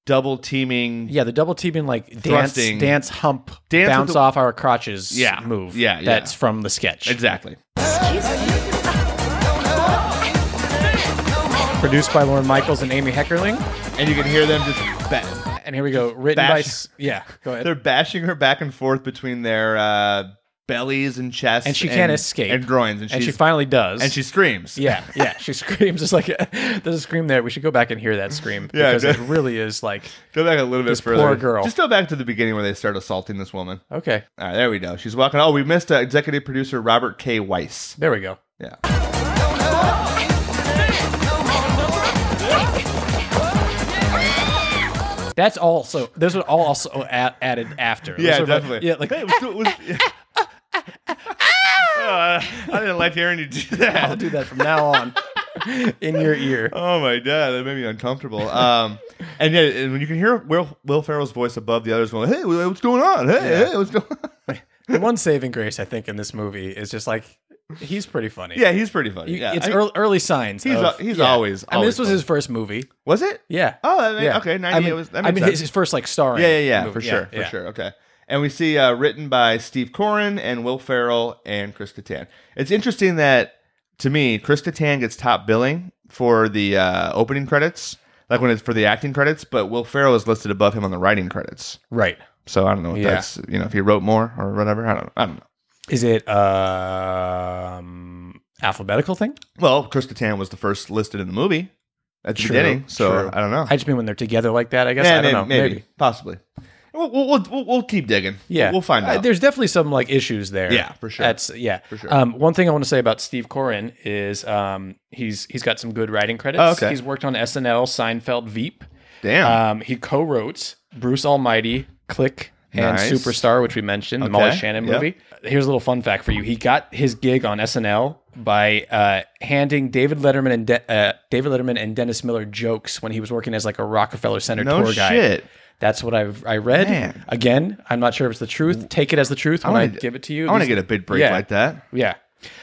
[SPEAKER 1] double teaming.
[SPEAKER 2] yeah. The double teaming like dance,
[SPEAKER 1] Thrusting.
[SPEAKER 2] dance, hump,
[SPEAKER 1] Dance with
[SPEAKER 2] bounce
[SPEAKER 1] the-
[SPEAKER 2] off our crotches.
[SPEAKER 1] Yeah.
[SPEAKER 2] move.
[SPEAKER 1] Yeah, yeah.
[SPEAKER 2] that's from the sketch.
[SPEAKER 1] Exactly.
[SPEAKER 2] Produced by Lauren Michaels and Amy Heckerling.
[SPEAKER 1] And you can hear them just ba-
[SPEAKER 2] And here we go. Written
[SPEAKER 1] Bash-
[SPEAKER 2] by s- yeah. Go ahead.
[SPEAKER 1] they're bashing her back and forth between their uh bellies and chests,
[SPEAKER 2] And she can't escape.
[SPEAKER 1] and groins, and,
[SPEAKER 2] and she
[SPEAKER 1] she's-
[SPEAKER 2] finally does.
[SPEAKER 1] and she screams.
[SPEAKER 2] Yeah, yeah. She screams. It's like there's a scream there. We should go back and hear that scream
[SPEAKER 1] Yeah,
[SPEAKER 2] because
[SPEAKER 1] go-
[SPEAKER 2] it really is like
[SPEAKER 1] Go back a little bit
[SPEAKER 2] This
[SPEAKER 1] further.
[SPEAKER 2] poor girl.
[SPEAKER 1] Just go back to the beginning where they start assaulting this woman.
[SPEAKER 2] okay.
[SPEAKER 1] All right, there we go. She's walking. Oh, we missed uh, executive producer Robert K. Weiss.
[SPEAKER 2] There we go.
[SPEAKER 1] Yeah.
[SPEAKER 2] That's also those are all also a- added after. Those
[SPEAKER 1] Yeah,
[SPEAKER 2] are like-
[SPEAKER 1] definitely.
[SPEAKER 2] yeah, like
[SPEAKER 1] Hey, was- was- yeah. Oh, I didn't like hearing you do that.
[SPEAKER 2] I'll do that from now on in your ear.
[SPEAKER 1] Oh my god, that made me uncomfortable. Um, and yeah, and when you can hear Will, Will Ferrell's voice above the others going, "Hey, what's going on? Hey,
[SPEAKER 2] Yeah.
[SPEAKER 1] hey, what's going on?"
[SPEAKER 2] The one saving grace I think in this movie is just like he's pretty funny.
[SPEAKER 1] Yeah, he's pretty funny.
[SPEAKER 2] You-
[SPEAKER 1] yeah,
[SPEAKER 2] it's
[SPEAKER 1] I-
[SPEAKER 2] early, early signs.
[SPEAKER 1] He's
[SPEAKER 2] of-
[SPEAKER 1] a- he's
[SPEAKER 2] yeah.
[SPEAKER 1] always-
[SPEAKER 2] I mean, this
[SPEAKER 1] always
[SPEAKER 2] was his first movie.
[SPEAKER 1] was it?
[SPEAKER 2] Yeah.
[SPEAKER 1] Oh, I mean,
[SPEAKER 2] yeah.
[SPEAKER 1] okay, ninety.
[SPEAKER 2] I mean,
[SPEAKER 1] was, that
[SPEAKER 2] I
[SPEAKER 1] makes
[SPEAKER 2] mean
[SPEAKER 1] sense.
[SPEAKER 2] his, his first like starring.
[SPEAKER 1] Yeah, yeah, yeah,
[SPEAKER 2] movie.
[SPEAKER 1] for sure, for
[SPEAKER 2] yeah.
[SPEAKER 1] sure. Okay. And we see uh, written by Steve Corin and Will Farrell and Chris Kattan. It's interesting that to me, Chris Kattan gets top billing for the uh, opening credits, like when it's for the acting credits, but Will Farrell is listed above him on the writing credits.
[SPEAKER 2] Right.
[SPEAKER 1] So I don't know if
[SPEAKER 2] Yeah.
[SPEAKER 1] that's you know if he wrote more or whatever. I don't know. I don't know.
[SPEAKER 2] Is it um alphabetical thing?
[SPEAKER 1] Well, Chris Kattan was the first listed in the movie at the
[SPEAKER 2] True,
[SPEAKER 1] beginning, so
[SPEAKER 2] true.
[SPEAKER 1] I don't know.
[SPEAKER 2] I just mean when they're together like that. I guess
[SPEAKER 1] Yeah,
[SPEAKER 2] I don't know. Maybe.
[SPEAKER 1] possibly. We'll, we'll, we'll, we'll keep digging.
[SPEAKER 2] Yeah,
[SPEAKER 1] we'll find
[SPEAKER 2] Uh,
[SPEAKER 1] out.
[SPEAKER 2] there's definitely some like issues there.
[SPEAKER 1] Yeah, for sure.
[SPEAKER 2] That's yeah. For
[SPEAKER 1] sure.
[SPEAKER 2] Um, one thing I want to say about Steve Corin is um, he's he's got some good writing credits.
[SPEAKER 1] Oh, okay.
[SPEAKER 2] He's worked on SNL, Seinfeld, Veep.
[SPEAKER 1] Damn,
[SPEAKER 2] Um, he co-wrote Bruce Almighty, Click, and
[SPEAKER 1] Nice.
[SPEAKER 2] Superstar, which we mentioned, the Molly
[SPEAKER 1] Okay,
[SPEAKER 2] Shannon
[SPEAKER 1] yeah.
[SPEAKER 2] movie. Here's a little fun fact for you. He got his gig on SNL by uh, handing David Letterman and De- uh, David Letterman and Dennis Miller jokes when he was working as like a Rockefeller Center
[SPEAKER 1] No
[SPEAKER 2] tour guide.
[SPEAKER 1] shit.
[SPEAKER 2] That's what I've I read.
[SPEAKER 1] Man.
[SPEAKER 2] Again, I'm not sure if it's the truth. Take it as the truth when I,
[SPEAKER 1] wanna-
[SPEAKER 2] give it to you.
[SPEAKER 1] I want to
[SPEAKER 2] These-
[SPEAKER 1] get a big break
[SPEAKER 2] Yeah.
[SPEAKER 1] like that.
[SPEAKER 2] yeah.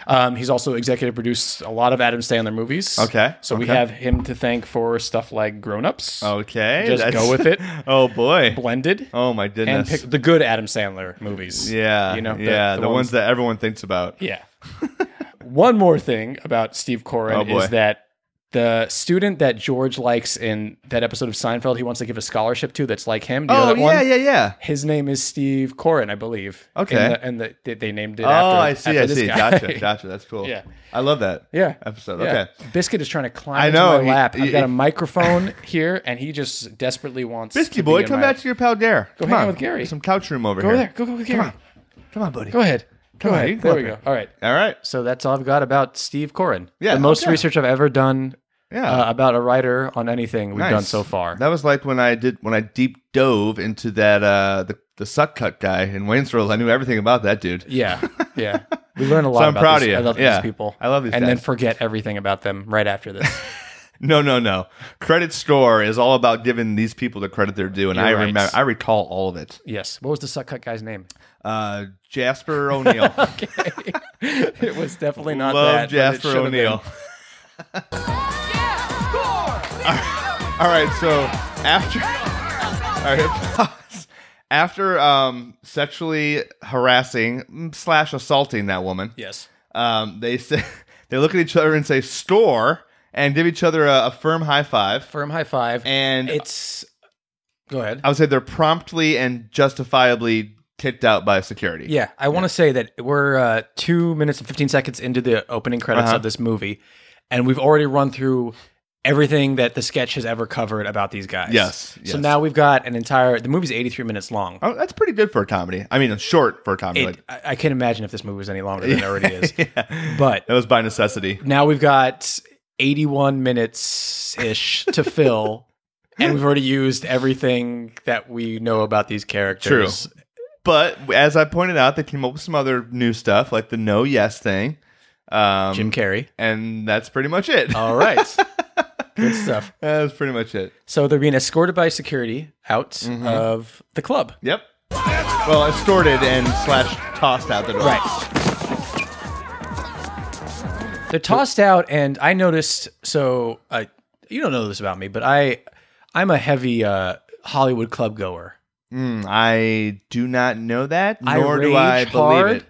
[SPEAKER 2] Um, he's also executive produced a lot of Adam Sandler movies.
[SPEAKER 1] Okay,
[SPEAKER 2] So we
[SPEAKER 1] okay. Oh,
[SPEAKER 2] have him to thank for stuff like Grown Ups,
[SPEAKER 1] Okay,
[SPEAKER 2] Just
[SPEAKER 1] that's-
[SPEAKER 2] go with it.
[SPEAKER 1] oh boy.
[SPEAKER 2] Blended,
[SPEAKER 1] Oh my
[SPEAKER 2] and
[SPEAKER 1] goodness.
[SPEAKER 2] pick the good Adam Sandler movies.
[SPEAKER 1] yeah,
[SPEAKER 2] You know,
[SPEAKER 1] yeah, the, ones, that everyone thinks about.
[SPEAKER 2] Yeah. One more thing about Steve Corrin
[SPEAKER 1] Oh, boy.
[SPEAKER 2] is that the student that George likes in that episode of Seinfeld, he wants to give a scholarship to that's like him. Do you know
[SPEAKER 1] Oh
[SPEAKER 2] that one?
[SPEAKER 1] yeah, yeah, yeah.
[SPEAKER 2] His name is Steve Corrin, I believe.
[SPEAKER 1] Okay.
[SPEAKER 2] And, the, and the, they- they named it
[SPEAKER 1] Oh,
[SPEAKER 2] after
[SPEAKER 1] I see,
[SPEAKER 2] after
[SPEAKER 1] I
[SPEAKER 2] this
[SPEAKER 1] see.
[SPEAKER 2] guy.
[SPEAKER 1] Gotcha, gotcha. That's cool.
[SPEAKER 2] Yeah.
[SPEAKER 1] I love that.
[SPEAKER 2] Yeah.
[SPEAKER 1] Episode.
[SPEAKER 2] Yeah.
[SPEAKER 1] Okay.
[SPEAKER 2] Biscuit is trying to climb
[SPEAKER 1] I
[SPEAKER 2] into
[SPEAKER 1] know,
[SPEAKER 2] my
[SPEAKER 1] he-
[SPEAKER 2] lap. I've
[SPEAKER 1] he-
[SPEAKER 2] got a microphone here, and he just desperately wants. to
[SPEAKER 1] Biscuit
[SPEAKER 2] be
[SPEAKER 1] boy,
[SPEAKER 2] in
[SPEAKER 1] come
[SPEAKER 2] my-
[SPEAKER 1] back to your pal Dare. Go come
[SPEAKER 2] hang out
[SPEAKER 1] on
[SPEAKER 2] with Gary.
[SPEAKER 1] Some couch room over
[SPEAKER 2] Go
[SPEAKER 1] here.
[SPEAKER 2] there. Go go go. Gary.
[SPEAKER 1] Come on, buddy.
[SPEAKER 2] Go ahead. Go
[SPEAKER 1] on, you
[SPEAKER 2] ahead.
[SPEAKER 1] can
[SPEAKER 2] There
[SPEAKER 1] go
[SPEAKER 2] we
[SPEAKER 1] up
[SPEAKER 2] go. All right.
[SPEAKER 1] All right.
[SPEAKER 2] So that's all I've got about Steve Corrin.
[SPEAKER 1] Yeah,
[SPEAKER 2] The most
[SPEAKER 1] okay.
[SPEAKER 2] research I've ever done
[SPEAKER 1] Yeah.
[SPEAKER 2] uh, about a writer on anything we've
[SPEAKER 1] Nice.
[SPEAKER 2] done so far.
[SPEAKER 1] That was like when I did when I deep dove into that uh the, the suck cut guy in Wayne's World. I knew everything about that dude.
[SPEAKER 2] yeah. Yeah. We learn a lot
[SPEAKER 1] I'm
[SPEAKER 2] about
[SPEAKER 1] proud
[SPEAKER 2] these,
[SPEAKER 1] of you.
[SPEAKER 2] about
[SPEAKER 1] Yeah.
[SPEAKER 2] these people.
[SPEAKER 1] I love these
[SPEAKER 2] And
[SPEAKER 1] guys.
[SPEAKER 2] then forget everything about them right after this.
[SPEAKER 1] No, no, no. Credit score is all about giving these people the credit they're due, and
[SPEAKER 2] You're
[SPEAKER 1] I
[SPEAKER 2] right.
[SPEAKER 1] remember I recall all of it.
[SPEAKER 2] yes. What was the suck cut guy's name?
[SPEAKER 1] Uh Jasper O'Neill.
[SPEAKER 2] it was definitely not
[SPEAKER 1] Love
[SPEAKER 2] that. but it
[SPEAKER 1] Jasper
[SPEAKER 2] should have been.
[SPEAKER 1] O'Neill. All right, so after all right, pause. after um, sexually harassing mm, slash assaulting that woman,
[SPEAKER 2] Yes.
[SPEAKER 1] um, they say they look at each other and say "store" and give each other a, a firm high five.
[SPEAKER 2] Firm high five.
[SPEAKER 1] And
[SPEAKER 2] it's. Go ahead.
[SPEAKER 1] I would say they're promptly and justifiably kicked out by security.
[SPEAKER 2] Yeah, I want to say that we're uh, two minutes and 15 seconds into the opening credits
[SPEAKER 1] Uh-huh.
[SPEAKER 2] of this movie, and we've already run through everything that the sketch has ever covered about these guys.
[SPEAKER 1] Yes, yes.
[SPEAKER 2] So now we've got an entire, the movie's 83 minutes long.
[SPEAKER 1] Oh, that's pretty good for a comedy. I mean, it's short for a comedy.
[SPEAKER 2] It,
[SPEAKER 1] like,
[SPEAKER 2] I, I can't imagine if this movie was any longer than it already is. But
[SPEAKER 1] that was by necessity.
[SPEAKER 2] now we've got 81 minutes ish to fill, and we've already used everything that we know about these characters. True.
[SPEAKER 1] But as I pointed out, they came up with some other new stuff, like the no yes thing. Um,
[SPEAKER 2] Jim Carrey.
[SPEAKER 1] and that's pretty much it.
[SPEAKER 2] All right. Good stuff.
[SPEAKER 1] that's pretty much it.
[SPEAKER 2] So they're being escorted by security out
[SPEAKER 1] Mm-hmm.
[SPEAKER 2] of the club.
[SPEAKER 1] Yep. Well, escorted and slash tossed out the door.
[SPEAKER 2] Right. They're tossed out, and I noticed. So uh, you don't know this about me, but I, I'm a heavy uh, Hollywood club goer.
[SPEAKER 1] Mm, I do not know that,
[SPEAKER 2] I
[SPEAKER 1] nor do
[SPEAKER 2] rage
[SPEAKER 1] I believe
[SPEAKER 2] hard.
[SPEAKER 1] it.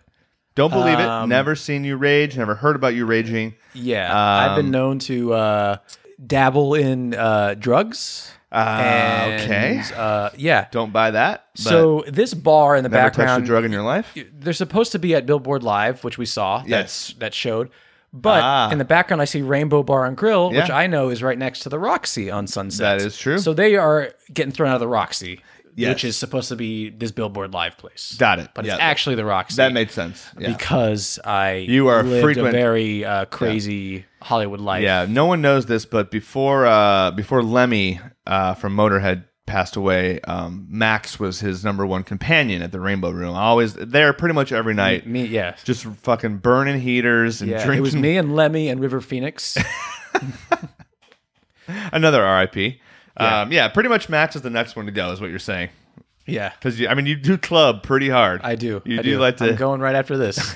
[SPEAKER 1] Don't believe it.
[SPEAKER 2] Um,
[SPEAKER 1] Never seen you rage. Never heard about you raging.
[SPEAKER 2] Yeah, I've
[SPEAKER 1] Um,
[SPEAKER 2] been known to uh, dabble in uh, drugs.
[SPEAKER 1] Uh,
[SPEAKER 2] and,
[SPEAKER 1] okay.
[SPEAKER 2] Uh, yeah.
[SPEAKER 1] Don't buy that. But
[SPEAKER 2] So this bar in the
[SPEAKER 1] never touched a
[SPEAKER 2] background,
[SPEAKER 1] drug in your life.
[SPEAKER 2] they're supposed to be at Billboard Live, which we saw. that's-
[SPEAKER 1] Yes.
[SPEAKER 2] that showed. But
[SPEAKER 1] Ah.
[SPEAKER 2] in the background, I see Rainbow Bar and Grill, which
[SPEAKER 1] Yeah.
[SPEAKER 2] I know is right next to the Roxy on Sunset.
[SPEAKER 1] That is true.
[SPEAKER 2] So they are getting thrown out of the Roxy,
[SPEAKER 1] Yes.
[SPEAKER 2] which is supposed to be this Billboard Live place.
[SPEAKER 1] Got it.
[SPEAKER 2] But
[SPEAKER 1] Yeah.
[SPEAKER 2] it's actually the Roxy.
[SPEAKER 1] That made sense. Yeah.
[SPEAKER 2] because I
[SPEAKER 1] You are
[SPEAKER 2] lived
[SPEAKER 1] frequent-
[SPEAKER 2] a very uh, crazy Hollywood life.
[SPEAKER 1] Yeah, no one knows this, but before uh, before Lemmy uh, from Motorhead passed away, um, Max was his number one companion at the Rainbow Room. Always there, pretty much every night,
[SPEAKER 2] me. Yeah,
[SPEAKER 1] just fucking burning heaters and
[SPEAKER 2] yeah.
[SPEAKER 1] drinking.
[SPEAKER 2] It was me and Lemmy and River Phoenix.
[SPEAKER 1] Another RIP. Yeah. Um, yeah, pretty much Max is the next one to go, is what you're saying.
[SPEAKER 2] yeah,
[SPEAKER 1] Because I mean, you do club pretty hard.
[SPEAKER 2] I do.
[SPEAKER 1] You
[SPEAKER 2] I
[SPEAKER 1] do, like to.
[SPEAKER 2] I'm going right after this.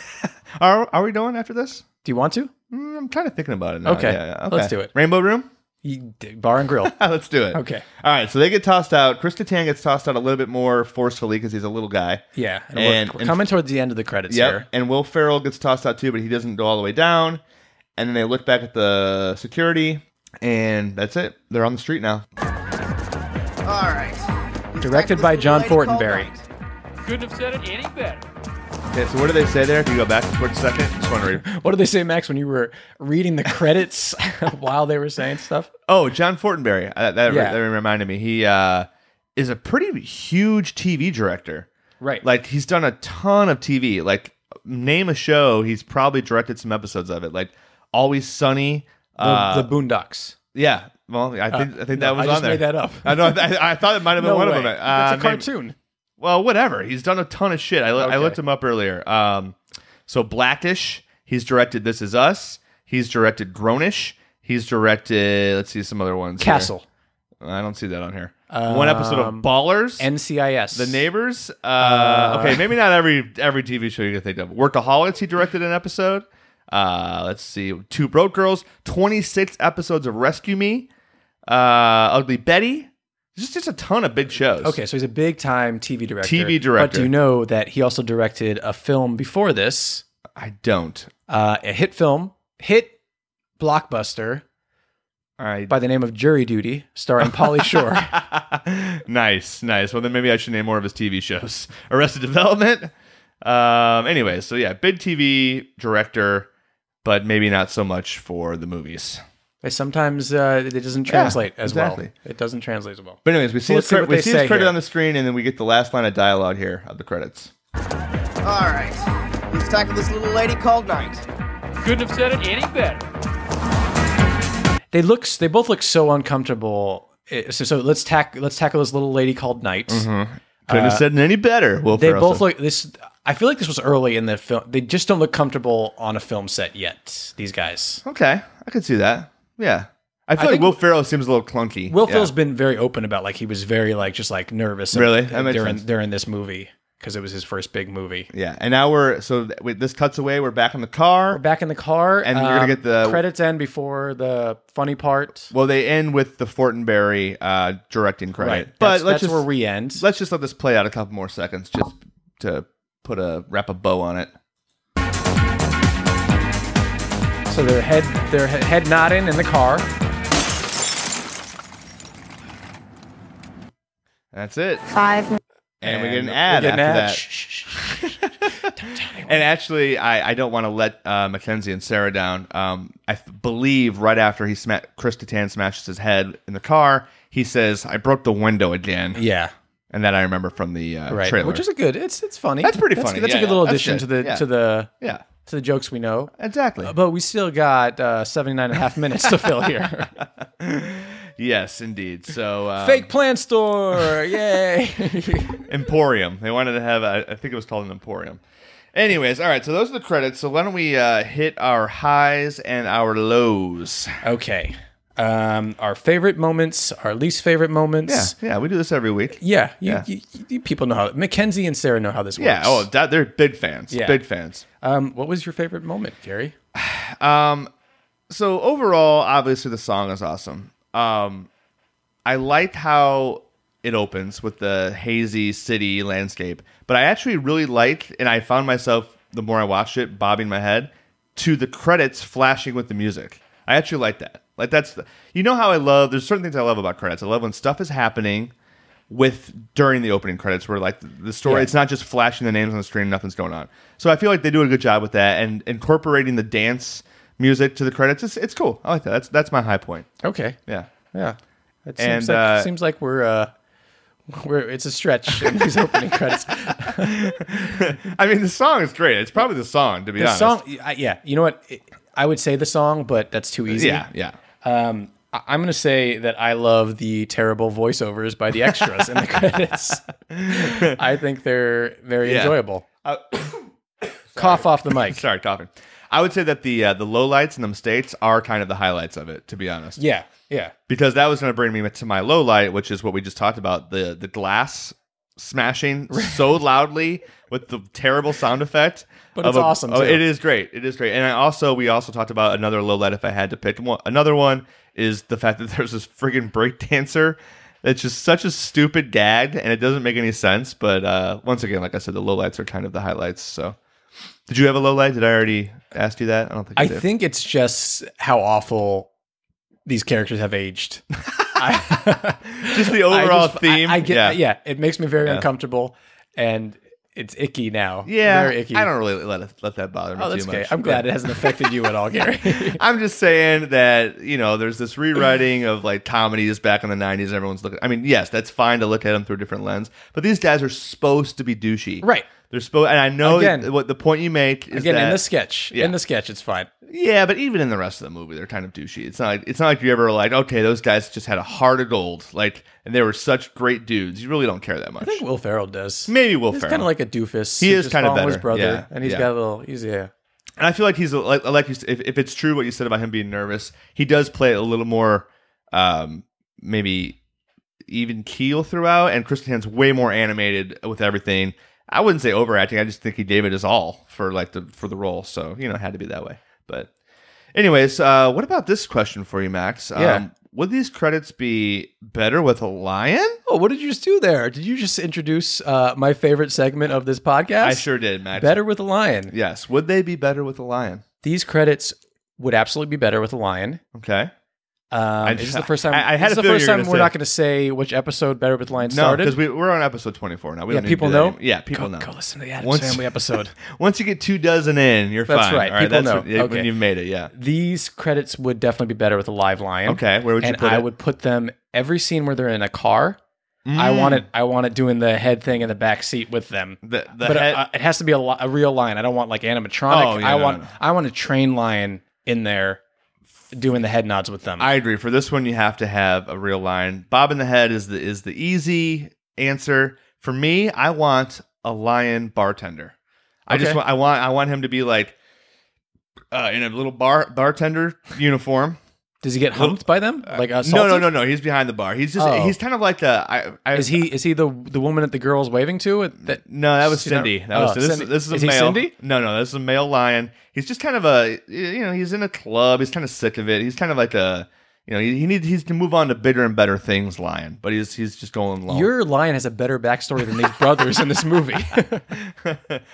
[SPEAKER 1] are, are we going after this?
[SPEAKER 2] do you want to?
[SPEAKER 1] Mm, I'm kind of thinking about it now.
[SPEAKER 2] Okay.
[SPEAKER 1] Yeah,
[SPEAKER 2] Let's do it.
[SPEAKER 1] Rainbow Room.
[SPEAKER 2] You, bar and Grill.
[SPEAKER 1] Let's do it.
[SPEAKER 2] Okay.
[SPEAKER 1] All right. So they get tossed out. Chris Kattan gets tossed out a little bit more forcefully because he's a little guy.
[SPEAKER 2] Yeah, and,
[SPEAKER 1] And-
[SPEAKER 2] we're, we're
[SPEAKER 1] and-
[SPEAKER 2] coming towards the end of the credits
[SPEAKER 1] Yep.
[SPEAKER 2] here.
[SPEAKER 1] And Will Ferrell gets tossed out too, but he doesn't go all the way down. And then they look back at the security, and that's it. They're on the street now.
[SPEAKER 4] All right.
[SPEAKER 2] Directed by John Fortenberry.
[SPEAKER 5] Couldn't have said it any better.
[SPEAKER 1] Okay. So what do they say there? Can you go back for a second? Just want to read.
[SPEAKER 2] What did they say, Max, when you were reading the credits while they were saying stuff?
[SPEAKER 1] Oh, John Fortenberry. Uh, that,
[SPEAKER 2] Yeah.
[SPEAKER 1] that reminded me. He uh, is a pretty huge TV director.
[SPEAKER 2] Right.
[SPEAKER 1] Like he's done a ton of TV. Like name a show, he's probably directed some episodes of it. Like Always Sunny.
[SPEAKER 2] the,
[SPEAKER 1] uh,
[SPEAKER 2] the Boondocks.
[SPEAKER 1] yeah. Well, I think I think
[SPEAKER 2] no,
[SPEAKER 1] that was
[SPEAKER 2] I just
[SPEAKER 1] on there.
[SPEAKER 2] made that up.
[SPEAKER 1] I know. I, I thought it might have been
[SPEAKER 2] No
[SPEAKER 1] one
[SPEAKER 2] way.
[SPEAKER 1] of them. Uh,
[SPEAKER 2] That's a
[SPEAKER 1] maybe-
[SPEAKER 2] cartoon.
[SPEAKER 1] Well, whatever. He's done a ton of shit. I, loo- I
[SPEAKER 2] Okay.
[SPEAKER 1] looked him up earlier. Um, so Blackish, he's directed This Is Us. He's directed Grownish. He's directed. Let's see some other ones. here.
[SPEAKER 2] Castle, Um,
[SPEAKER 1] I don't see that on here. One episode of Ballers.
[SPEAKER 2] NCIS,
[SPEAKER 1] The Neighbors. Uh, okay, maybe not every every TV show you can think of. Workaholics. He directed an episode. Uh, let's see, Two Broke Girls. Twenty six episodes of Rescue Me. Uh, Ugly Betty. Just just a ton of big shows.
[SPEAKER 2] Okay, so he's a big time TV director.
[SPEAKER 1] TV director.
[SPEAKER 2] But do you know that he also directed a film before this,
[SPEAKER 1] I don't.
[SPEAKER 2] uh, a hit film, hit blockbuster
[SPEAKER 1] I
[SPEAKER 2] by the name of Jury Duty, starring Polly Shore.
[SPEAKER 1] nice, nice. Well, then maybe I should name more of his TV shows. Arrested Development. Um, anyway, so yeah, big TV director, but maybe not so much for the movies.
[SPEAKER 2] And Sometimes uh, it doesn't translate as
[SPEAKER 1] exactly.
[SPEAKER 2] well. It doesn't translate as well.
[SPEAKER 1] But anyways, we see his
[SPEAKER 2] let's see
[SPEAKER 1] cre-
[SPEAKER 2] what
[SPEAKER 1] we
[SPEAKER 2] they
[SPEAKER 1] see his
[SPEAKER 2] say
[SPEAKER 1] credit
[SPEAKER 2] here.
[SPEAKER 1] on the screen, and then we get the last line of dialogue here of the credits.
[SPEAKER 4] All right, let's tackle this little lady called Night.
[SPEAKER 5] Couldn't have said it any better.
[SPEAKER 2] They look. s- They both look so uncomfortable. It- so, so let's tack. Let's tackle this little lady called Night.
[SPEAKER 1] Mm-hmm, Couldn't have said it any better. Will
[SPEAKER 2] They
[SPEAKER 1] Ferrell
[SPEAKER 2] both
[SPEAKER 1] said.
[SPEAKER 2] look this. I feel like this was early in the film. They just don't look comfortable on a film set yet. These guys.
[SPEAKER 1] okay. I could see that. Yeah, I feel like
[SPEAKER 2] think-
[SPEAKER 1] Will Ferrell seems a little clunky.
[SPEAKER 2] Will
[SPEAKER 1] yeah.
[SPEAKER 2] Phil's been very open about like he was very like just like nervous.
[SPEAKER 1] Really? That makes
[SPEAKER 2] during
[SPEAKER 1] sense.
[SPEAKER 2] during this movie because it was his first big movie.
[SPEAKER 1] yeah, and now we're so th- wait, this cuts away. We're back in the car.
[SPEAKER 2] We're back in the car, uh,
[SPEAKER 1] And you're gonna get the-
[SPEAKER 2] credits end before the funny part.
[SPEAKER 1] Well, they end with the Fortenberry uh, directing credit,
[SPEAKER 2] Right,
[SPEAKER 1] but
[SPEAKER 2] That's-
[SPEAKER 1] let's
[SPEAKER 2] that's
[SPEAKER 1] just
[SPEAKER 2] where we end.
[SPEAKER 1] let's just let this play out a couple more seconds, just to put a wrap a bow on it.
[SPEAKER 2] So their head, their he- head nodding in the car.
[SPEAKER 1] That's it,
[SPEAKER 6] Five
[SPEAKER 1] and, we get an
[SPEAKER 2] we
[SPEAKER 1] ad
[SPEAKER 2] get an
[SPEAKER 1] after
[SPEAKER 2] ad.
[SPEAKER 1] that.
[SPEAKER 2] Shh, shh, shh, shh, shh. Don't tell anyone.
[SPEAKER 1] And actually, I, I don't want to let uh, Mackenzie and Sarah down. Um, I f- believe right after he sma- Chris Kattan smashes his head in the car, he says, "I broke the window again,"
[SPEAKER 2] yeah,
[SPEAKER 1] and that I remember from the uh,
[SPEAKER 2] right.
[SPEAKER 1] trailer,
[SPEAKER 2] Which is a good. It's it's funny.
[SPEAKER 1] That's pretty funny.
[SPEAKER 2] That's
[SPEAKER 1] Yeah,
[SPEAKER 2] a good
[SPEAKER 1] yeah.
[SPEAKER 2] little
[SPEAKER 1] That's
[SPEAKER 2] addition
[SPEAKER 1] good.
[SPEAKER 2] to the
[SPEAKER 1] Yeah.
[SPEAKER 2] to the
[SPEAKER 1] yeah,
[SPEAKER 2] to the jokes we know.
[SPEAKER 1] exactly.
[SPEAKER 2] Uh, But we still got uh, 79 and a half minutes to fill here.
[SPEAKER 1] yes, indeed. So um,
[SPEAKER 2] Fake plant store, yay!
[SPEAKER 1] Emporium. They wanted to have, a, I think it was called an Emporium. Anyways, all right. So those are the credits. So why don't we uh, hit our highs and our lows?
[SPEAKER 2] Okay. Um, our favorite moments, our least favorite moments.
[SPEAKER 1] yeah. We do this every week.
[SPEAKER 2] Yeah. You,
[SPEAKER 1] Yeah.
[SPEAKER 2] You, you- people know how. Mackenzie and Sarah know how this
[SPEAKER 1] Yeah.
[SPEAKER 2] works.
[SPEAKER 1] Oh, that, they're big fans.
[SPEAKER 2] Yeah.
[SPEAKER 1] Big fans.
[SPEAKER 2] Um, what was your favorite moment, Gary?
[SPEAKER 1] So overall, obviously the song is awesome. Um, I liked how it opens with the hazy city landscape, but I actually really liked, and I found myself the more I watched it, bobbing my head to the credits flashing with the music. I actually like that. Like that's the, you know how I love. There's certain things I love about credits. I love when stuff is happening with during the opening credits where like the story
[SPEAKER 2] Yeah.
[SPEAKER 1] it's not just flashing the names on the screen nothing's going on so i feel like they do a good job with that and incorporating the dance music to the credits it's, it's cool i like that that's that's my high point
[SPEAKER 2] Okay.
[SPEAKER 1] yeah
[SPEAKER 2] Yeah. It
[SPEAKER 1] And,
[SPEAKER 2] seems, like,
[SPEAKER 1] uh,
[SPEAKER 2] seems like we're. Uh, we're, it's a stretch in these opening credits.
[SPEAKER 1] i mean the song is great it's probably the song to be
[SPEAKER 2] The
[SPEAKER 1] honest
[SPEAKER 2] song, I- yeah, you know what? It- I would say the song, but that's too easy.
[SPEAKER 1] yeah yeah
[SPEAKER 2] Um, I- I'm going to say that I love the terrible voiceovers by the extras in the credits. I think they're very
[SPEAKER 1] Yeah.
[SPEAKER 2] enjoyable.
[SPEAKER 1] Uh,
[SPEAKER 2] Cough off the mic.
[SPEAKER 1] sorry coughing i would say that the uh, the lowlights and the mistakes are kind of the highlights of it to be honest
[SPEAKER 2] Yeah, yeah.
[SPEAKER 1] because that was going to bring me to my low light, which is what we just talked about the the glass smashing so loudly with the terrible sound effect.
[SPEAKER 2] But
[SPEAKER 1] of
[SPEAKER 2] it's awesome,
[SPEAKER 1] Oh,
[SPEAKER 2] too.
[SPEAKER 1] it is great. It is great. And I also we also talked about another low light. If I had to pick one, another one is the fact that there's this friggin' break dancer. That's just such a stupid gag, and it doesn't make any sense. But uh, once again, like I said, the low lights are kind of the highlights. So, did you have a low light? Did I already ask you that? I don't think I,
[SPEAKER 2] I
[SPEAKER 1] did.
[SPEAKER 2] think it's just how awful these characters have aged. I,
[SPEAKER 1] just the
[SPEAKER 2] I
[SPEAKER 1] overall
[SPEAKER 2] just- I-
[SPEAKER 1] theme.
[SPEAKER 2] I, get. Yeah. it makes me very
[SPEAKER 1] Yeah.
[SPEAKER 2] uncomfortable, and it's icky now.
[SPEAKER 1] Yeah,
[SPEAKER 2] very icky.
[SPEAKER 1] I don't really let it, let that bother me
[SPEAKER 2] Oh, that's
[SPEAKER 1] too
[SPEAKER 2] okay.
[SPEAKER 1] much.
[SPEAKER 2] I'm glad it hasn't affected you at all, Gary.
[SPEAKER 1] I'm just saying that you know there's this rewriting of like comedies back in the '90s. Everyone's looking. I mean, yes, that's fine to look at them through a different lens, but these guys are supposed to be douchey,
[SPEAKER 2] Right.
[SPEAKER 1] They're supposed, and I know
[SPEAKER 2] Again.
[SPEAKER 1] what the point you make is
[SPEAKER 2] Again,
[SPEAKER 1] that
[SPEAKER 2] in the sketch,
[SPEAKER 1] Yeah.
[SPEAKER 2] in the sketch, it's fine.
[SPEAKER 1] yeah, but even in the rest of the movie, they're kind of douchey. It's not like it's not like you ever like okay, those guys just had a heart of gold, like, and they were such great dudes. You really don't care that much.
[SPEAKER 2] I think Will Ferrell does.
[SPEAKER 1] Maybe Will
[SPEAKER 2] he's
[SPEAKER 1] Ferrell.
[SPEAKER 2] kind of like a doofus.
[SPEAKER 1] He
[SPEAKER 2] He's
[SPEAKER 1] is
[SPEAKER 2] just
[SPEAKER 1] kinda
[SPEAKER 2] following His
[SPEAKER 1] better,
[SPEAKER 2] brother,
[SPEAKER 1] yeah,
[SPEAKER 2] and he's
[SPEAKER 1] yeah.
[SPEAKER 2] got a little. He's yeah.
[SPEAKER 1] And I feel like he's like, like you, s- if, if it's true what you said about him being nervous, he does play a little more, um, maybe even keel throughout. And Kristen Hand's way more animated with everything. I wouldn't say overacting. I just think he gave it his all for like the for the role. So you know, it had to be that way. But anyways, uh, what about this question for you, Max? Um,
[SPEAKER 2] Yeah.
[SPEAKER 1] Would these credits be better with a lion?
[SPEAKER 2] Oh, what did you just do there? Did you just introduce uh, my favorite segment of this podcast?
[SPEAKER 1] I sure did, Max.
[SPEAKER 2] Better with a lion.
[SPEAKER 1] Yes. Would they be better with a lion?
[SPEAKER 2] These credits would absolutely be better with a lion.
[SPEAKER 1] Okay.
[SPEAKER 2] Um,
[SPEAKER 1] I
[SPEAKER 2] this is
[SPEAKER 1] just-
[SPEAKER 2] the first time.
[SPEAKER 1] I- I had
[SPEAKER 2] this is
[SPEAKER 1] a
[SPEAKER 2] the
[SPEAKER 1] feeling
[SPEAKER 2] first
[SPEAKER 1] you were
[SPEAKER 2] time
[SPEAKER 1] gonna
[SPEAKER 2] we're
[SPEAKER 1] say-
[SPEAKER 2] not going to say which episode Better with a Lion
[SPEAKER 1] No,
[SPEAKER 2] started.
[SPEAKER 1] because we, we're on episode twenty-four now. We
[SPEAKER 2] yeah,
[SPEAKER 1] don't need to
[SPEAKER 2] people
[SPEAKER 1] do that
[SPEAKER 2] know.
[SPEAKER 1] anymore. Yeah, people
[SPEAKER 2] go,
[SPEAKER 1] know.
[SPEAKER 2] Go listen to the Adams
[SPEAKER 1] Once-
[SPEAKER 2] Family episode.
[SPEAKER 1] Once you get two dozen in, you're
[SPEAKER 2] That's
[SPEAKER 1] fine.
[SPEAKER 2] right.
[SPEAKER 1] All right,
[SPEAKER 2] People
[SPEAKER 1] that's
[SPEAKER 2] know.
[SPEAKER 1] what- yeah,
[SPEAKER 2] Okay.
[SPEAKER 1] when you've made it. Yeah.
[SPEAKER 2] These credits would definitely be better with a live lion.
[SPEAKER 1] Okay. Where would you
[SPEAKER 2] and
[SPEAKER 1] put
[SPEAKER 2] I
[SPEAKER 1] it?
[SPEAKER 2] would put them every scene where they're in a car. I want it. I want it doing the head thing in the back seat with them.
[SPEAKER 1] The, the
[SPEAKER 2] but uh,
[SPEAKER 1] head-
[SPEAKER 2] uh, it has to be a, li- a real lion. I don't want like animatronic.
[SPEAKER 1] Oh, yeah,
[SPEAKER 2] I
[SPEAKER 1] no,
[SPEAKER 2] want
[SPEAKER 1] no.
[SPEAKER 2] I want a trained lion in there doing the head nods with them.
[SPEAKER 1] I agree. For this one, you have to have a real line. Bob in the head is the is the easy answer. For me, I want a lion bartender. I just
[SPEAKER 2] Okay.
[SPEAKER 1] want I want I want him to be like uh, in a little bar bartender uniform.
[SPEAKER 2] Does he get humped by them? Like assaulted?
[SPEAKER 1] uh, No, no, no, no. He's behind the bar. He's just
[SPEAKER 2] Uh, Oh.
[SPEAKER 1] he's kind of like a. I, I,
[SPEAKER 2] Is he is he the the woman that the girl's waving to? at- That
[SPEAKER 1] No, that was
[SPEAKER 2] She's not-
[SPEAKER 1] Cindy. That was
[SPEAKER 2] Oh,
[SPEAKER 1] this,
[SPEAKER 2] Cindy.
[SPEAKER 1] this is a
[SPEAKER 2] Is he
[SPEAKER 1] male.
[SPEAKER 2] Cindy?
[SPEAKER 1] No, no, this is a male lion. He's just kind of a you know he's in a club. He's kind of sick of it. He's kind of like a you know he, he needs he's to move on to bigger and better things, lion. But he's he's just going long.
[SPEAKER 2] your lion has a better backstory than these brothers in this movie.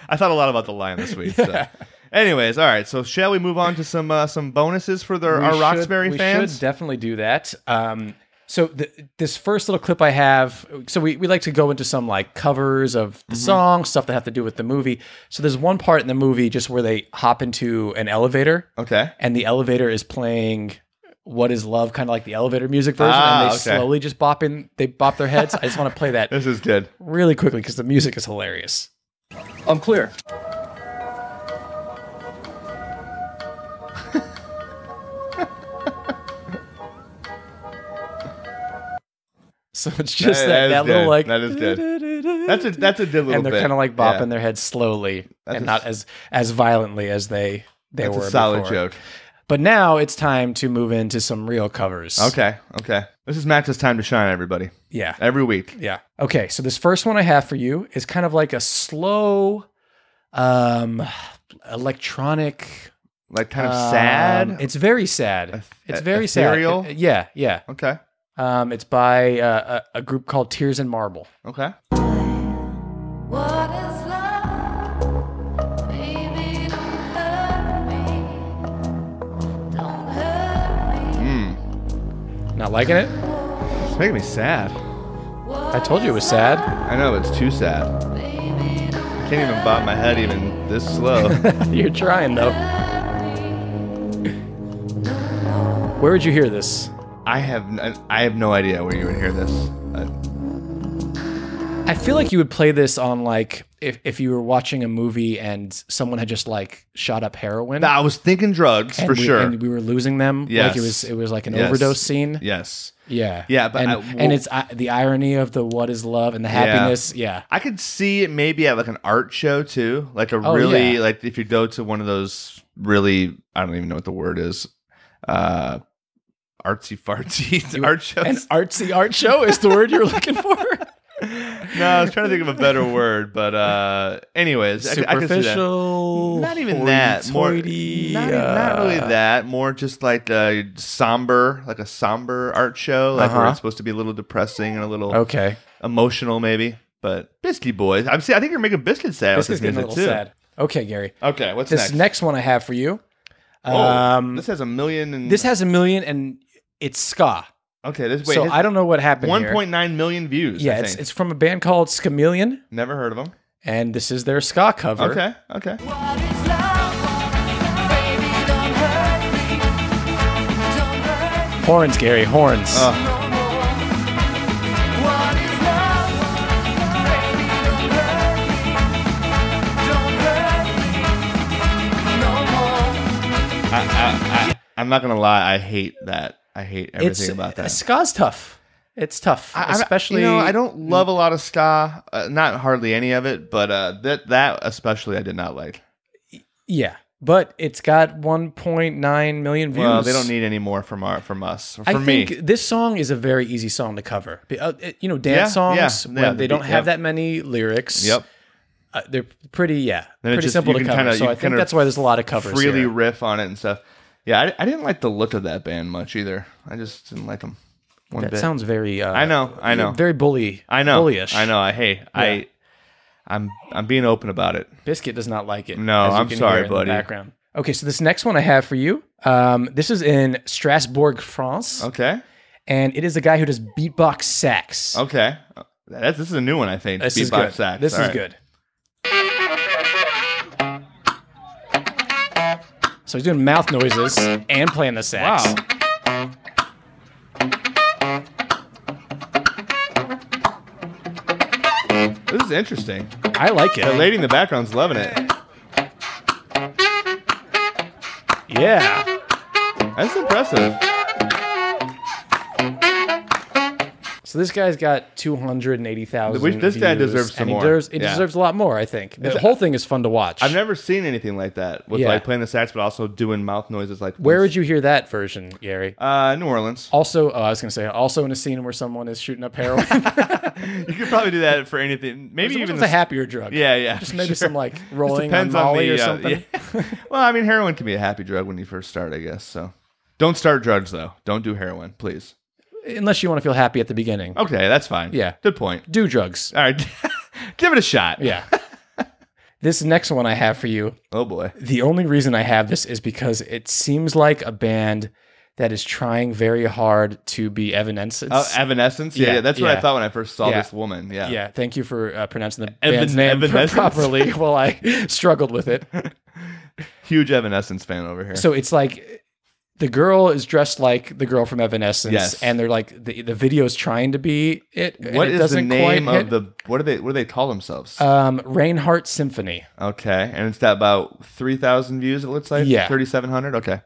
[SPEAKER 1] I thought a lot about the lion this week. So. Anyways, all right. So shall we move on to some uh, some bonuses for the, our
[SPEAKER 2] We should-
[SPEAKER 1] Roxbury
[SPEAKER 2] We
[SPEAKER 1] fans?
[SPEAKER 2] should definitely do that. Um, so th this first little clip I have, so we, we like to go into some like covers of
[SPEAKER 1] Mm-hmm.
[SPEAKER 2] the song, stuff that have to do with the movie. So there's one part in the movie just where they hop into an elevator,
[SPEAKER 1] okay.
[SPEAKER 2] and the elevator is playing "What Is Love" kind of like the elevator music version,
[SPEAKER 1] Ah,
[SPEAKER 2] and they
[SPEAKER 1] okay.
[SPEAKER 2] slowly just bop in, they bop their heads. I just want to play that
[SPEAKER 1] This is good.
[SPEAKER 2] really quickly because the music is hilarious.
[SPEAKER 6] I'm clear.
[SPEAKER 2] So it's just
[SPEAKER 1] That-
[SPEAKER 2] that
[SPEAKER 1] that
[SPEAKER 2] that,
[SPEAKER 1] is
[SPEAKER 2] little
[SPEAKER 1] good.
[SPEAKER 2] like
[SPEAKER 1] That is good. That's a that's a good little
[SPEAKER 2] and they're
[SPEAKER 1] bit.
[SPEAKER 2] kind of like bopping
[SPEAKER 1] Yeah.
[SPEAKER 2] their heads slowly
[SPEAKER 1] That's
[SPEAKER 2] and
[SPEAKER 1] a-
[SPEAKER 2] not as as violently as they they
[SPEAKER 1] That's
[SPEAKER 2] were
[SPEAKER 1] a solid
[SPEAKER 2] before.
[SPEAKER 1] joke.
[SPEAKER 2] But now it's time to move into some real covers.
[SPEAKER 1] Okay. Okay. This is Max's time to shine, everybody.
[SPEAKER 2] Yeah.
[SPEAKER 1] Every week.
[SPEAKER 2] Yeah. Okay. So this first one I have for you is kind of like a slow, um, electronic.
[SPEAKER 1] Like kind of
[SPEAKER 2] um,
[SPEAKER 1] sad.
[SPEAKER 2] It's very sad.
[SPEAKER 1] Eth-
[SPEAKER 2] it's
[SPEAKER 1] e-
[SPEAKER 2] very
[SPEAKER 1] ethereal?
[SPEAKER 2] sad. It- yeah. Yeah.
[SPEAKER 1] Okay.
[SPEAKER 2] Um, it's by uh, a, a group called Tears and Marble.
[SPEAKER 1] Okay.
[SPEAKER 7] What is love? Baby, don't hurt me. Don't hurt me.
[SPEAKER 2] Not liking it.
[SPEAKER 1] It's making me sad.
[SPEAKER 2] I told you it was sad.
[SPEAKER 1] I know, but it's too sad. Can't even bob my head even this slow.
[SPEAKER 2] You're trying though. Where would you hear this?
[SPEAKER 1] I have n- I have no idea where you would hear this. Uh,
[SPEAKER 2] I feel like you would play this on like if, if you were watching a movie and someone had just like shot up heroin.
[SPEAKER 1] I was thinking drugs
[SPEAKER 2] and
[SPEAKER 1] for
[SPEAKER 2] we,
[SPEAKER 1] sure.
[SPEAKER 2] And we were losing them. Like
[SPEAKER 1] Yes.
[SPEAKER 2] it was it was like an
[SPEAKER 1] Yes.
[SPEAKER 2] overdose scene.
[SPEAKER 1] yes.
[SPEAKER 2] Yeah.
[SPEAKER 1] Yeah, but
[SPEAKER 2] and,
[SPEAKER 1] I- well-
[SPEAKER 2] and it's uh, the irony of the what is love and the happiness. Yeah.
[SPEAKER 1] I could see it maybe at like an art show too, like a
[SPEAKER 2] Oh,
[SPEAKER 1] really
[SPEAKER 2] yeah.
[SPEAKER 1] like if you go to one of those really I don't even know what the word is, uh, artsy fartsy art shows.
[SPEAKER 2] An artsy art show is the word you're looking for.
[SPEAKER 1] no, I was trying to think of a better word, but uh, anyways, I c- I could see that.
[SPEAKER 2] Superficial.
[SPEAKER 1] not even that more not,
[SPEAKER 2] hoity-toity,
[SPEAKER 1] not really
[SPEAKER 2] uh,
[SPEAKER 1] that more just like a somber like a somber art show like where
[SPEAKER 2] Uh-huh. Oh.
[SPEAKER 1] it's supposed to be a little depressing and a little
[SPEAKER 2] Okay.
[SPEAKER 1] emotional maybe but biscuit boys i'm see i think you're making biscuit sad
[SPEAKER 2] This
[SPEAKER 1] with
[SPEAKER 2] is
[SPEAKER 1] this
[SPEAKER 2] getting a
[SPEAKER 1] music
[SPEAKER 2] little
[SPEAKER 1] too
[SPEAKER 2] sad. Okay, Gary.
[SPEAKER 1] okay what's
[SPEAKER 2] This
[SPEAKER 1] next,
[SPEAKER 2] next? one I have for you.
[SPEAKER 1] Oh,
[SPEAKER 2] um,
[SPEAKER 1] this has a million and
[SPEAKER 2] This has a million and it's ska.
[SPEAKER 1] okay this wait
[SPEAKER 2] so I don't know what happened.
[SPEAKER 1] one
[SPEAKER 2] here.
[SPEAKER 1] point nine million views
[SPEAKER 2] Yeah,
[SPEAKER 1] I
[SPEAKER 2] it's,
[SPEAKER 1] think.
[SPEAKER 2] it's from a band called Scamillion,
[SPEAKER 1] never heard of them
[SPEAKER 2] and this is their ska cover.
[SPEAKER 1] okay okay
[SPEAKER 7] What is love? Baby, don't hurt me. Don't hurt me
[SPEAKER 2] Horns, Gary, horns.
[SPEAKER 1] Ugh.
[SPEAKER 7] no more. What is love? Baby, don't hurt me.
[SPEAKER 1] I'm not gonna lie. I hate that. I hate everything
[SPEAKER 2] it's
[SPEAKER 1] about that.
[SPEAKER 2] Ska's tough. It's tough,
[SPEAKER 1] I- I-
[SPEAKER 2] especially.
[SPEAKER 1] you know, I don't love a lot of ska. Uh, not hardly any of it, but uh, that that especially I did not like.
[SPEAKER 2] Yeah, but it's got 1.9 million views.
[SPEAKER 1] Well, they don't need any more from our from us. Or
[SPEAKER 2] I
[SPEAKER 1] From me,
[SPEAKER 2] think this song is a very easy song to cover. Be- uh, it- You know,
[SPEAKER 1] Yeah, yeah,
[SPEAKER 2] dance songs
[SPEAKER 1] yeah,
[SPEAKER 2] when they
[SPEAKER 1] the
[SPEAKER 2] don't
[SPEAKER 1] beat,
[SPEAKER 2] have
[SPEAKER 1] yep.
[SPEAKER 2] that many lyrics.
[SPEAKER 1] Yep.
[SPEAKER 2] uh, they're pretty yeah,
[SPEAKER 1] Then it
[SPEAKER 2] pretty
[SPEAKER 1] just-
[SPEAKER 2] simple
[SPEAKER 1] you
[SPEAKER 2] to
[SPEAKER 1] can
[SPEAKER 2] cover.
[SPEAKER 1] kinda-
[SPEAKER 2] so
[SPEAKER 1] you
[SPEAKER 2] I
[SPEAKER 1] can
[SPEAKER 2] think
[SPEAKER 1] kinda
[SPEAKER 2] that's why there's a lot of covers.
[SPEAKER 1] freely
[SPEAKER 2] here.
[SPEAKER 1] riff on it and stuff. Yeah, I, I didn't like the look of that band much either. I just didn't like them one
[SPEAKER 2] that
[SPEAKER 1] bit.
[SPEAKER 2] sounds very. Uh,
[SPEAKER 1] I know, I know.
[SPEAKER 2] Very bully.
[SPEAKER 1] I know.
[SPEAKER 2] Bullyish.
[SPEAKER 1] I know. I hey, I I'm I'm being open about it.
[SPEAKER 2] Biscuit does not like it.
[SPEAKER 1] No,
[SPEAKER 2] as you
[SPEAKER 1] I'm
[SPEAKER 2] can
[SPEAKER 1] sorry,
[SPEAKER 2] hear in the
[SPEAKER 1] buddy.
[SPEAKER 2] background. Okay, so this next one I have for you. Um, this is in Strasbourg, France,
[SPEAKER 1] Okay.
[SPEAKER 2] and it is a guy who does beatbox sax.
[SPEAKER 1] Okay. That's, this is a new one, I think.
[SPEAKER 2] This is
[SPEAKER 1] Beatbox
[SPEAKER 2] good.
[SPEAKER 1] sax.
[SPEAKER 2] This
[SPEAKER 1] All
[SPEAKER 2] is
[SPEAKER 1] right.
[SPEAKER 2] good. So he's doing mouth noises and playing the sax.
[SPEAKER 1] Wow. This is interesting.
[SPEAKER 2] I like
[SPEAKER 1] The
[SPEAKER 2] it.
[SPEAKER 1] lady in the background's loving it.
[SPEAKER 2] Yeah.
[SPEAKER 1] That's impressive.
[SPEAKER 2] So this guy's got 280,000.
[SPEAKER 1] Which- this guy
[SPEAKER 2] views,
[SPEAKER 1] deserves some
[SPEAKER 2] and he
[SPEAKER 1] more.
[SPEAKER 2] deserves- He
[SPEAKER 1] Yeah.
[SPEAKER 2] deserves a lot more, I think. The whole thing is fun to watch.
[SPEAKER 1] I've never seen anything like that with
[SPEAKER 2] Yeah.
[SPEAKER 1] like playing the sax, but also doing mouth noises like.
[SPEAKER 2] Where would you hear that version, Gary?
[SPEAKER 1] Uh, New Orleans.
[SPEAKER 2] Also, oh, I was going to say, also in a scene where someone is shooting up heroin.
[SPEAKER 1] You could probably do that for anything. Maybe even
[SPEAKER 2] it's
[SPEAKER 1] the
[SPEAKER 2] a happier drug.
[SPEAKER 1] Yeah, yeah.
[SPEAKER 2] Just
[SPEAKER 1] for
[SPEAKER 2] maybe
[SPEAKER 1] sure.
[SPEAKER 2] some like
[SPEAKER 1] Just
[SPEAKER 2] rolling on
[SPEAKER 1] depends the,
[SPEAKER 2] Molly or
[SPEAKER 1] uh,
[SPEAKER 2] something.
[SPEAKER 1] yeah. well, I mean, heroin can be a happy drug when you first start, I guess. So, don't start drugs though. Don't do heroin, please.
[SPEAKER 2] Unless you want to feel happy at the beginning.
[SPEAKER 1] Okay, that's fine.
[SPEAKER 2] Yeah.
[SPEAKER 1] good point.
[SPEAKER 2] Do drugs.
[SPEAKER 1] All right, give it a shot.
[SPEAKER 2] Yeah. this next one I have for you.
[SPEAKER 1] Oh boy.
[SPEAKER 2] The only reason I have this is because it seems like a band that is trying very hard to be Evanescence.
[SPEAKER 1] Oh, Evanescence. Yeah,
[SPEAKER 2] Yeah,
[SPEAKER 1] yeah, that's what
[SPEAKER 2] yeah.
[SPEAKER 1] I thought when I first saw
[SPEAKER 2] Yeah.
[SPEAKER 1] this woman. Yeah.
[SPEAKER 2] yeah, thank you for uh, pronouncing the
[SPEAKER 1] Evan-
[SPEAKER 2] band's name
[SPEAKER 1] Evanescence?
[SPEAKER 2] properly while I struggled with it.
[SPEAKER 1] Huge Evanescence fan over here.
[SPEAKER 2] So it's like the girl is dressed like the girl from Evanescence,
[SPEAKER 1] Yes.
[SPEAKER 2] and they're like the the video's trying to be it. and
[SPEAKER 1] what
[SPEAKER 2] it
[SPEAKER 1] is the
[SPEAKER 2] doesn't quite
[SPEAKER 1] name of
[SPEAKER 2] hit.
[SPEAKER 1] the what do they what do they call themselves?
[SPEAKER 2] um, Reinhardt Symphony?
[SPEAKER 1] okay, and it's got about three thousand views. It looks like
[SPEAKER 2] Yeah.
[SPEAKER 1] thirty seven hundred. Okay,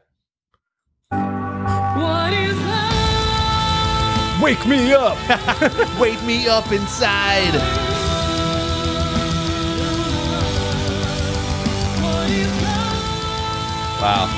[SPEAKER 7] What is love?
[SPEAKER 2] Wake me up!
[SPEAKER 1] wake me up inside.
[SPEAKER 7] What is
[SPEAKER 1] Wow,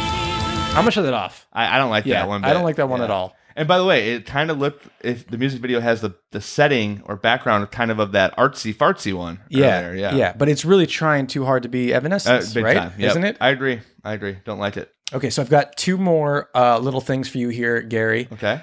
[SPEAKER 2] I'm gonna shut that off.
[SPEAKER 1] I, I don't like
[SPEAKER 2] Yeah,
[SPEAKER 1] that one.
[SPEAKER 2] I don't
[SPEAKER 1] bit.
[SPEAKER 2] like that one
[SPEAKER 1] Yeah.
[SPEAKER 2] at all.
[SPEAKER 1] And by the way, it kind of looked if the music video has the the setting or background kind of of that artsy fartsy one.
[SPEAKER 2] Yeah,
[SPEAKER 1] earlier,
[SPEAKER 2] yeah,
[SPEAKER 1] yeah,
[SPEAKER 2] But it's really trying too hard to be
[SPEAKER 1] Uh,
[SPEAKER 2] Evanescence,
[SPEAKER 1] big
[SPEAKER 2] right?
[SPEAKER 1] time, Yep.
[SPEAKER 2] Isn't it?
[SPEAKER 1] I agree. I agree. Don't like it.
[SPEAKER 2] Okay, so I've got two more uh, little things for you here, Gary.
[SPEAKER 1] Okay.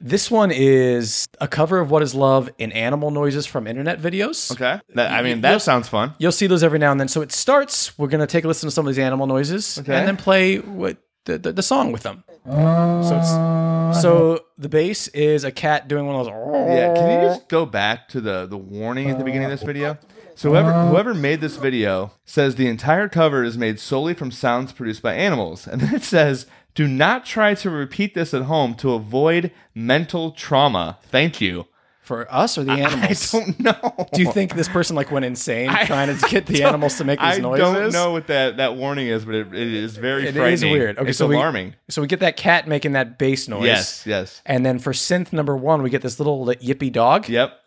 [SPEAKER 2] This one is a cover of "What Is Love" in animal noises from internet videos.
[SPEAKER 1] Okay. That, I mean,
[SPEAKER 2] You'll-
[SPEAKER 1] that sounds fun.
[SPEAKER 2] You'll see those every now and then. So it starts. We're gonna take a listen to some of these animal noises
[SPEAKER 1] Okay.
[SPEAKER 2] and then play what the, the, the song with them. So it's so the bass is a cat doing one of those.
[SPEAKER 1] Yeah, can you just go back to the the warning at the beginning of this video? So whoever whoever made this video says the entire cover is made solely from sounds produced by animals, and then it says, "Do not try to repeat this at home to avoid mental trauma." Thank you.
[SPEAKER 2] for us or the
[SPEAKER 1] I
[SPEAKER 2] animals?
[SPEAKER 1] don't know.
[SPEAKER 2] Do you think this person like went insane
[SPEAKER 1] I
[SPEAKER 2] trying to get the animals to make
[SPEAKER 1] I
[SPEAKER 2] these noises?
[SPEAKER 1] don't know what that, that warning is, but it, it is very
[SPEAKER 2] It
[SPEAKER 1] frightening.
[SPEAKER 2] is weird. Okay,
[SPEAKER 1] it's
[SPEAKER 2] so we-
[SPEAKER 1] alarming.
[SPEAKER 2] So we get that cat making that bass noise.
[SPEAKER 1] Yes, yes.
[SPEAKER 2] And then for synth number one, we get this little li- yippy dog.
[SPEAKER 1] Yep.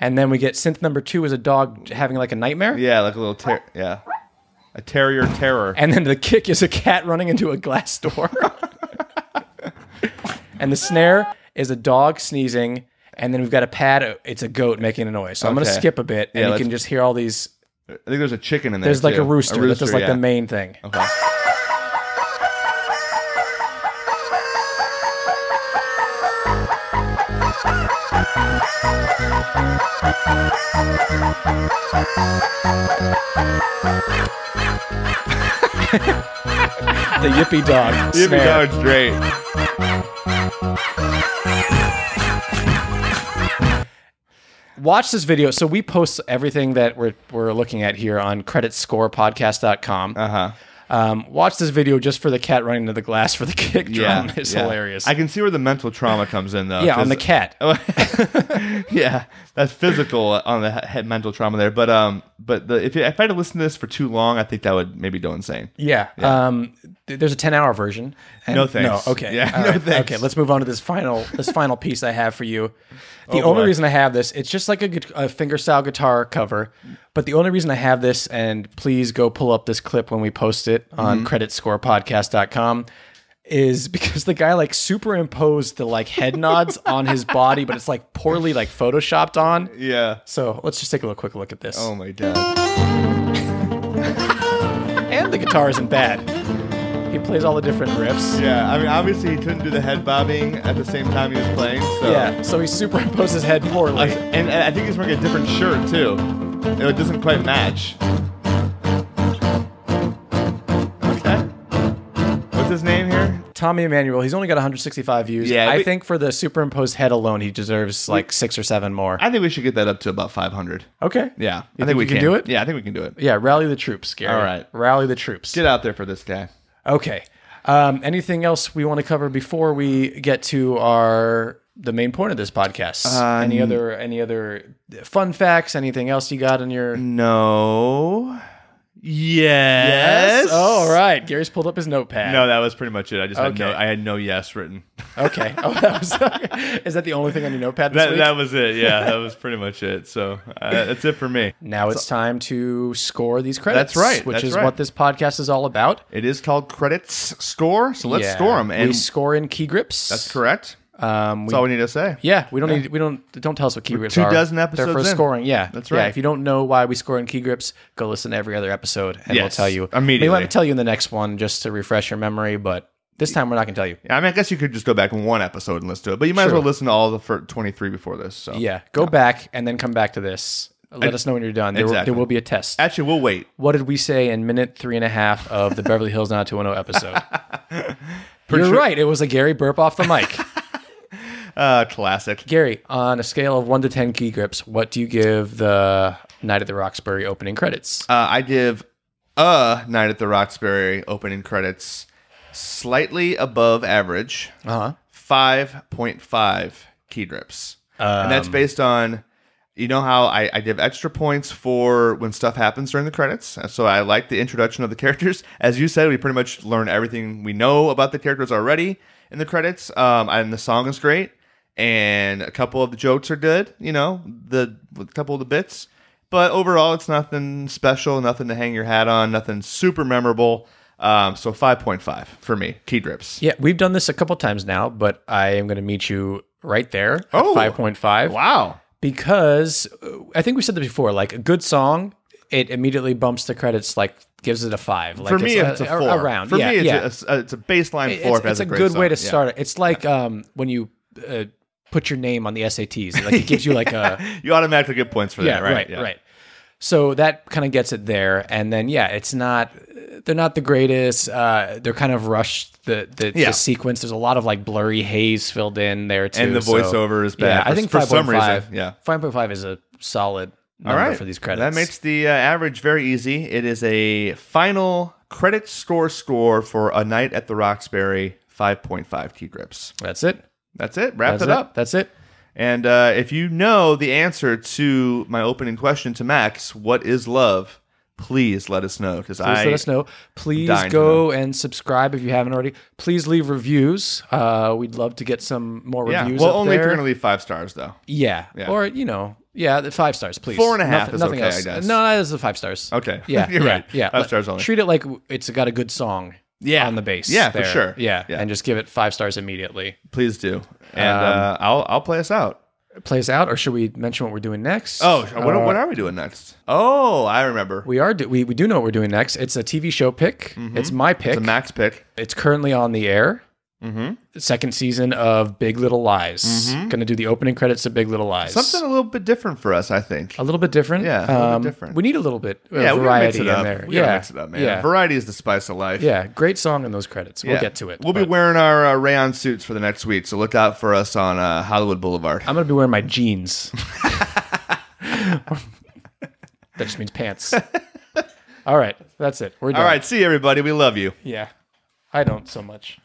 [SPEAKER 2] And then we get synth number two is a dog having like a nightmare.
[SPEAKER 1] Yeah, like a little ter- yeah, a terrier terror.
[SPEAKER 2] And then the kick is a cat running into a glass door. and the snare is a dog sneezing. And then we've got a pad. It's a goat making a noise. So I'm going to
[SPEAKER 1] Okay.
[SPEAKER 2] skip a bit,
[SPEAKER 1] Yeah,
[SPEAKER 2] and you
[SPEAKER 1] let's-
[SPEAKER 2] can just hear all these.
[SPEAKER 1] I think there's a chicken in there.
[SPEAKER 2] There's like
[SPEAKER 1] too.
[SPEAKER 2] a rooster. That's just like
[SPEAKER 1] yeah.
[SPEAKER 2] the main thing.
[SPEAKER 1] Okay.
[SPEAKER 2] The yippy dog.
[SPEAKER 1] Yippee
[SPEAKER 2] snare.
[SPEAKER 1] dog's great.
[SPEAKER 2] Watch this video. So we post everything that we're we're looking at here on creditscorepodcast.com.
[SPEAKER 1] Uh huh.
[SPEAKER 2] Um, watch this video just for the cat running into the glass for the kick drum. it's
[SPEAKER 1] yeah.
[SPEAKER 2] hilarious.
[SPEAKER 1] I can Oh, see where the mental trauma comes in though.
[SPEAKER 2] yeah, on the
[SPEAKER 1] 'cause-
[SPEAKER 2] cat.
[SPEAKER 1] yeah, that's physical uh, on the head mental trauma there. But um, but the, if, you, if I had to listen to this for too long, I think that would maybe go insane.
[SPEAKER 2] Yeah. Um, th- there's a 10 hour version. And-
[SPEAKER 1] No thanks.
[SPEAKER 2] No. Okay.
[SPEAKER 1] Yeah,
[SPEAKER 2] All
[SPEAKER 1] no
[SPEAKER 2] right.
[SPEAKER 1] thanks.
[SPEAKER 2] Okay. Let's move on to this final this final piece I have for you. The
[SPEAKER 1] Oh,
[SPEAKER 2] only
[SPEAKER 1] boy.
[SPEAKER 2] reason I have this, it's just like a, gu- a fingerstyle guitar cover, but the only reason I have this, and please go pull up this clip when we post it
[SPEAKER 1] Mm-hmm.
[SPEAKER 2] on creditscorepodcast.com is because the guy like superimposed the like head nods on his body but it's like poorly like photoshopped on
[SPEAKER 1] Yeah.
[SPEAKER 2] so let's just take a little quick look at this
[SPEAKER 1] Oh my god.
[SPEAKER 2] and the guitar isn't bad he plays all the different riffs
[SPEAKER 1] Yeah. I mean, obviously he couldn't do the head bobbing at the same time he was playing. So
[SPEAKER 2] Yeah, so he superimposed his head
[SPEAKER 1] I,
[SPEAKER 2] poorly.
[SPEAKER 1] and, and I think he's wearing a different shirt too. It doesn't quite match. Okay. What's his name here?
[SPEAKER 2] Tommy Emmanuel, he's only got 165 views.
[SPEAKER 1] Yeah,
[SPEAKER 2] I
[SPEAKER 1] but-
[SPEAKER 2] think for the superimposed head alone, he deserves like six or seven more.
[SPEAKER 1] I think we should get that up to about 500.
[SPEAKER 2] okay.
[SPEAKER 1] Yeah. I
[SPEAKER 2] think you can do it?
[SPEAKER 1] Yeah, I think we can do it.
[SPEAKER 2] Yeah, rally the troops, Gary.
[SPEAKER 1] All right.
[SPEAKER 2] Rally the troops.
[SPEAKER 1] Get out there for this guy.
[SPEAKER 2] okay. Um, anything else we want to cover before we get to our the main point of this podcast? any other any other fun facts? Anything else you got in your?
[SPEAKER 1] No. Yes.
[SPEAKER 2] Oh, all right. Gary's pulled up his notepad.
[SPEAKER 1] No, that was pretty much it. I just
[SPEAKER 2] Okay.
[SPEAKER 1] had no. I had no yes written.
[SPEAKER 2] Okay. Oh, that was. is that the only thing on your notepad? This
[SPEAKER 1] That,
[SPEAKER 2] week?
[SPEAKER 1] that was it. Yeah, that was pretty much it. So uh, that's it for me.
[SPEAKER 2] Now it's time to score these credits.
[SPEAKER 1] That's right,
[SPEAKER 2] Which
[SPEAKER 1] that's
[SPEAKER 2] is
[SPEAKER 1] right.
[SPEAKER 2] what this podcast is all about.
[SPEAKER 1] It is called credits score. So let's
[SPEAKER 2] Yeah.
[SPEAKER 1] score them. And
[SPEAKER 2] we score in key grips.
[SPEAKER 1] that's correct.
[SPEAKER 2] Um, we,
[SPEAKER 1] That's all we need to say.
[SPEAKER 2] yeah, we don't need we don't don't tell us what key grips
[SPEAKER 1] two
[SPEAKER 2] are.
[SPEAKER 1] dozen
[SPEAKER 2] They're
[SPEAKER 1] episodes
[SPEAKER 2] for
[SPEAKER 1] in.
[SPEAKER 2] scoring. Yeah,
[SPEAKER 1] That's
[SPEAKER 2] Yeah,
[SPEAKER 1] right.
[SPEAKER 2] if you don't know why we score in key grips, go listen to every other episode, and we'll
[SPEAKER 1] Yes,
[SPEAKER 2] tell you
[SPEAKER 1] immediately.
[SPEAKER 2] We might tell you in the next one just to refresh your memory, but this time we're not going to tell you.
[SPEAKER 1] I mean, I guess you could just go back in one episode and listen to it, but you might as
[SPEAKER 2] Sure.
[SPEAKER 1] well listen to all the fir- 23 before this. So
[SPEAKER 2] Yeah, go back and then come back to this. Let us know when you're done. There, will,
[SPEAKER 1] Exactly.
[SPEAKER 2] there will be a test.
[SPEAKER 1] Actually, we'll wait.
[SPEAKER 2] what did we say in minute three and a half of the Beverly Hills 90210 episode? You're
[SPEAKER 1] sure-
[SPEAKER 2] right. It was a Gary burp off the mic.
[SPEAKER 1] Uh, classic.
[SPEAKER 2] Gary, on a scale of one to 10 key grips, what do you give the Night at the Roxbury opening credits?
[SPEAKER 1] Uh, I give a Night at the Roxbury opening credits slightly above average.
[SPEAKER 2] Uh-huh.
[SPEAKER 1] 5.5 key drips. and that's
[SPEAKER 2] Um,
[SPEAKER 1] based on, you know, how I, I give extra points for when stuff happens during the credits. So I like the introduction of the characters. As you said, we pretty much learn everything we know about the characters already in the credits. Um, and the song is great. And a couple of the jokes are good, you know, the a couple of the bits. But overall, it's nothing special, nothing to hang your hat on, nothing super memorable. Um, so 5.5 for me, key drips.
[SPEAKER 2] Yeah, we've done this a couple times now, but I am going to meet you right there at
[SPEAKER 1] Oh.
[SPEAKER 2] 5.5.
[SPEAKER 1] Wow.
[SPEAKER 2] Because uh, I think we said that before, like a good song, it immediately bumps the credits, like gives it a five. Like
[SPEAKER 1] For me, it's a,
[SPEAKER 2] a-
[SPEAKER 1] four.
[SPEAKER 2] Around.
[SPEAKER 1] For
[SPEAKER 2] yeah,
[SPEAKER 1] me, it's,
[SPEAKER 2] yeah.
[SPEAKER 1] a- it's a, it's a baseline
[SPEAKER 2] It-
[SPEAKER 1] four.
[SPEAKER 2] it's, it's a, good way to start it. It's like um, when you uh, put your name on the SATs, like it gives you like a
[SPEAKER 1] You automatically get points for
[SPEAKER 2] yeah,
[SPEAKER 1] that, right?
[SPEAKER 2] right,
[SPEAKER 1] Yeah.
[SPEAKER 2] right. So that kind of gets it there, and then yeah, it's not they're not the greatest. Uh, they're kind of rushed. The the,
[SPEAKER 1] Yeah.
[SPEAKER 2] the sequence there's a lot of like blurry haze filled in there too,
[SPEAKER 1] And the
[SPEAKER 2] so-
[SPEAKER 1] voiceover is bad
[SPEAKER 2] Yeah, I
[SPEAKER 1] for-
[SPEAKER 2] think
[SPEAKER 1] for
[SPEAKER 2] 5.5,
[SPEAKER 1] some reason, yeah.
[SPEAKER 2] five point five is a solid
[SPEAKER 1] All
[SPEAKER 2] number
[SPEAKER 1] right.
[SPEAKER 2] for these credits.
[SPEAKER 1] That makes the uh, average very easy. It is a final credit score score for A Night at the Roxbury 5.5 key grips.
[SPEAKER 2] that's it.
[SPEAKER 1] That's it. Wrap
[SPEAKER 2] That's
[SPEAKER 1] it up.
[SPEAKER 2] That's it.
[SPEAKER 1] And uh, if you know the answer to my opening question to Max, what is love? Please let us know because
[SPEAKER 2] Please
[SPEAKER 1] I
[SPEAKER 2] let us know. Please
[SPEAKER 1] dying to
[SPEAKER 2] go and subscribe if you haven't already. Please leave reviews. Uh, we'd love to get some more
[SPEAKER 1] Yeah.
[SPEAKER 2] reviews.
[SPEAKER 1] Well,
[SPEAKER 2] up
[SPEAKER 1] only if
[SPEAKER 2] there.
[SPEAKER 1] you're gonna leave five stars though.
[SPEAKER 2] Yeah.
[SPEAKER 1] Yeah.
[SPEAKER 2] Or, you know, yeah, the five stars, please.
[SPEAKER 1] Four and a half
[SPEAKER 2] Noth-
[SPEAKER 1] is
[SPEAKER 2] nothing
[SPEAKER 1] okay,
[SPEAKER 2] else.
[SPEAKER 1] I guess.
[SPEAKER 2] No, that is the five stars.
[SPEAKER 1] Okay.
[SPEAKER 2] Yeah.
[SPEAKER 1] You're
[SPEAKER 2] yeah,
[SPEAKER 1] right.
[SPEAKER 2] Yeah.
[SPEAKER 1] Five
[SPEAKER 2] Let-
[SPEAKER 1] stars only.
[SPEAKER 2] Treat it like it's got a good song.
[SPEAKER 1] Yeah.
[SPEAKER 2] On the bass.
[SPEAKER 1] Yeah, for
[SPEAKER 2] there.
[SPEAKER 1] sure.
[SPEAKER 2] Yeah.
[SPEAKER 1] Yeah.
[SPEAKER 2] And just give it five stars immediately.
[SPEAKER 1] Please do. And
[SPEAKER 2] Um,
[SPEAKER 1] uh, I'll I'll play us out.
[SPEAKER 2] Plays out, or should we mention what we're doing next?
[SPEAKER 1] Oh,
[SPEAKER 2] uh,
[SPEAKER 1] what, what are we doing next? Oh, I remember.
[SPEAKER 2] we are. Do- we, we do know what we're doing next. It's a TV show pick. It's my pick.
[SPEAKER 1] Mm-hmm. It's a Max pick.
[SPEAKER 2] It's currently on the air. Mm-hmm. Second season of Big Little Lies. Going to do the opening credits to Big Little Lies.
[SPEAKER 1] Mm-hmm. Something a little bit different for us, I think.
[SPEAKER 2] a little bit different.
[SPEAKER 1] Yeah, a little bit
[SPEAKER 2] Um,
[SPEAKER 1] different.
[SPEAKER 2] We need a little bit uh,
[SPEAKER 1] Yeah, we gotta mix
[SPEAKER 2] variety
[SPEAKER 1] it up.
[SPEAKER 2] in there.
[SPEAKER 1] We
[SPEAKER 2] yeah,
[SPEAKER 1] gotta mix it up, man.
[SPEAKER 2] Yeah,
[SPEAKER 1] Variety is the spice of life.
[SPEAKER 2] yeah. Great song in those credits. We'll
[SPEAKER 1] Yeah.
[SPEAKER 2] get to it.
[SPEAKER 1] We'll be
[SPEAKER 2] but
[SPEAKER 1] wearing our uh, rayon suits for the next week, so look out for us on uh, Hollywood Boulevard.
[SPEAKER 2] I'm gonna be wearing my jeans. that just means pants. All right. That's it. We're done.
[SPEAKER 1] All right, see you, everybody. We love you.
[SPEAKER 2] Yeah. I don't so much.